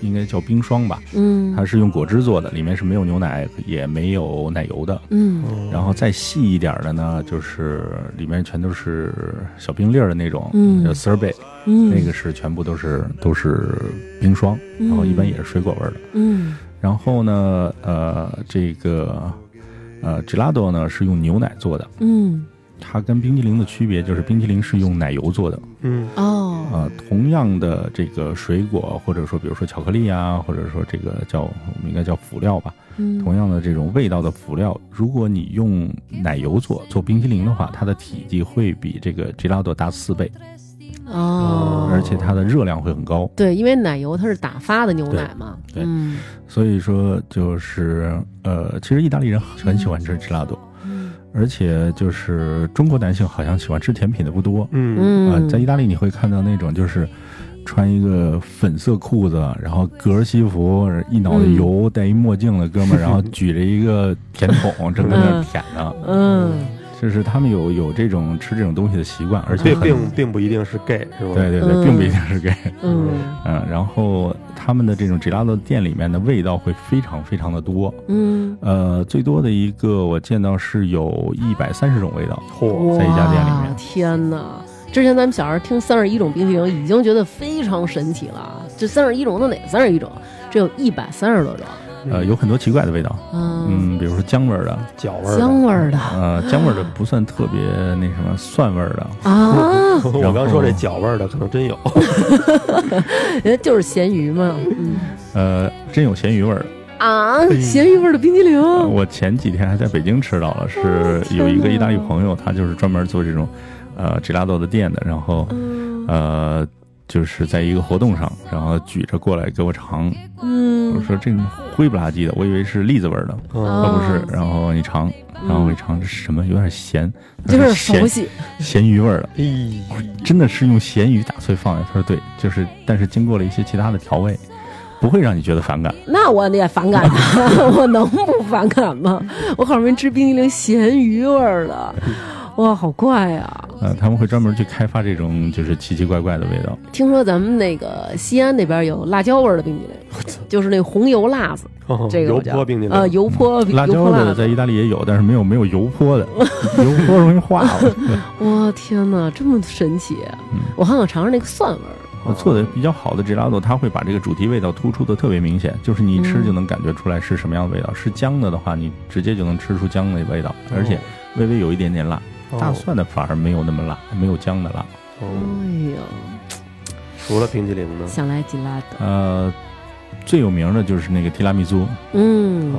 Speaker 2: 应该叫冰霜吧，它
Speaker 1: 嗯
Speaker 2: 是用果汁做的，里面是没有牛奶也没有奶油的。
Speaker 1: 嗯
Speaker 2: 然后再细一点儿的呢，就是里面全都是小冰粒儿的那种，
Speaker 1: 嗯
Speaker 2: 叫 sorbet，、
Speaker 1: 嗯，
Speaker 2: 那个是全部都是都是冰霜，
Speaker 1: 嗯
Speaker 2: 然后一般也是水果味儿的。
Speaker 1: 嗯
Speaker 2: 然后呢，呃，这个呃 gelato 呢是用牛奶做的，
Speaker 1: 嗯
Speaker 2: 它跟冰激凌的区别就是冰激凌是用奶油做的，
Speaker 3: 嗯，
Speaker 1: 哦
Speaker 2: 啊，同样的这个水果或者说比如说巧克力啊，或者说这个叫我们应该叫辅料吧，
Speaker 1: 嗯
Speaker 2: 同样的这种味道的辅料，如果你用奶油做做冰淇淋的话，它的体积会比这个 gelato 大四倍，
Speaker 1: 哦，
Speaker 2: 而且它的热量会很高。
Speaker 1: 对，因为奶油它是打发的牛
Speaker 2: 对
Speaker 1: 奶嘛，
Speaker 2: 对
Speaker 1: 嗯
Speaker 2: 所以说就是呃，其实意大利人很喜欢吃 gelato，而
Speaker 1: 嗯
Speaker 2: 且就是中国男性好像喜欢吃甜品的不多
Speaker 3: 嗯
Speaker 2: 啊、
Speaker 1: 嗯，
Speaker 2: 在意大利你会看到那种就是。穿一个粉色裤子，然后格儿西服，一脑
Speaker 1: 嗯
Speaker 2: 袋油，戴一墨镜的哥们儿，然后举着一个甜筒，正在那儿舔呢。
Speaker 1: 嗯
Speaker 2: 就是他们有有这种吃这种东西的习惯，而且
Speaker 3: 并
Speaker 2: 很
Speaker 3: 并并不一定是 gay 是吧？
Speaker 2: 对，对对，
Speaker 1: 嗯
Speaker 2: 并不一定是 gay，
Speaker 1: 嗯
Speaker 2: 嗯，然后他们的这种 gelato 店里面的味道会非常非常的多，
Speaker 1: 嗯，
Speaker 2: 呃，最多的一个我见到是有一百三十种味道，
Speaker 3: 嚯，
Speaker 2: 在一家店里
Speaker 1: 哇
Speaker 2: 面
Speaker 1: 天哪！之前咱们小时候听三十一种冰淇淋，已经觉得非常神奇了。啊这三十一种的哪三十一种？这有一百三十多种。
Speaker 2: 呃，有很多奇怪的味道，
Speaker 1: 嗯，
Speaker 2: 嗯，比如说姜味儿的，
Speaker 3: 脚味儿的
Speaker 1: 香味儿的
Speaker 2: 呃，姜味儿的不算特别那什么，蒜味儿的，
Speaker 1: 啊，
Speaker 3: 我刚说
Speaker 2: 哦
Speaker 3: 这脚味儿的可能真有，
Speaker 1: 人家就是咸鱼嘛。嗯
Speaker 2: 呃，真有咸鱼味儿的。哎
Speaker 1: 啊，咸鱼味儿的冰淇淋。
Speaker 2: 呃我前几天还在北京吃到了，是有一个意大利朋友，他就是专门做这种呃 gelato 的店的，然后
Speaker 1: 嗯
Speaker 2: 呃就是在一个活动上，然后举着过来给我尝，我
Speaker 1: 嗯
Speaker 2: 说这种灰不拉几的，我以为是栗子味儿的，
Speaker 1: 啊
Speaker 2: 它不是，然后你尝，然后我一尝这是什么有点咸，它
Speaker 1: 就是熟
Speaker 2: 咸
Speaker 1: 悉。
Speaker 2: 咸鱼味儿的，
Speaker 3: 咦，
Speaker 2: 真的是用咸鱼打碎放的。他说对，就是但是经过了一些其他的调味，不会让你觉得反感。
Speaker 1: 那我也反感啊， 我能不反感吗？我好不容易吃冰激凌，咸鱼味儿的，哇，好怪啊呀、
Speaker 2: 呃，他们会专门去开发这种就是奇奇怪怪的味道。
Speaker 1: 听说咱们那个西安那边有辣椒味儿的冰激 凌，就是那红油辣子， 这个
Speaker 3: 油
Speaker 1: 我叫
Speaker 3: 泼冰淇
Speaker 1: 呃，
Speaker 3: 淋，
Speaker 1: 哦油泼
Speaker 2: 辣
Speaker 1: 油
Speaker 2: 椒
Speaker 1: 泼
Speaker 2: 的在
Speaker 1: 子。
Speaker 2: 意大利也有，但是没有没有油泼的，油泼容易化了。
Speaker 1: 哇，天哪，这么神奇！啊
Speaker 3: 嗯
Speaker 1: 我还想尝尝那个蒜味儿。
Speaker 2: 我做的比较好的 gelato，它会把这个主题味道突出的特别明显，就是你一吃就能感觉出来是什么样的味道。是姜的的话，你直接就能吃出姜的味道，而且微微有一点点辣。
Speaker 3: 哦
Speaker 2: 大蒜的反而没有那么辣，没有姜的辣。
Speaker 3: 哦
Speaker 1: 哎呦，
Speaker 3: 除了冰淇淋呢？
Speaker 1: 想来吉拉德。
Speaker 2: 呃，最有名的就是那个提拉米苏，
Speaker 1: 嗯
Speaker 3: 哦，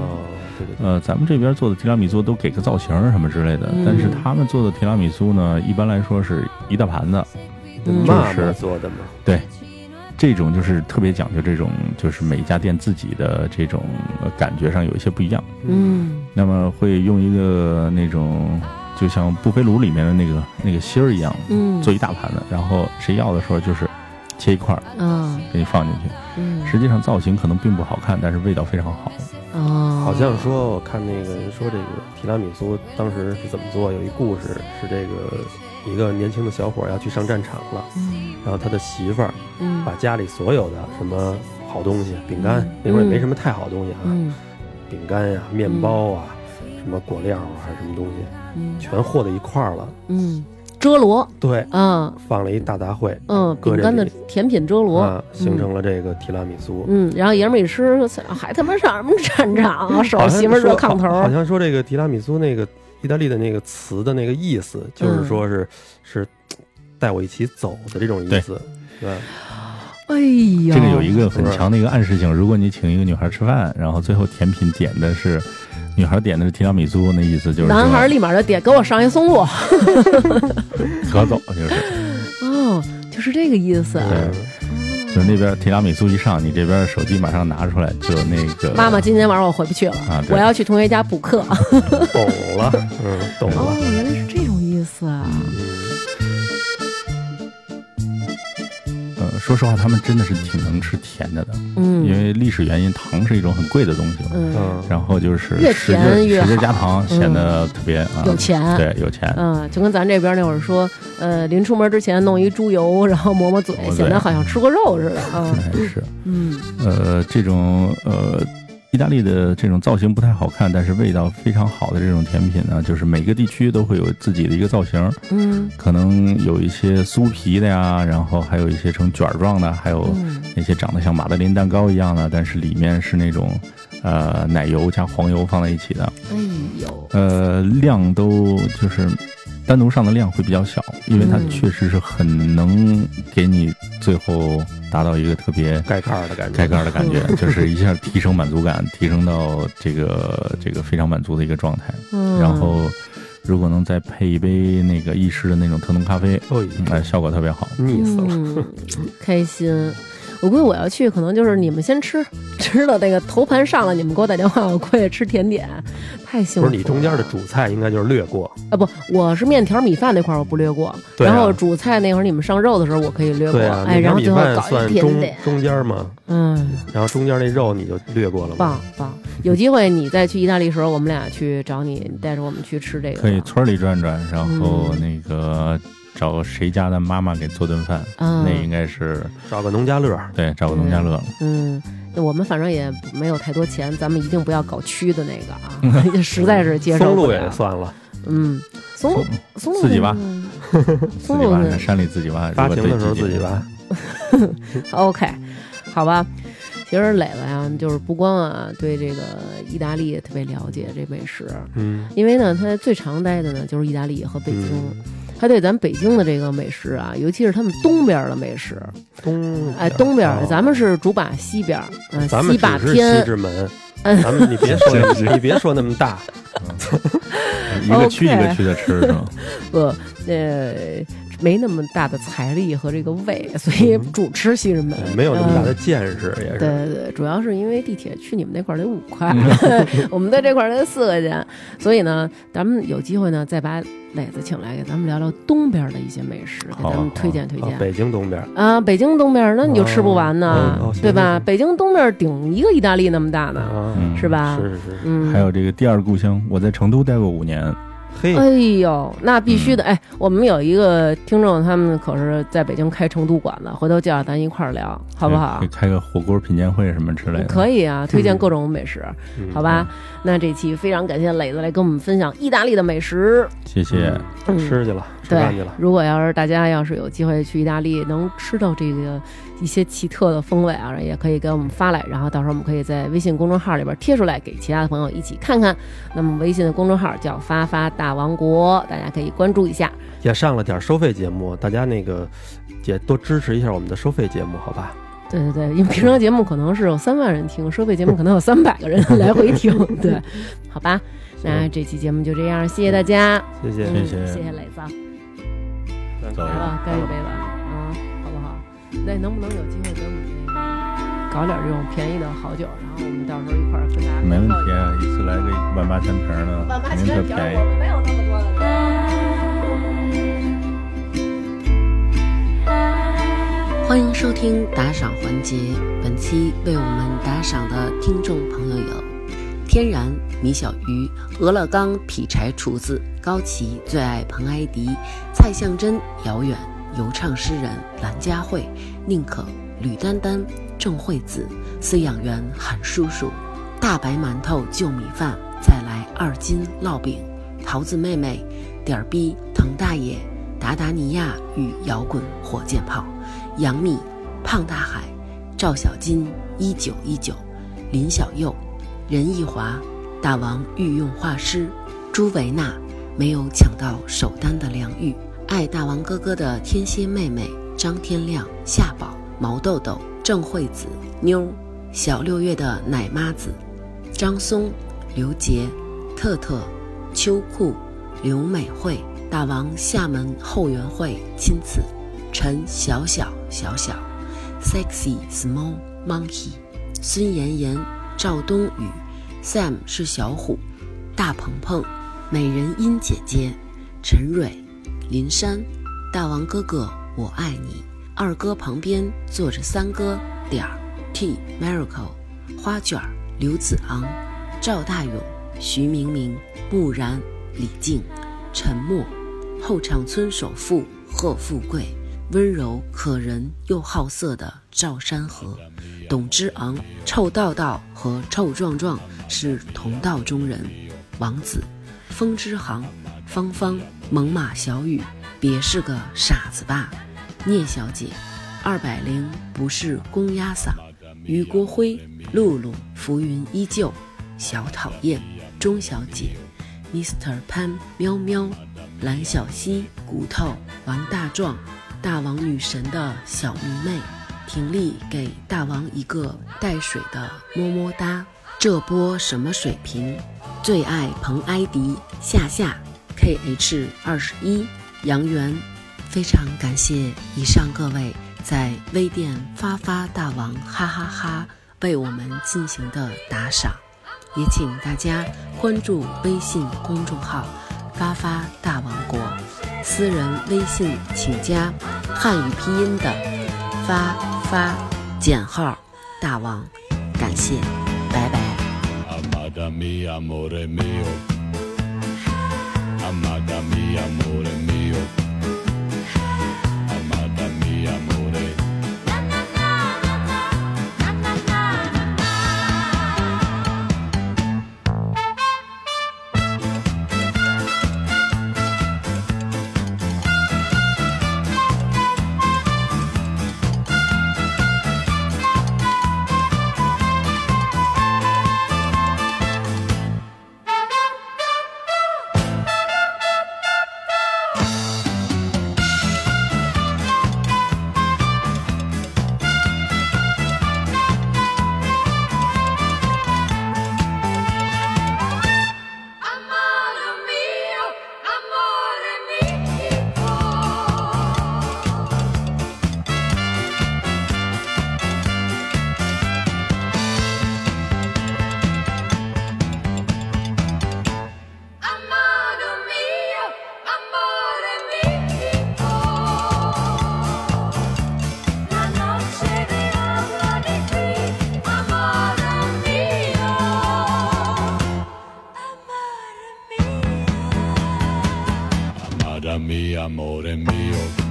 Speaker 3: 对对对，
Speaker 2: 呃，咱们这边做的提拉米苏都给个造型儿什么之类的，
Speaker 1: 嗯
Speaker 2: 但是他们做的提拉米苏呢，一般来说是一大盘子，
Speaker 1: 嗯
Speaker 3: 妈
Speaker 2: 就
Speaker 3: 妈
Speaker 2: 是
Speaker 3: 做的嘛，
Speaker 2: 这种就是特别讲究这种，就是每一家店自己的这种呃感觉上有一些不一样。
Speaker 1: 嗯
Speaker 2: 那么会用一个那种，就像不回炉里面的那个那个芯儿一样，
Speaker 1: 嗯，
Speaker 2: 做一大盘子，然后谁要的时候就是切一块儿
Speaker 1: 啊
Speaker 2: 给你放进去。
Speaker 1: 嗯
Speaker 2: 实际上造型可能并不好看，但是味道非常好。
Speaker 1: 啊，
Speaker 3: 好像说，我看那个人说这个提拉米苏当时是怎么做，有一故事是这个一个年轻的小伙儿要去上战场了，然后他的媳妇儿
Speaker 1: 嗯
Speaker 3: 把家里所有的什么好东西，饼干，那会儿也没什么太好东西啊，
Speaker 1: 嗯
Speaker 3: 饼干呀、面包啊、什么果料啊，还是什么东西，
Speaker 1: 嗯
Speaker 3: 全和在一块儿了。
Speaker 1: 嗯，遮罗
Speaker 3: 对，
Speaker 1: 啊，
Speaker 3: 放了一大杂烩，
Speaker 1: 嗯，
Speaker 3: 搁
Speaker 1: 饼
Speaker 3: 这
Speaker 1: 干的
Speaker 3: 里
Speaker 1: 甜品遮罗、
Speaker 3: 啊，形成了这个提拉米苏。
Speaker 1: 嗯，然后爷们儿一吃，操还他妈上什么战场啊？手
Speaker 3: 好像
Speaker 1: 媳妇儿热
Speaker 3: 说
Speaker 1: 炕头
Speaker 3: 好，好
Speaker 1: 儿，
Speaker 3: 像说这个提拉米苏那个意大利的那个词的那个意思，
Speaker 1: 嗯
Speaker 3: 就是说是、是带我一起走的这种意思。对，
Speaker 1: 哎哎呀，
Speaker 2: 这个有一个很强的一个暗示性，如果你请一个女孩吃饭，然后最后甜品点的是女孩点的是提拉米苏，那意思就是
Speaker 1: 男孩立马就点给我上一松露，
Speaker 2: 可走就是
Speaker 1: 哦，就是这个意思。
Speaker 2: 对就是那边提拉米苏一上，你这边手机马上拿出来就那个
Speaker 1: 妈妈，今天晚上我回不去了，
Speaker 2: 啊对
Speaker 1: 我要去同学家补课。
Speaker 3: 懂了，嗯，懂
Speaker 1: 哦
Speaker 3: 了。，
Speaker 1: 原来是这种意思啊！
Speaker 2: 呃，说实话，他们真的是挺能吃甜的的，因
Speaker 1: 嗯
Speaker 2: 为历史原因，糖是一种很贵的东西嘛。
Speaker 1: 嗯，
Speaker 3: 嗯，
Speaker 2: 然后就是
Speaker 1: 越
Speaker 2: 使劲
Speaker 1: 甜越好嗯
Speaker 2: 使劲加糖，显得特别啊
Speaker 1: 有钱。
Speaker 2: 对，有钱。
Speaker 1: 嗯，就跟咱这边那会儿说，呃，临出门之前弄一猪油，然后抹抹嘴
Speaker 2: 抹，嘴
Speaker 1: 显得好像吃过肉似的啊。
Speaker 2: 哎是，
Speaker 1: 嗯，
Speaker 2: 呃，这种呃，意大利的这种造型不太好看，但是味道非常好的这种甜品呢，就是每个地区都会有自己的一个造型，
Speaker 1: 嗯
Speaker 2: 可能有一些酥皮的呀，然后还有一些成卷儿状的，还有
Speaker 1: 嗯
Speaker 2: 那些长得像马德琳蛋糕一样的，但是里面是那种呃奶油加黄油放在一起的，
Speaker 1: 哎呦，
Speaker 2: 呃，量都就是单独上的量会比较小，因为它
Speaker 1: 嗯
Speaker 2: 确实是很能给你最后达到一个特别。
Speaker 3: 盖盖儿的感觉，
Speaker 2: 盖盖儿的感觉，
Speaker 1: 嗯
Speaker 2: 就是一下提升满足感， 提升到这个这个非常满足的一个状态。
Speaker 1: 嗯，
Speaker 2: 然后，如果能再配一杯那个意式的那种特浓咖啡，
Speaker 3: 哦，
Speaker 2: 嗯哎，效果特别好。
Speaker 3: 腻死了。
Speaker 1: 嗯，开心。我估计我要去，可能就是你们先吃， 吃了那个头盘上了，你们给我打电话，我过去吃甜点，太幸
Speaker 3: 不
Speaker 1: 福了。
Speaker 3: 是你中间的主菜应该就是略过，
Speaker 1: 啊，不，我是面条米饭那块儿我不略过，
Speaker 3: 对啊
Speaker 1: 然后主菜那会儿你们上肉的时候我可以略过，
Speaker 3: 对啊，
Speaker 1: 哎，然后
Speaker 3: 米
Speaker 1: 最后
Speaker 3: 饭
Speaker 1: 搞
Speaker 3: 算
Speaker 1: 一甜
Speaker 3: 中
Speaker 1: 点，
Speaker 3: 中间嘛，
Speaker 1: 嗯，
Speaker 3: 然后中间那肉你就略过了
Speaker 1: 棒
Speaker 3: 嘛。
Speaker 1: 棒。有机会你再去意大利的时候，我们俩去找你，带着我们去吃这个吧。
Speaker 2: 可以村里转转，然后
Speaker 1: 嗯
Speaker 2: 那个找谁家的妈妈给做顿饭，
Speaker 1: 嗯
Speaker 2: 那应该是
Speaker 3: 找个农家乐，
Speaker 2: 对找个农家乐。
Speaker 1: 嗯，我们反正也没有太多钱，咱们一定不要搞区的那个 啊， 实在是接受
Speaker 3: 松
Speaker 1: 不
Speaker 3: 露
Speaker 1: 了
Speaker 3: 也。算了，
Speaker 1: 嗯，松露松
Speaker 2: 松
Speaker 1: 露
Speaker 2: 自己挖
Speaker 1: 嗯
Speaker 2: 自
Speaker 1: 松
Speaker 2: 己
Speaker 1: 露
Speaker 2: 挖，
Speaker 1: 呢
Speaker 2: 山里自己挖。
Speaker 3: 发
Speaker 2: 如
Speaker 3: 情
Speaker 2: 果对
Speaker 3: 的时候
Speaker 2: 季节
Speaker 3: 自己挖。
Speaker 1: OK，好吧。其实磊磊啊，就是不光啊对这个意大利特别了解这美食，
Speaker 3: 嗯，
Speaker 1: 因为呢，他最常待的呢就是意大利和北京，他对咱北京的这个美食啊，尤其是他们东边儿的美食，
Speaker 3: 东
Speaker 1: 哎，东边儿
Speaker 3: 哦
Speaker 1: 咱们是主把西边儿，嗯、
Speaker 3: 咱们
Speaker 1: 西把
Speaker 3: 只是西
Speaker 1: 天，
Speaker 3: 直门，
Speaker 1: 嗯
Speaker 3: 咱们你别说 那么你别说那么大，
Speaker 2: 一个区一
Speaker 1: OK
Speaker 2: 个区的吃是 吗？
Speaker 1: 呃呃，没那么大的财力和这个胃，所以
Speaker 3: 嗯
Speaker 1: 主吃西直门，
Speaker 3: 没有那么大
Speaker 1: 嗯
Speaker 3: 的见识，也是
Speaker 1: 对对对，主要是因为地铁去你们那块儿得五块，
Speaker 3: 嗯
Speaker 1: 我们在这块儿得四块钱，所以呢，咱们有机会呢再把磊子请来，给咱们聊聊东边的一些美食，给
Speaker 2: 好
Speaker 1: 咱们
Speaker 2: 好
Speaker 1: 推荐推
Speaker 3: 哦
Speaker 1: 荐。
Speaker 3: 北京东边，
Speaker 1: 啊，北京东边儿那你就吃不完呢，
Speaker 3: 哦哦哦行
Speaker 1: 对吧？
Speaker 3: 行行
Speaker 1: 北京东边儿顶一个意大利那么大呢，
Speaker 3: 啊
Speaker 2: 嗯
Speaker 1: 是吧？
Speaker 3: 是是是，
Speaker 1: 嗯，
Speaker 2: 还有这个第二故乡，我在成都待过五年，
Speaker 3: 嘿，
Speaker 1: 哎呦，那必须
Speaker 3: 嗯
Speaker 1: 的！哎，我们有一个听众，他们可是在北京开成都馆子，回头叫咱一块儿聊，好不好
Speaker 2: 会？哎开个火锅品鉴会什么之类的。
Speaker 1: 可以啊，推荐各种美食，
Speaker 3: 嗯
Speaker 1: 好吧？那这期非常感谢磊子来跟我们分享意大利的美食。
Speaker 2: 谢谢。
Speaker 1: 嗯
Speaker 3: 吃去了，吃
Speaker 1: 对
Speaker 3: 饭去了，，
Speaker 1: 如果要是大家要是有机会去意大利，能吃到这个一些奇特的风味啊，也可以给我们发来，然后到时候我们可以在微信公众号里边贴出来，给其他的朋友一起看看。那么微信的公众号叫“发发大王国”，大家可以关注一下。
Speaker 3: 也上了点收费节目，大家那个也多支持一下我们的收费节目，好吧？
Speaker 1: 对对对，因为平常节目可能是有三万人听，收费节目可能有三百个人来回听。对，好吧，那这期节目就这样，谢谢大家，
Speaker 3: 谢谢。
Speaker 1: 嗯
Speaker 2: 谢
Speaker 1: 谢谢磊子，
Speaker 2: 走
Speaker 1: 来吧，干一杯吧，啊、嗯好不好？那能不能有机会给我们那个搞点这种便宜的好酒，然后我们到时候一块儿跟大家
Speaker 2: 没问
Speaker 1: 聊
Speaker 2: 题
Speaker 1: 聊
Speaker 2: 啊，一次来个万八千瓶儿的，
Speaker 1: 万八
Speaker 2: 肯定特
Speaker 1: 千条，
Speaker 2: 便宜
Speaker 1: 我。们没有那么多的。
Speaker 6: 欢迎收听打赏环节。本期为我们打赏的听众朋友有：天然、米小鱼、俄勒冈劈柴厨子、高奇最爱彭艾迪、蔡向真、遥远、游唱诗人兰佳慧、宁可、吕丹丹、郑惠子、饲养员喊叔叔、大白馒头就米饭，再来二斤烙饼、桃子妹妹、点儿逼、滕大爷、达达尼亚与摇滚火箭炮。杨幂、胖大海、赵小金、一九一九、林小佑、任奕华、大王御用画师、朱维娜，没有抢到首单的梁玉，爱大王哥哥的天蝎妹妹张天亮、夏宝、毛豆豆、郑惠子、妞儿、小六月的奶妈子、张松、刘杰、特特、秋裤、刘美惠、大王厦门后援会亲子、陈小小小小、Sexy Small Monkey、孙妍妍、赵冬雨、Sam 是小虎、大鹏鹏、美人音姐姐、陈蕊、林珊、大王哥哥，我爱你。二哥旁边坐着三哥点儿 T Miracle 花卷儿刘子昂、赵大勇、徐明明、木然、李静、沉默、后场村首富贺富贵、温柔可人又好色的赵山河、董之昂、臭道道和臭壮壮是同道中人，王子、风之航、芳芳、猛犸小雨，别是个傻子吧。聂小姐，二百零不是公鸭嗓，于国辉，露露，浮云依旧，小讨厌，钟小姐，Mr. 潘喵喵，蓝小溪，骨头，王大壮，大王女神的小迷妹，婷丽给大王一个带水的么么哒，这波什么水平？最爱彭埃迪，夏夏，KH 二十一，杨元，非常感谢以上各位在微店发发大王哈哈哈为我们进行的打赏，也请大家关注微信公众号“发发大王国”，私人微信请加汉语拼音的“发发”减号大王，感谢，拜拜。
Speaker 7: Amada mia, amore mio. Amada mia, amore mio. Amada mia, amore.
Speaker 8: Amore mio, amore mio. Amore mio, amore mio. La noche verrà di qui, amore mio. Amore mio.
Speaker 7: Amada mia, amore mio.